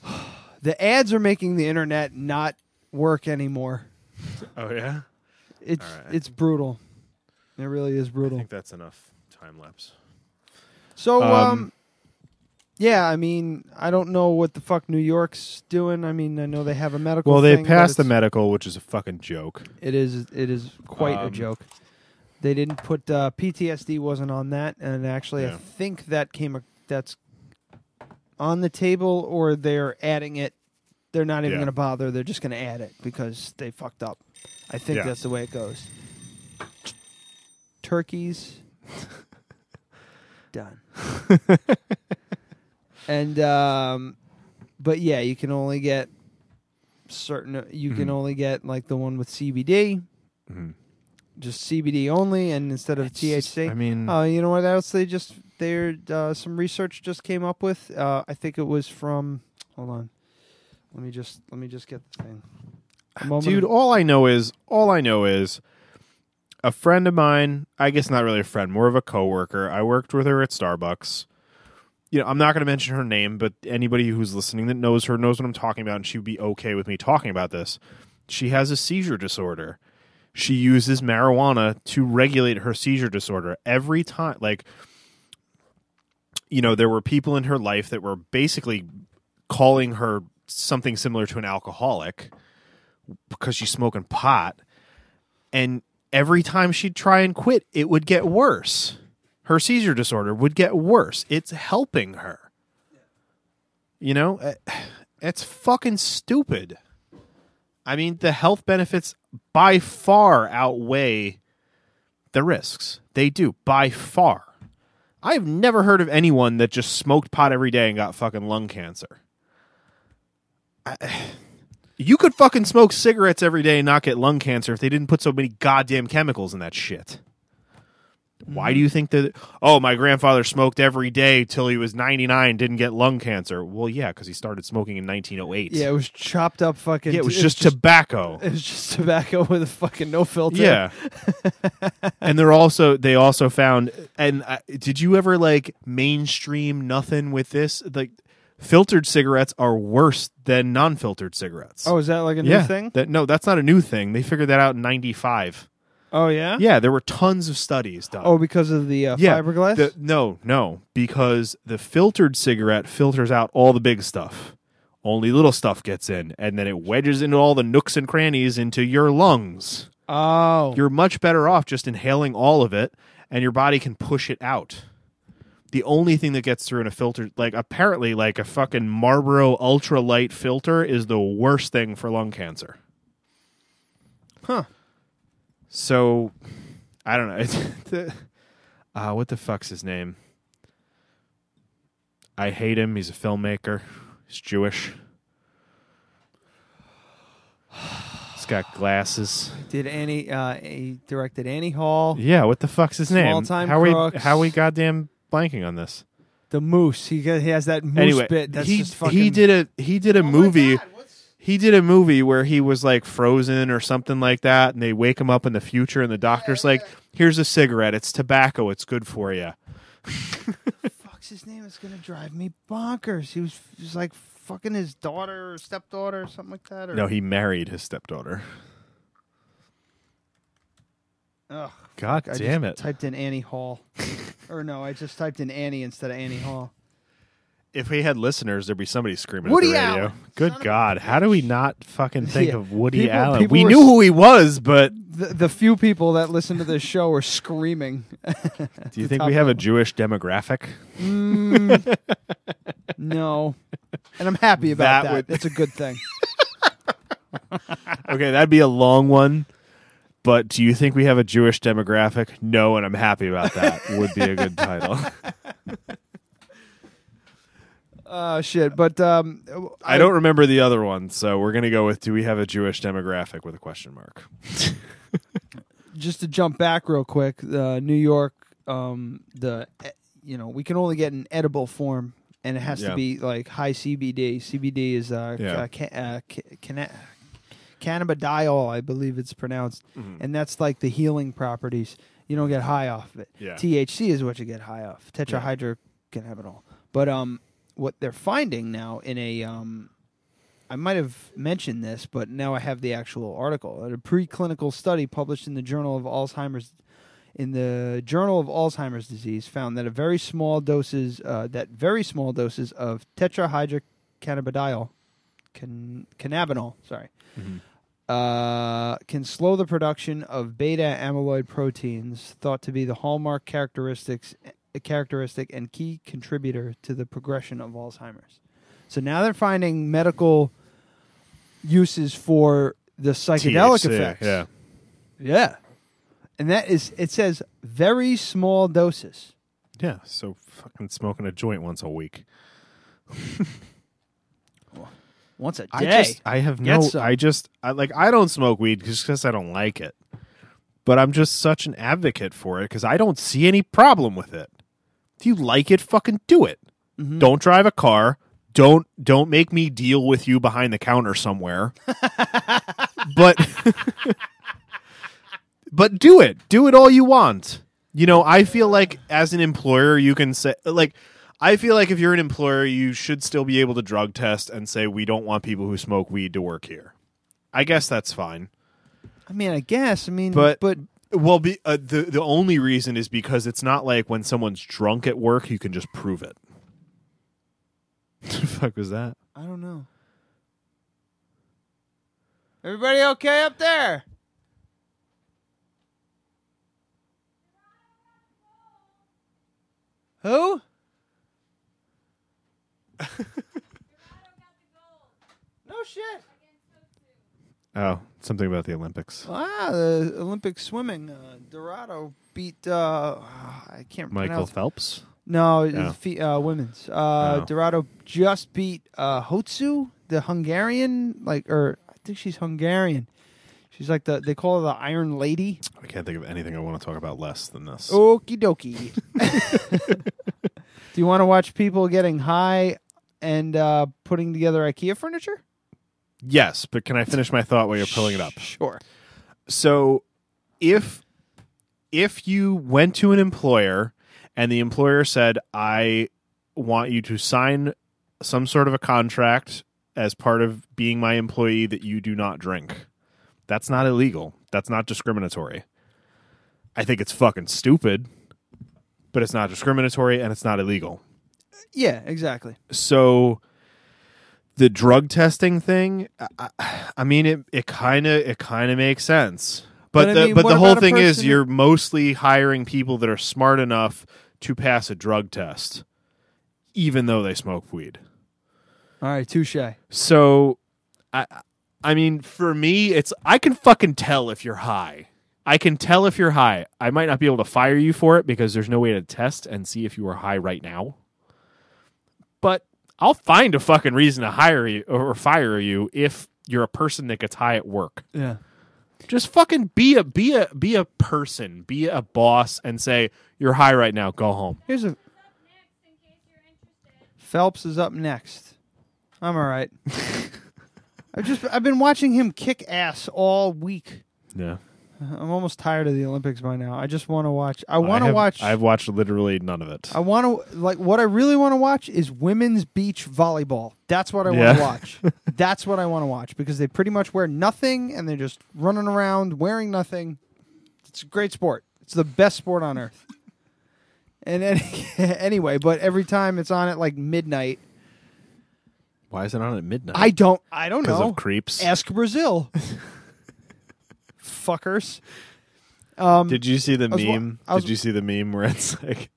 [SPEAKER 4] <sighs> The ads are making the internet not work anymore.
[SPEAKER 3] Oh yeah,
[SPEAKER 4] It's
[SPEAKER 3] All right.
[SPEAKER 4] it's brutal. It really is
[SPEAKER 3] I
[SPEAKER 4] brutal.
[SPEAKER 3] think that's enough time lapse.
[SPEAKER 4] So um,
[SPEAKER 3] Um,
[SPEAKER 4] yeah, I mean, I don't know what the fuck New York's doing. I mean, I know they have a medical.
[SPEAKER 3] Well, they
[SPEAKER 4] thing, but
[SPEAKER 3] passed the
[SPEAKER 4] it's-
[SPEAKER 3] medical, which is a fucking joke.
[SPEAKER 4] It is it is quite a
[SPEAKER 3] Um,
[SPEAKER 4] joke. They didn't put uh, PTSD wasn't on that, and actually, I
[SPEAKER 3] Yeah.
[SPEAKER 4] think that came a, that's on the table or they're adding it. They're not even
[SPEAKER 3] Yeah.
[SPEAKER 4] going to bother. They're just going to add it because they fucked up. I think
[SPEAKER 3] Yeah.
[SPEAKER 4] that's the way it goes. Turkeys. Done. <laughs> and um but yeah, you can only get certain you can
[SPEAKER 3] Mhm.
[SPEAKER 4] only get like the one with CBD.
[SPEAKER 3] Mhm.
[SPEAKER 4] Just CBD only and instead of THC.
[SPEAKER 3] I mean-
[SPEAKER 4] oh, you know what else they just there uh, some research just came up with. Uh, I think it was from hold on. Let me just let me just get the thing. A moment
[SPEAKER 3] dude oh,
[SPEAKER 4] of-
[SPEAKER 3] all i know is all i know is a friend of mine i guess not really a friend more of a coworker i worked with her at starbucks you know i'm not going to mention her name but anybody who's listening that knows her knows what i'm talking about and she would be okay with me talking about this she has a seizure disorder she uses marijuana to regulate her seizure disorder every time like you know there were people in her life that were basically calling her something similar to an alcoholic because she's smoking pot and every time she'd try and quit it would get worse her seizure disorder would get worse it's helping her you know <sighs> Eh, it's fucking stupid i mean the health benefits by far outweigh the risks they do by far i've never heard of anyone that just smoked pot every day and got fucking lung cancer <sighs> you could fucking smoke cigarettes every day and not get lung cancer if they didn't put so many goddamn chemicals in that shit. Why do you think that? Oh, my grandfather smoked every day till he was 99, didn't get lung cancer. Well, yeah, because he started smoking in 1908.
[SPEAKER 4] Yeah, it was chopped up fucking.
[SPEAKER 3] Yeah, it was
[SPEAKER 4] it's
[SPEAKER 3] just tobacco.
[SPEAKER 4] It was just tobacco <laughs> with a fucking no filter. <laughs>
[SPEAKER 3] Yeah. and they're also they also found and uh, did you ever like mainstream nothing with this like filtered cigarettes are worse than non-filtered cigarettes.
[SPEAKER 4] Oh, is that like a new
[SPEAKER 3] yeah,
[SPEAKER 4] thing?
[SPEAKER 3] That no, that's not a new thing. They figured that out in 95.
[SPEAKER 4] Oh yeah.
[SPEAKER 3] Yeah, there were tons of studies done.
[SPEAKER 4] Oh, because of the uh,
[SPEAKER 3] yeah,
[SPEAKER 4] fiberglass.
[SPEAKER 3] the- no, no, because the filtered cigarette filters out all the big stuff. Only little stuff gets in, and then it wedges into all the nooks and crannies into your lungs.
[SPEAKER 4] oh.
[SPEAKER 3] You're much better off just inhaling all of it, and your body can push it out. The only thing that gets through in a filter, like apparently, like a fucking Marlboro ultralight filter, is the worst thing for lung cancer.
[SPEAKER 4] Huh.
[SPEAKER 3] So, I don't know. <laughs> It's the, uh, what the fuck's his name? I hate him. He's a filmmaker. He's Jewish. He's got glasses.
[SPEAKER 4] Did Annie? Uh, he directed Annie Hall.
[SPEAKER 3] Yeah, what the fuck's his name?
[SPEAKER 4] Small-time
[SPEAKER 3] how are we
[SPEAKER 4] crooks.
[SPEAKER 3] how are we goddamn blanking on this?
[SPEAKER 4] The moose. He, got, he has that moose
[SPEAKER 3] anyway,
[SPEAKER 4] bit. That's
[SPEAKER 3] he
[SPEAKER 4] just fucking.
[SPEAKER 3] he did a he did a movie. He did a movie where he was like frozen or something like that, and they wake him up in the future, and the doctor's like, "Here's a cigarette. It's tobacco. It's good for you."
[SPEAKER 4] Fuck's his name is gonna drive me bonkers. He was, he was like fucking his daughter or stepdaughter or something like that. Or,
[SPEAKER 3] No, he married his stepdaughter.
[SPEAKER 4] Ugh,
[SPEAKER 3] God
[SPEAKER 4] I just
[SPEAKER 3] damn it!
[SPEAKER 4] Typed in
[SPEAKER 3] <laughs>
[SPEAKER 4] Annie Hall, or no, I just typed in Annie instead of Annie Hall.
[SPEAKER 3] If we had listeners, there'd be somebody screaming
[SPEAKER 4] Woody
[SPEAKER 3] at the radio.
[SPEAKER 4] Allen,
[SPEAKER 3] Good God, how do we not fucking think
[SPEAKER 4] Yeah.
[SPEAKER 3] of Woody
[SPEAKER 4] People-
[SPEAKER 3] Allen?
[SPEAKER 4] people
[SPEAKER 3] we
[SPEAKER 4] were
[SPEAKER 3] knew
[SPEAKER 4] s-
[SPEAKER 3] who he was, but
[SPEAKER 4] The, the few people that listen to this show are screaming.
[SPEAKER 3] do you think we have a Jewish demographic?
[SPEAKER 4] Mm, no. And I'm happy
[SPEAKER 3] That
[SPEAKER 4] about that.
[SPEAKER 3] would-
[SPEAKER 4] That's a good thing. <laughs>
[SPEAKER 3] Okay, that'd be a long one. But do you think we have a Jewish demographic? No, and I'm happy about that. Would be a good
[SPEAKER 4] <laughs>
[SPEAKER 3] title. <laughs>
[SPEAKER 4] Oh shit! But um,
[SPEAKER 3] I don't remember the other one, so we're gonna go with "Do we have a Jewish demographic?" with a question mark.
[SPEAKER 4] just to jump back real quick. Uh, New York, um, the eh, you know we can only get an edible form, and it has
[SPEAKER 3] Yeah.
[SPEAKER 4] to be like high CBD. CBD is uh,
[SPEAKER 3] Yeah.
[SPEAKER 4] ca- ca- uh, ca- canna- cannabidiol, I believe it's pronounced, and that's like the healing properties. You don't get high off of it.
[SPEAKER 3] Yeah.
[SPEAKER 4] THC is what you get high off. Tetrahydrocannabinol. But um, what they're finding now in a um, I might have mentioned this, but now I have the actual article. A preclinical study published in the Journal of Alzheimer's in the Journal of Alzheimer's Disease found that a very small doses uh, that very small doses of tetrahydrocannabidiol can, cannabinol, sorry,
[SPEAKER 3] Mm-hmm.
[SPEAKER 4] uh, can slow the production of beta amyloid proteins thought to be the hallmark characteristics eh, characteristic and key contributor to the progression of Alzheimer's. So now they're finding medical uses for the psychedelic
[SPEAKER 3] THC,
[SPEAKER 4] effects.
[SPEAKER 3] Yeah.
[SPEAKER 4] Yeah. And that is, it says very small doses.
[SPEAKER 3] Yeah. So fucking smoking a joint once a week.
[SPEAKER 4] Once a day.
[SPEAKER 3] I just I have
[SPEAKER 4] Get
[SPEAKER 3] no
[SPEAKER 4] some.
[SPEAKER 3] I just I like I don't smoke weed just because I don't like it. But I'm just such an advocate for it because I don't see any problem with it. If you like it, fucking do it. Don't drive a car. Don't don't make me deal with you behind the counter somewhere. but but do it. Do it all you want. You know, I feel like as an employer, you can say, like, I feel like if you're an employer, you should still be able to drug test and say, we don't want people who smoke weed to work here. I guess that's fine.
[SPEAKER 4] I mean, I guess. I mean,
[SPEAKER 3] But,
[SPEAKER 4] but
[SPEAKER 3] well, be, uh, the, the only reason is because it's not like when someone's drunk at work, you can just prove it. the <laughs> fuck was that?
[SPEAKER 4] I don't know. Everybody okay up there? Who? no shit.
[SPEAKER 3] Oh, something about the Olympics.
[SPEAKER 4] Ah, the Olympic swimming. Uh, Dorado beat. Uh, I can't.
[SPEAKER 3] Michael
[SPEAKER 4] pronounce-
[SPEAKER 3] Phelps?
[SPEAKER 4] No,
[SPEAKER 3] Oh.
[SPEAKER 4] fe- uh, women's. Uh,
[SPEAKER 3] Oh.
[SPEAKER 4] Dorado just beat uh, Hotsu, the Hungarian, like, or I think she's Hungarian. She's like the they call her the Iron
[SPEAKER 3] <laughs>
[SPEAKER 4] Lady.
[SPEAKER 3] I can't think of anything I want to talk about less than this.
[SPEAKER 4] Okie dokie. <laughs> Do you want to watch people getting high and uh, putting together IKEA furniture?
[SPEAKER 3] Yes, but can I finish my thought while you're pulling it up?
[SPEAKER 4] Sure.
[SPEAKER 3] So if if you went to an employer and the employer said, "I want you to sign some sort of a contract as part of being my employee that you do not drink." That's not illegal. That's not discriminatory. I think it's fucking stupid, but it's not discriminatory and it's not illegal.
[SPEAKER 4] Yeah, exactly.
[SPEAKER 3] so the drug testing thing I- I, I mean it it kind of it kind of makes sense but
[SPEAKER 4] But I
[SPEAKER 3] the
[SPEAKER 4] mean,
[SPEAKER 3] but
[SPEAKER 4] what
[SPEAKER 3] the whole
[SPEAKER 4] about a
[SPEAKER 3] thing is
[SPEAKER 4] person-
[SPEAKER 3] you're mostly hiring people that are smart enough to pass a drug test even though they smoke weed
[SPEAKER 4] All right, touche.
[SPEAKER 3] so I I mean for me it's I can fucking tell if you're high. I can tell if you're high. I might not be able to fire you for it because there's no way to test and see if you are high right now. But I'll find a fucking reason to hire you or fire you if you're a person that gets high at work.
[SPEAKER 4] Yeah.
[SPEAKER 3] Just fucking be a be a be a person, be a boss and say you're high right now, go home.
[SPEAKER 4] Here's a. Phelps is up next. I'm all <laughs> right. I just I've been watching him kick ass all week.
[SPEAKER 3] Yeah.
[SPEAKER 4] I'm almost tired of the Olympics by now. I just want to watch. I want to
[SPEAKER 3] have-
[SPEAKER 4] watch.
[SPEAKER 3] I've watched literally none of it.
[SPEAKER 4] I want to like what I really want to watch is women's beach volleyball. That's what I want
[SPEAKER 3] Yeah. <laughs>
[SPEAKER 4] to watch. That's what I want to watch because they pretty much wear nothing and they're just running around wearing nothing. It's a great sport. It's the best sport on earth. And <laughs> any, anyway, but every time it's on at like midnight,
[SPEAKER 3] Why is it on at midnight?
[SPEAKER 4] I don't I don't
[SPEAKER 3] 'Cause
[SPEAKER 4] know.
[SPEAKER 3] of creeps.
[SPEAKER 4] Ask
[SPEAKER 3] <laughs>
[SPEAKER 4] Brazil. Fuckers. Um
[SPEAKER 3] Did you see the
[SPEAKER 4] I was wa-
[SPEAKER 3] meme?
[SPEAKER 4] I was-
[SPEAKER 3] Did you see the meme where it's <laughs> like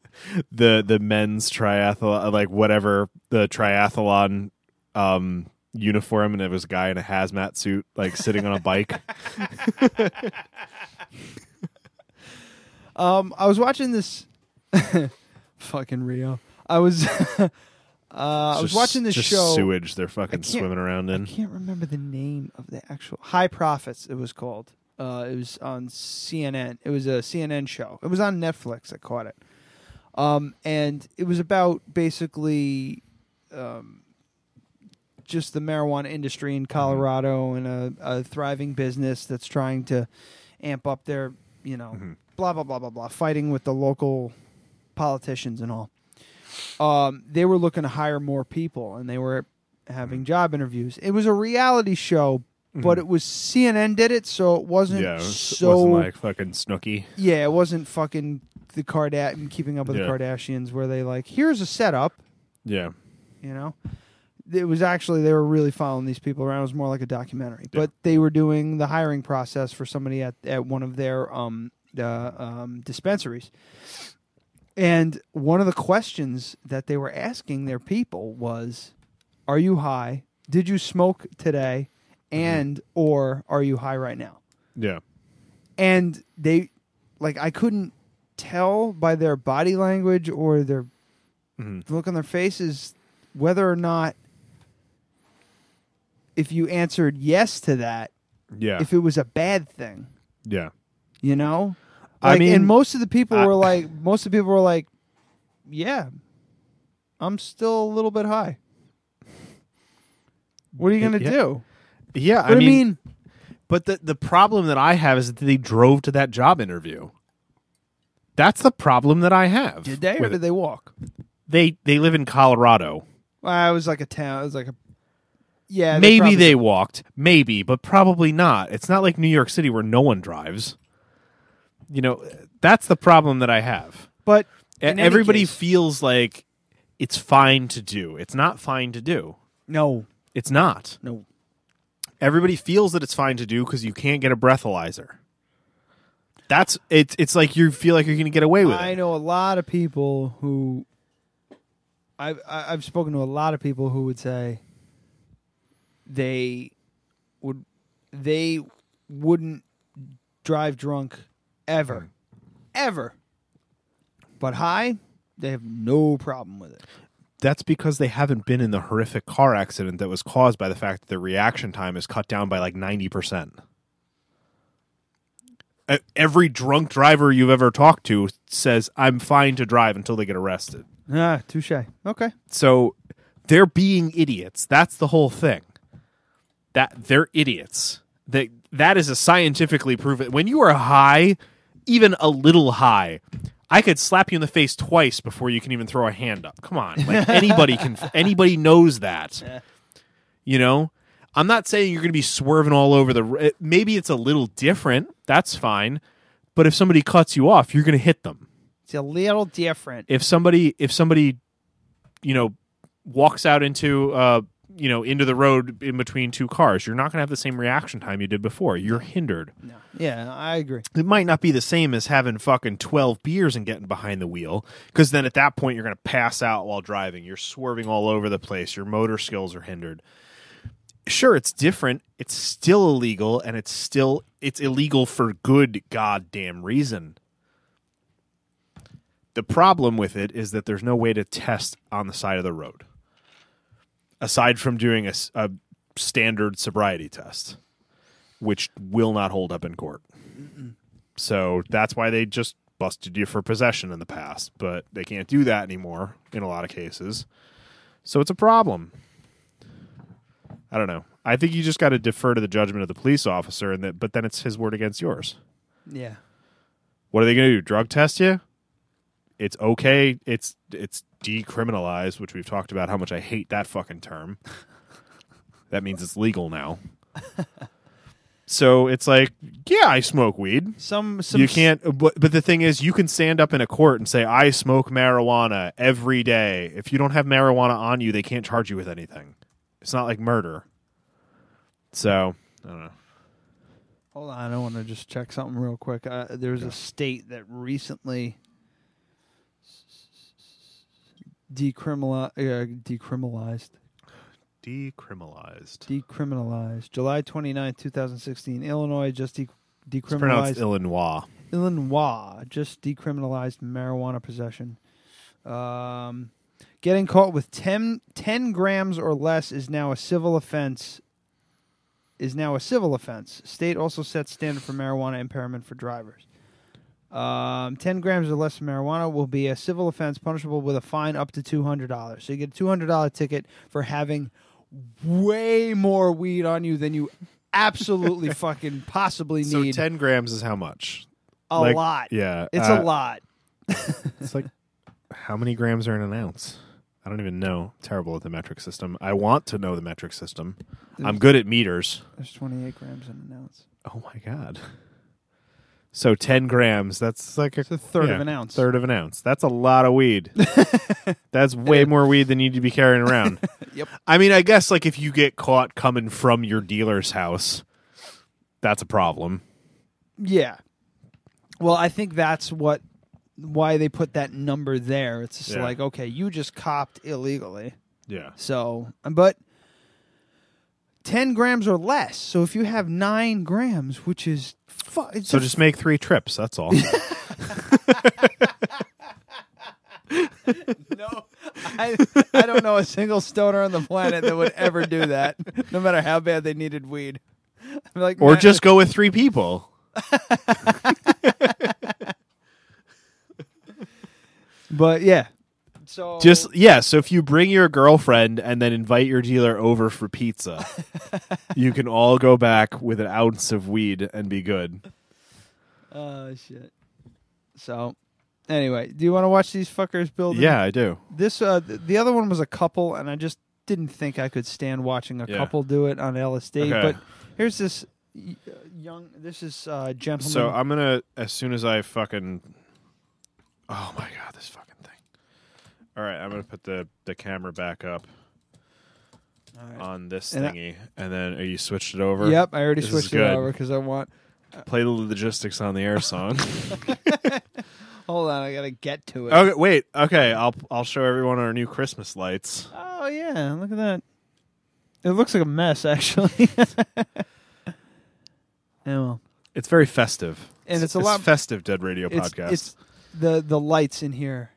[SPEAKER 3] the the men's triathlon, uh, like whatever the triathlon um, uniform, and it was a guy in a hazmat suit, like sitting on a bike. <laughs>
[SPEAKER 4] Um, I was watching this <laughs> fucking Rio. I was <laughs> uh, I was
[SPEAKER 3] Just-
[SPEAKER 4] watching this
[SPEAKER 3] just
[SPEAKER 4] show.
[SPEAKER 3] Sewage they're fucking
[SPEAKER 4] can't-
[SPEAKER 3] swimming around
[SPEAKER 4] I
[SPEAKER 3] in.
[SPEAKER 4] can't remember the name of the actual High Profits. It was called. Uh, it was on CNN. It was a CNN show. It was on Netflix. I caught it. Um, and it was about basically um, just the marijuana industry in Colorado and a, a thriving business that's trying to amp up their, you know, blah blah blah blah blah, fighting with the local politicians and all um, they were looking to hire more people and they were
[SPEAKER 3] Mm.
[SPEAKER 4] having job interviews. It was a reality show, but it was CNN did it, so it wasn't
[SPEAKER 3] Yeah, it was,
[SPEAKER 4] so
[SPEAKER 3] wasn't like fucking Snooky.
[SPEAKER 4] yeah, it wasn't fucking the Kardashian keeping up with
[SPEAKER 3] Yeah.
[SPEAKER 4] the Kardashians where they like here's a setup,
[SPEAKER 3] Yeah,
[SPEAKER 4] you know. It was actually they were really following these people around. It was more like a documentary, but they were doing the hiring process for somebody at, at one of their um the um dispensaries, And one of the questions that they were asking their people was, "Are you high? Did you smoke today? And or are you high right now?"
[SPEAKER 3] Yeah.
[SPEAKER 4] And they like I couldn't tell by their body language or their
[SPEAKER 3] Mm-hmm.
[SPEAKER 4] look on their faces whether or not if you answered yes to that,
[SPEAKER 3] Yeah.
[SPEAKER 4] if it was a bad thing,
[SPEAKER 3] yeah.
[SPEAKER 4] you know?
[SPEAKER 3] I
[SPEAKER 4] Like,
[SPEAKER 3] mean,
[SPEAKER 4] and most of the people
[SPEAKER 3] I-
[SPEAKER 4] were like, most of the people were like, yeah, I'm still a little bit high. What are you
[SPEAKER 3] Yeah,
[SPEAKER 4] gonna
[SPEAKER 3] yeah.
[SPEAKER 4] do?
[SPEAKER 3] Yeah,
[SPEAKER 4] What
[SPEAKER 3] I
[SPEAKER 4] do you
[SPEAKER 3] mean, But the the problem that I have is that they drove to that job interview. That's the problem that I have.
[SPEAKER 4] Did they or
[SPEAKER 3] with
[SPEAKER 4] did
[SPEAKER 3] it.
[SPEAKER 4] they walk?
[SPEAKER 3] They they live in Colorado.
[SPEAKER 4] Well, it was like a town. It was like a yeah.
[SPEAKER 3] maybe
[SPEAKER 4] probably-
[SPEAKER 3] they walked, maybe, but probably not. It's not like New York City where no one drives. You know, that's the problem that I have.
[SPEAKER 4] But
[SPEAKER 3] E-
[SPEAKER 4] in any
[SPEAKER 3] everybody
[SPEAKER 4] case-
[SPEAKER 3] feels like it's fine to do. It's not fine to do.
[SPEAKER 4] No,
[SPEAKER 3] it's not.
[SPEAKER 4] No.
[SPEAKER 3] Everybody feels that it's fine to do because you can't get a breathalyzer. That's it's it's like you feel like you're going to get away with
[SPEAKER 4] I
[SPEAKER 3] it.
[SPEAKER 4] know a lot of people who I've I- I've spoken to a lot of people who would say they would they wouldn't drive drunk ever, ever. But high, they have no problem with it.
[SPEAKER 3] That's because they haven't been in the horrific car accident that was caused by the fact that their reaction time is cut down by like 90%. E- Every drunk driver you've ever talked to says, I'm fine to drive until they get arrested.
[SPEAKER 4] Ah, touche. Okay.
[SPEAKER 3] So they're being idiots. That's the whole thing. That they're idiots. That that is a scientifically proven. When you are high, even a little high, I could slap you in the face twice before you can even throw a hand up. Come on, like anybody can. Anybody knows that. You know, I'm not saying you're going to be swerving all over the. r- Maybe it's a little different. That's fine. But if somebody cuts you off, you're going to hit them
[SPEAKER 4] It's a little different.
[SPEAKER 3] if somebody if somebody you know walks out into uh you know into the road in between two cars you're not going to have the same reaction time you did before you're hindered
[SPEAKER 4] Yeah, I agree.
[SPEAKER 3] it might not be the same as having fucking 12 beers and getting behind the wheel because then at that point you're going to pass out while driving you're swerving all over the place your motor skills are hindered sure it's different it's still illegal and it's still it's illegal for good goddamn reason the problem with it is that there's no way to test on the side of the road aside from doing a, s- a standard sobriety test which will not hold up in court so that's why they just busted you for possession in the past, but they can't do that anymore in a lot of cases. So it's a problem. I don't know. I think you just got to defer to the judgment of the police officer and that but then it's his word against yours.
[SPEAKER 4] Yeah.
[SPEAKER 3] What are they going to do? Drug test you? It's okay. It's it's decriminalized, which we've talked about how much I hate that fucking term. that means it's legal now. <laughs> so it's like, yeah, I smoke weed.
[SPEAKER 4] Some, some
[SPEAKER 3] you can't. uh, But, but the thing is, you can stand up in a court and say, "I smoke marijuana every day." If you don't have marijuana on you, they can't charge you with anything. It's not like murder. So I don't know.
[SPEAKER 4] Hold on, I want to just check something real quick. Uh, there's a state that recently decriminalized, uh, decriminalized,
[SPEAKER 3] Decriminalized.
[SPEAKER 4] decriminalized. July 29, 2016, Illinois just de-
[SPEAKER 3] It's pronounced
[SPEAKER 4] decriminalized.
[SPEAKER 3] Illinois.
[SPEAKER 4] Illinois just decriminalized marijuana possession. Um, getting caught with 10, 10 grams or less is now a civil offense. Is now a civil offense. State also sets standard for marijuana impairment for drivers. Um, 10 grams or less of marijuana will be a civil offense punishable with a fine up to $200. So you get a $200 ticket for having way more weed on you than you absolutely fucking possibly
[SPEAKER 3] So
[SPEAKER 4] need.
[SPEAKER 3] ten grams is how much?
[SPEAKER 4] a
[SPEAKER 3] like-
[SPEAKER 4] lot.
[SPEAKER 3] yeah,
[SPEAKER 4] It's
[SPEAKER 3] uh,
[SPEAKER 4] a lot.
[SPEAKER 3] It's like <laughs> how many grams are in an ounce? I don't even know. Terrible at the metric system. I want to know the metric system. I'm good at meters.
[SPEAKER 4] There's 28 grams in an ounce.
[SPEAKER 3] Oh my god. So ten grams, that's like a,
[SPEAKER 4] a third of an ounce.
[SPEAKER 3] Third of an ounce. That's a lot of
[SPEAKER 4] <laughs>
[SPEAKER 3] weed. that's way more weed than you need to be carrying around.
[SPEAKER 4] <laughs> Yep.
[SPEAKER 3] I mean, I guess like if you get caught coming from your dealer's house, that's a problem.
[SPEAKER 4] Yeah. Well, I think that's what why they put that number there. It's just
[SPEAKER 3] Yeah.
[SPEAKER 4] like, okay, you just copped illegally.
[SPEAKER 3] Yeah.
[SPEAKER 4] So, but 10 grams or less. So if you have 9 grams, which is fu- it's
[SPEAKER 3] So
[SPEAKER 4] a-
[SPEAKER 3] just make three trips. That's all.
[SPEAKER 4] <laughs> no, I, I don't know a single stoner on the planet that would ever do that, no matter how bad they needed weed. I'm like,
[SPEAKER 3] or
[SPEAKER 4] "Man,
[SPEAKER 3] just go with three people.
[SPEAKER 4] But yeah. So
[SPEAKER 3] Just yeah, so if you bring your girlfriend and then invite your dealer over for
[SPEAKER 4] <laughs>
[SPEAKER 3] pizza, you can all go back with an ounce of weed and be good.
[SPEAKER 4] Oh shit. So, anyway, do you want to watch these fuckers build?
[SPEAKER 3] Yeah, I do.
[SPEAKER 4] This uh, th- the other one was a couple, and I just didn't think I could stand watching a
[SPEAKER 3] Yeah.
[SPEAKER 4] couple do it on LSD.
[SPEAKER 3] Okay.
[SPEAKER 4] But here's this y- uh, young. This is uh, gentleman.
[SPEAKER 3] So I'm gonna as soon as I fucking Oh my god, this fucking thing. Alright, I'm gonna put the, the camera back up on this
[SPEAKER 4] And I-
[SPEAKER 3] thingy. and then are you switched it over?
[SPEAKER 4] Yep, I already
[SPEAKER 3] This is
[SPEAKER 4] switched it
[SPEAKER 3] good.
[SPEAKER 4] over because I want.
[SPEAKER 3] Play the logistics on the air song.
[SPEAKER 4] <laughs> Hold on, I gotta get to it.
[SPEAKER 3] okay, Oh, wait. Okay, I'll I'll show everyone our new Christmas lights.
[SPEAKER 4] Oh yeah, look at that. It looks like a mess, actually. <laughs>
[SPEAKER 3] It's very festive.
[SPEAKER 4] And it's a lot-
[SPEAKER 3] festive Dead Radio podcast.
[SPEAKER 4] It's the the lights in here.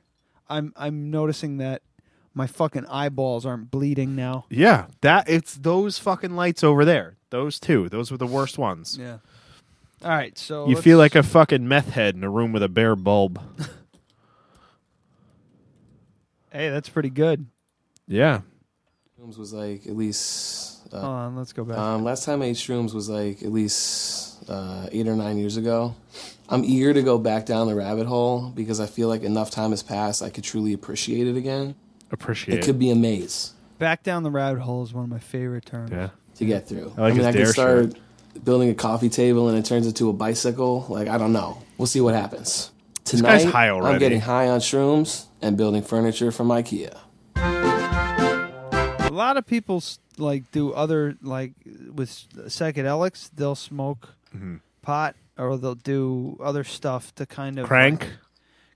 [SPEAKER 4] I'm I'm noticing that my fucking eyeballs aren't bleeding now.
[SPEAKER 3] yeah, that it's those fucking lights over there. Those two. Those were the worst ones.
[SPEAKER 4] Yeah. All right, so
[SPEAKER 3] you
[SPEAKER 4] let's-
[SPEAKER 3] feel like a fucking meth head in a room with a bare bulb.
[SPEAKER 4] <laughs> hey, that's pretty good.
[SPEAKER 3] yeah.
[SPEAKER 12] Shrooms was like at least. Uh,
[SPEAKER 4] Hold on, let's go back.
[SPEAKER 12] Um, last time I ate shrooms was like at least uh, eight or nine years ago. I'm eager to go back down the rabbit hole because I feel like enough time has passed. I could truly appreciate it again.
[SPEAKER 3] Appreciate
[SPEAKER 12] it. could be a maze
[SPEAKER 4] Back down the rabbit hole is one of my favorite terms.
[SPEAKER 3] Yeah.
[SPEAKER 12] to get through.
[SPEAKER 3] I like his
[SPEAKER 12] mean, I could
[SPEAKER 3] dare
[SPEAKER 12] start building a coffee table and it turns into a bicycle. Like I don't know. We'll see what happens.
[SPEAKER 3] This guy's
[SPEAKER 12] Tonight,
[SPEAKER 3] high already.
[SPEAKER 12] I'm getting high on shrooms and building furniture from IKEA.
[SPEAKER 4] A lot of people s- like do other like with s- psychedelics. They'll smoke
[SPEAKER 3] Mhm.
[SPEAKER 4] pot or they'll do other stuff to kind of
[SPEAKER 3] Crank.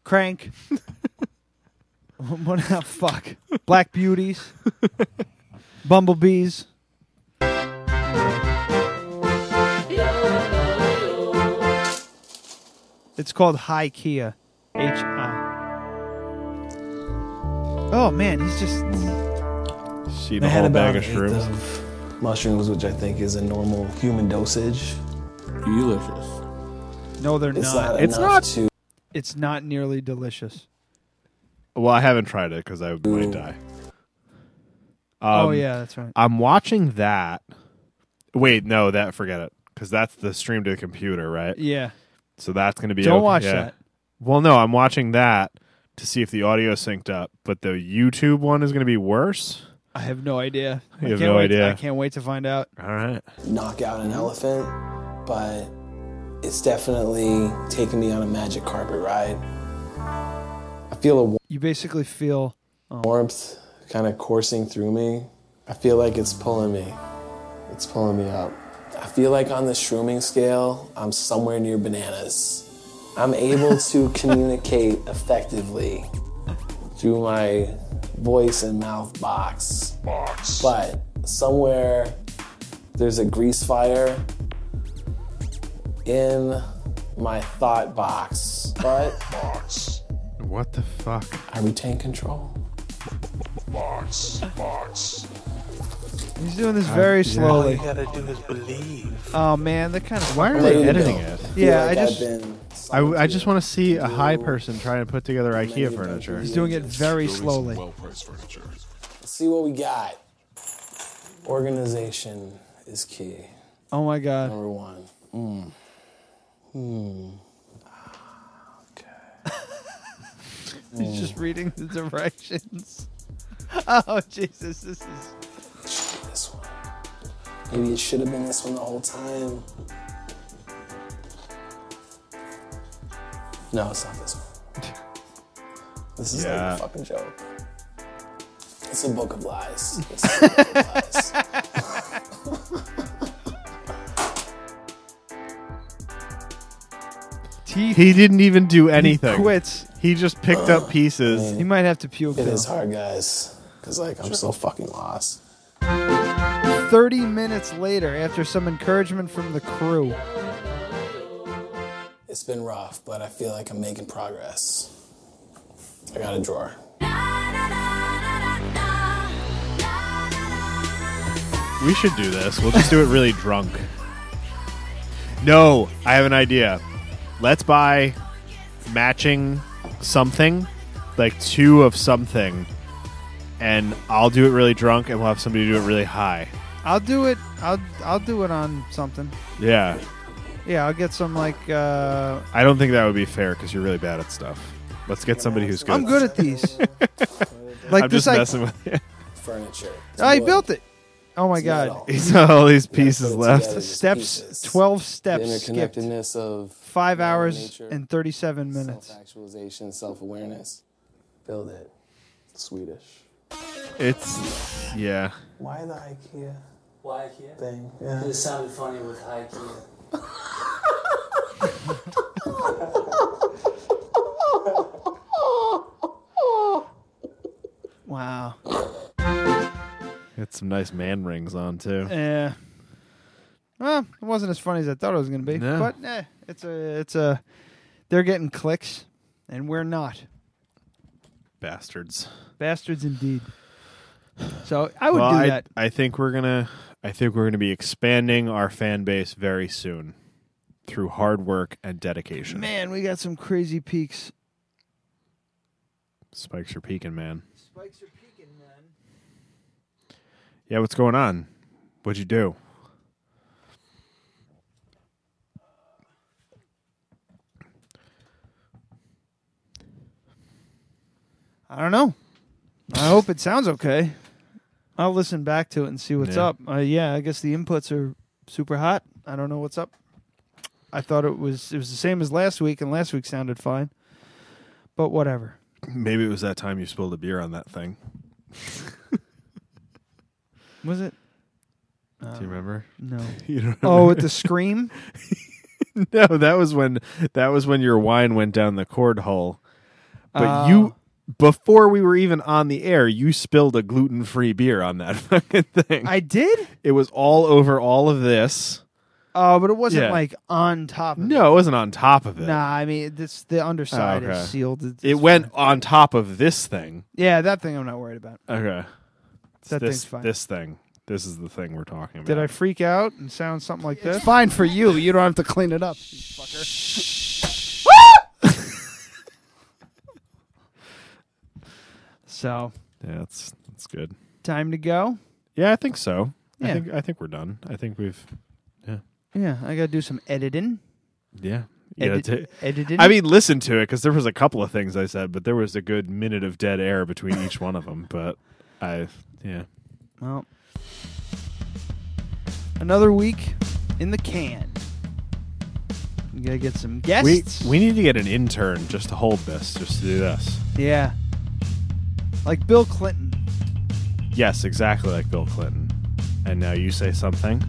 [SPEAKER 4] crank. what the fuck? Black beauties, bumblebees. It's called High Kia. H I. Oh man, he's just.
[SPEAKER 3] She
[SPEAKER 12] I had about an eighth of mushrooms, which I think is a normal human dosage. Delicious.
[SPEAKER 4] No, they're
[SPEAKER 12] It's
[SPEAKER 4] not.
[SPEAKER 12] not It's enough not-
[SPEAKER 4] too. It's not nearly delicious.
[SPEAKER 3] Well, I haven't tried it because I might die.
[SPEAKER 4] Oh,
[SPEAKER 3] Um,
[SPEAKER 4] yeah, that's right.
[SPEAKER 3] I'm watching that. Wait, no, that forget it because that's the stream to the computer, right?
[SPEAKER 4] Yeah.
[SPEAKER 3] So that's going to be
[SPEAKER 4] Don't
[SPEAKER 3] okay-
[SPEAKER 4] watch
[SPEAKER 3] yeah.
[SPEAKER 4] that.
[SPEAKER 3] Well, no, I'm watching that to see if the audio synced up, but the YouTube one is going to be worse.
[SPEAKER 4] I have no idea.
[SPEAKER 3] You
[SPEAKER 4] I
[SPEAKER 3] have
[SPEAKER 4] can't
[SPEAKER 3] no
[SPEAKER 4] wait To,
[SPEAKER 3] idea.
[SPEAKER 4] I can't wait to find out.
[SPEAKER 3] All right.
[SPEAKER 12] knock out an elephant, but it's definitely taking me on a magic carpet ride. I feel a wa-
[SPEAKER 4] You basically feel
[SPEAKER 12] warmth kind of coursing through me. I feel like it's pulling me. It's pulling me up. I feel like on the shrooming scale, I'm somewhere near bananas. I'm able to communicate effectively through my voice and mouth box. Box. But somewhere there's a grease fire in my thought box. But box.
[SPEAKER 3] What the fuck?
[SPEAKER 12] I retain control.
[SPEAKER 13] Box, box.
[SPEAKER 4] He's doing this very slowly.
[SPEAKER 13] All you gotta do is believe.
[SPEAKER 4] Oh man, that kind of.
[SPEAKER 3] Why are they editing it?
[SPEAKER 4] Yeah, I just.
[SPEAKER 3] I, I just want to see a high person trying to put together IKEA furniture.
[SPEAKER 4] He's doing it very slowly.
[SPEAKER 12] Let's see what we got. Organization is key.
[SPEAKER 4] Oh my god.
[SPEAKER 12] Number one. Mm. Hmm.
[SPEAKER 4] He's just reading <laughs> the directions. <laughs> Oh Jesus, this is.
[SPEAKER 12] This one. Maybe it should have been this one the whole time. No, it's not this one. This is
[SPEAKER 13] Yeah.
[SPEAKER 12] like a fucking joke. It's a book of lies. It's a book of lies.
[SPEAKER 4] Teeth.
[SPEAKER 3] He didn't even do anything.
[SPEAKER 4] Quits
[SPEAKER 3] He just picked up pieces.
[SPEAKER 4] He might have to puke.
[SPEAKER 12] It
[SPEAKER 4] though.
[SPEAKER 12] is hard, guys. Cause like I'm so fucking lost.
[SPEAKER 4] 30 minutes later, after some encouragement from the crew,
[SPEAKER 12] It's been rough, but I feel like I'm making progress. I got a drawer.
[SPEAKER 3] We should do this. We'll just do it really drunk. No, I have an idea. Let's buy matching something, like two of something, and I'll do it really drunk, and we'll have somebody do it really high.
[SPEAKER 4] I'll do it. I'll I'll do it on something.
[SPEAKER 3] Yeah,
[SPEAKER 4] Yeah, I'll get some like uh,
[SPEAKER 3] I don't think that would be fair because you're really bad at stuff. Let's get somebody who's good.
[SPEAKER 4] I'm good at <laughs> these. like
[SPEAKER 3] I'm
[SPEAKER 4] this,
[SPEAKER 3] just
[SPEAKER 4] I,
[SPEAKER 3] messing with you. <laughs>
[SPEAKER 12] Furniture.
[SPEAKER 4] I
[SPEAKER 12] Wood.
[SPEAKER 4] built it. Oh my
[SPEAKER 12] It's
[SPEAKER 4] god!
[SPEAKER 12] metal.
[SPEAKER 3] He's got all these pieces
[SPEAKER 12] put it
[SPEAKER 3] left.
[SPEAKER 12] together.
[SPEAKER 4] Steps,
[SPEAKER 12] Pieces.
[SPEAKER 4] twelve
[SPEAKER 12] The
[SPEAKER 4] steps skipped.
[SPEAKER 12] interconnectedness of
[SPEAKER 4] Five
[SPEAKER 12] Mother
[SPEAKER 4] hours
[SPEAKER 12] Nature.
[SPEAKER 4] and thirty-seven minutes.
[SPEAKER 12] Self-actualization, self-awareness. Build it. Swedish.
[SPEAKER 3] It's yeah.
[SPEAKER 12] Why the IKEA
[SPEAKER 14] Why IKEA?
[SPEAKER 12] thing?
[SPEAKER 14] It sounded funny with IKEA.
[SPEAKER 12] <laughs>
[SPEAKER 4] Wow.
[SPEAKER 3] Got some nice man rings on too.
[SPEAKER 4] Yeah. Eh. Well, it wasn't as funny as I thought it was going to be,
[SPEAKER 3] No.
[SPEAKER 4] but eh, it's a it's a they're getting clicks and we're not
[SPEAKER 3] Bastards.
[SPEAKER 4] bastards indeed. So I would
[SPEAKER 3] Well,
[SPEAKER 4] do
[SPEAKER 3] I,
[SPEAKER 4] that.
[SPEAKER 3] I think we're gonna. I think we're gonna be expanding our fan base very soon through hard work and dedication.
[SPEAKER 4] Man, we got some crazy peaks.
[SPEAKER 3] Spikes are peaking, man.
[SPEAKER 4] Spikes are peaking, man.
[SPEAKER 3] Yeah, what's going on? What'd you do?
[SPEAKER 4] I don't know. I hope it sounds okay. I'll listen back to it and see what's
[SPEAKER 3] Yeah.
[SPEAKER 4] up. Uh, yeah, I guess the inputs are super hot. I don't know what's up. I thought it was it was the same as last week, and last week sounded fine. But whatever.
[SPEAKER 3] Maybe it was that time you spilled a beer on that thing.
[SPEAKER 4] Was it? Uh.
[SPEAKER 3] do you remember?
[SPEAKER 4] No.
[SPEAKER 3] You don't
[SPEAKER 4] Oh,
[SPEAKER 3] remember?
[SPEAKER 4] at the scream.
[SPEAKER 3] <laughs> no, that was when that was when your wine went down the cord hole. But you before we were even on the air, you spilled a gluten free beer on that <laughs> fucking thing.
[SPEAKER 4] I did.
[SPEAKER 3] It was all over all of this.
[SPEAKER 4] Oh, but it wasn't
[SPEAKER 3] Yeah.
[SPEAKER 4] like on top. Of
[SPEAKER 3] No, it wasn't on top of
[SPEAKER 4] It.
[SPEAKER 3] it.
[SPEAKER 4] Nah, I mean this the underside
[SPEAKER 3] okay.
[SPEAKER 4] is sealed. It's-
[SPEAKER 3] It went on top of this thing.
[SPEAKER 4] yeah, that thing I'm not worried about.
[SPEAKER 3] Okay. It's
[SPEAKER 4] That
[SPEAKER 3] this,
[SPEAKER 4] thing's fine.
[SPEAKER 3] This thing. This is the thing we're talking about.
[SPEAKER 4] Did I freak out and sound something like this? Fine for you. You don't have to clean it up. <laughs> so,
[SPEAKER 3] Yeah, that's that's good.
[SPEAKER 4] time to go.
[SPEAKER 3] Yeah, I think so. I
[SPEAKER 4] Yeah.
[SPEAKER 3] think I think we're done. I think we've yeah.
[SPEAKER 4] Yeah, I got to do some editing.
[SPEAKER 3] Yeah.
[SPEAKER 4] Edit-
[SPEAKER 3] yeah, ta-
[SPEAKER 4] edited?
[SPEAKER 3] I mean, listen to it because there was a couple of things I said, but there was a good minute of dead air between each one of them. But I, yeah,
[SPEAKER 4] Well, another week in the can. You got to get some
[SPEAKER 3] we
[SPEAKER 4] guests.
[SPEAKER 3] we need to get an intern just to hold this, just to do this.
[SPEAKER 4] yeah. Like Bill Clinton.
[SPEAKER 3] Yes, exactly like Bill Clinton. And now you say something,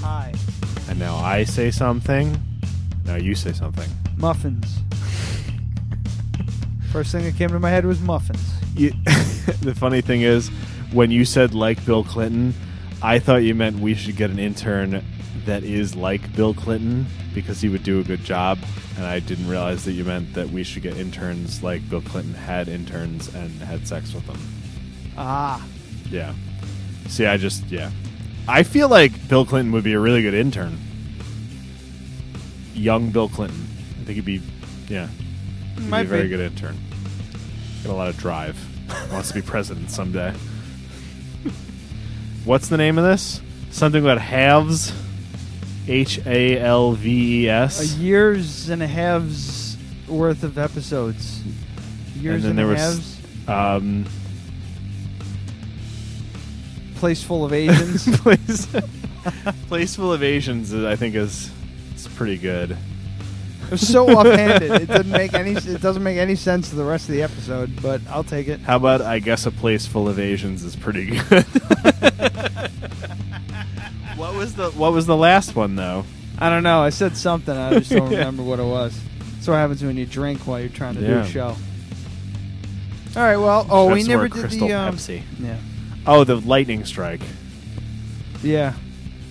[SPEAKER 4] Hi.
[SPEAKER 3] and now I say something. Now you say something.
[SPEAKER 4] Muffins. First thing that came to my head was muffins.
[SPEAKER 3] You, <laughs> the funny thing is, when you said like Bill Clinton, I thought you meant we should get an intern that is like Bill Clinton because he would do a good job. And I didn't realize that you meant that we should get interns like Bill Clinton had interns and had sex with them.
[SPEAKER 4] Ah.
[SPEAKER 3] Yeah. See, I just, yeah. I feel like Bill Clinton would be a really good intern. Young Bill Clinton. I think he'd be, yeah. He'd
[SPEAKER 4] Might
[SPEAKER 3] be a very
[SPEAKER 4] be.
[SPEAKER 3] good intern. Got a lot of drive. <laughs> Wants to be president someday. <laughs> What's the name of this? Something about halves. H A L V E
[SPEAKER 4] A
[SPEAKER 3] S.
[SPEAKER 4] years and a half's worth of episodes. Years
[SPEAKER 3] and
[SPEAKER 4] and,
[SPEAKER 3] then there
[SPEAKER 4] a
[SPEAKER 3] was
[SPEAKER 4] halves.
[SPEAKER 3] um,
[SPEAKER 4] Place full
[SPEAKER 3] <laughs>
[SPEAKER 4] of Asians.
[SPEAKER 3] <laughs> place, place full of Asians. is- I think is it's pretty good.
[SPEAKER 4] it was so offhanded. It didn't make any. It doesn't make any sense to the rest of the episode, but I'll take it.
[SPEAKER 3] How about I guess a place full of Asians is pretty <laughs> good. what was the What was the last one though?
[SPEAKER 4] I
[SPEAKER 3] <laughs>
[SPEAKER 4] don't know. I said something. I just don't remember what it was. That's what happens when you drink while you're trying to do
[SPEAKER 3] Yeah.
[SPEAKER 4] a show. All right. Well, oh, we
[SPEAKER 3] That's
[SPEAKER 4] never
[SPEAKER 3] where
[SPEAKER 4] did
[SPEAKER 3] Crystal
[SPEAKER 4] the um,
[SPEAKER 3] Pepsi.
[SPEAKER 4] Yeah.
[SPEAKER 3] Oh, the lightning strike.
[SPEAKER 4] Yeah.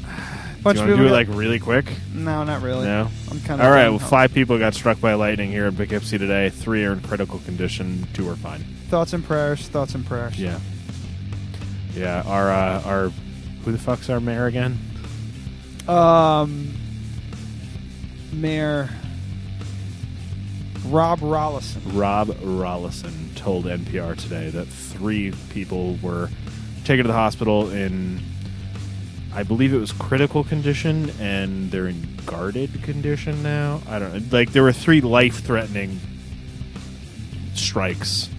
[SPEAKER 3] Do you want to do it like really quick?
[SPEAKER 4] No, not really.
[SPEAKER 3] No.
[SPEAKER 4] I'm kind of.
[SPEAKER 3] All right. Well, five people got struck by lightning here in Poughkeepsie today. Three are in critical condition. Two are fine.
[SPEAKER 4] Thoughts and prayers. Thoughts and prayers.
[SPEAKER 3] Yeah. Yeah. Our uh, our who the fuck's our mayor again?
[SPEAKER 4] Um, Mayor Rob Rollison.
[SPEAKER 3] Rob Rollison told NPR today that three people were taken to the hospital in, I believe it was critical condition, and they're in guarded condition now. I don't know. Like, there were three life threatening strikes,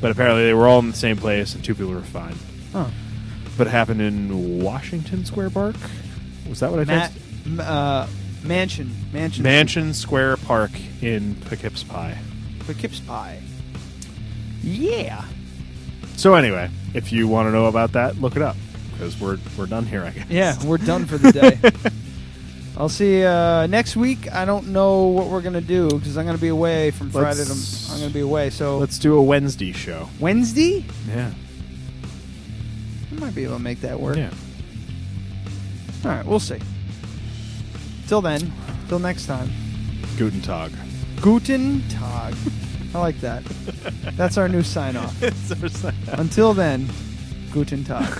[SPEAKER 3] but apparently they were all in the same place, and two people were fine.
[SPEAKER 4] Huh.
[SPEAKER 3] But it happened in Washington Square Park? Was that what I
[SPEAKER 4] Matt,
[SPEAKER 3] texted?
[SPEAKER 4] m- uh, mansion, mansion,
[SPEAKER 3] Mansion Square Park in Poughkeepsie.
[SPEAKER 4] Poughkeepsie. Yeah.
[SPEAKER 3] So anyway, if you want to know about that, look it up because we're we're done here. I guess.
[SPEAKER 4] Yeah, <laughs> we're done for the day.
[SPEAKER 3] <laughs>
[SPEAKER 4] I'll see uh, next week. I don't know what we're gonna do because I'm gonna be away from Friday. To,
[SPEAKER 3] Let's-
[SPEAKER 4] I'm gonna be away. So
[SPEAKER 3] Let's do a Wednesday show.
[SPEAKER 4] Wednesday,
[SPEAKER 3] Yeah.
[SPEAKER 4] I might be able to make that work.
[SPEAKER 3] Yeah.
[SPEAKER 4] All right, we'll see. Till then, till next time.
[SPEAKER 3] Guten Tag.
[SPEAKER 4] Guten Tag. I like that. That's our new sign
[SPEAKER 3] <laughs>
[SPEAKER 4] off.
[SPEAKER 3] It's our sign off.
[SPEAKER 4] Until then, Guten Tag.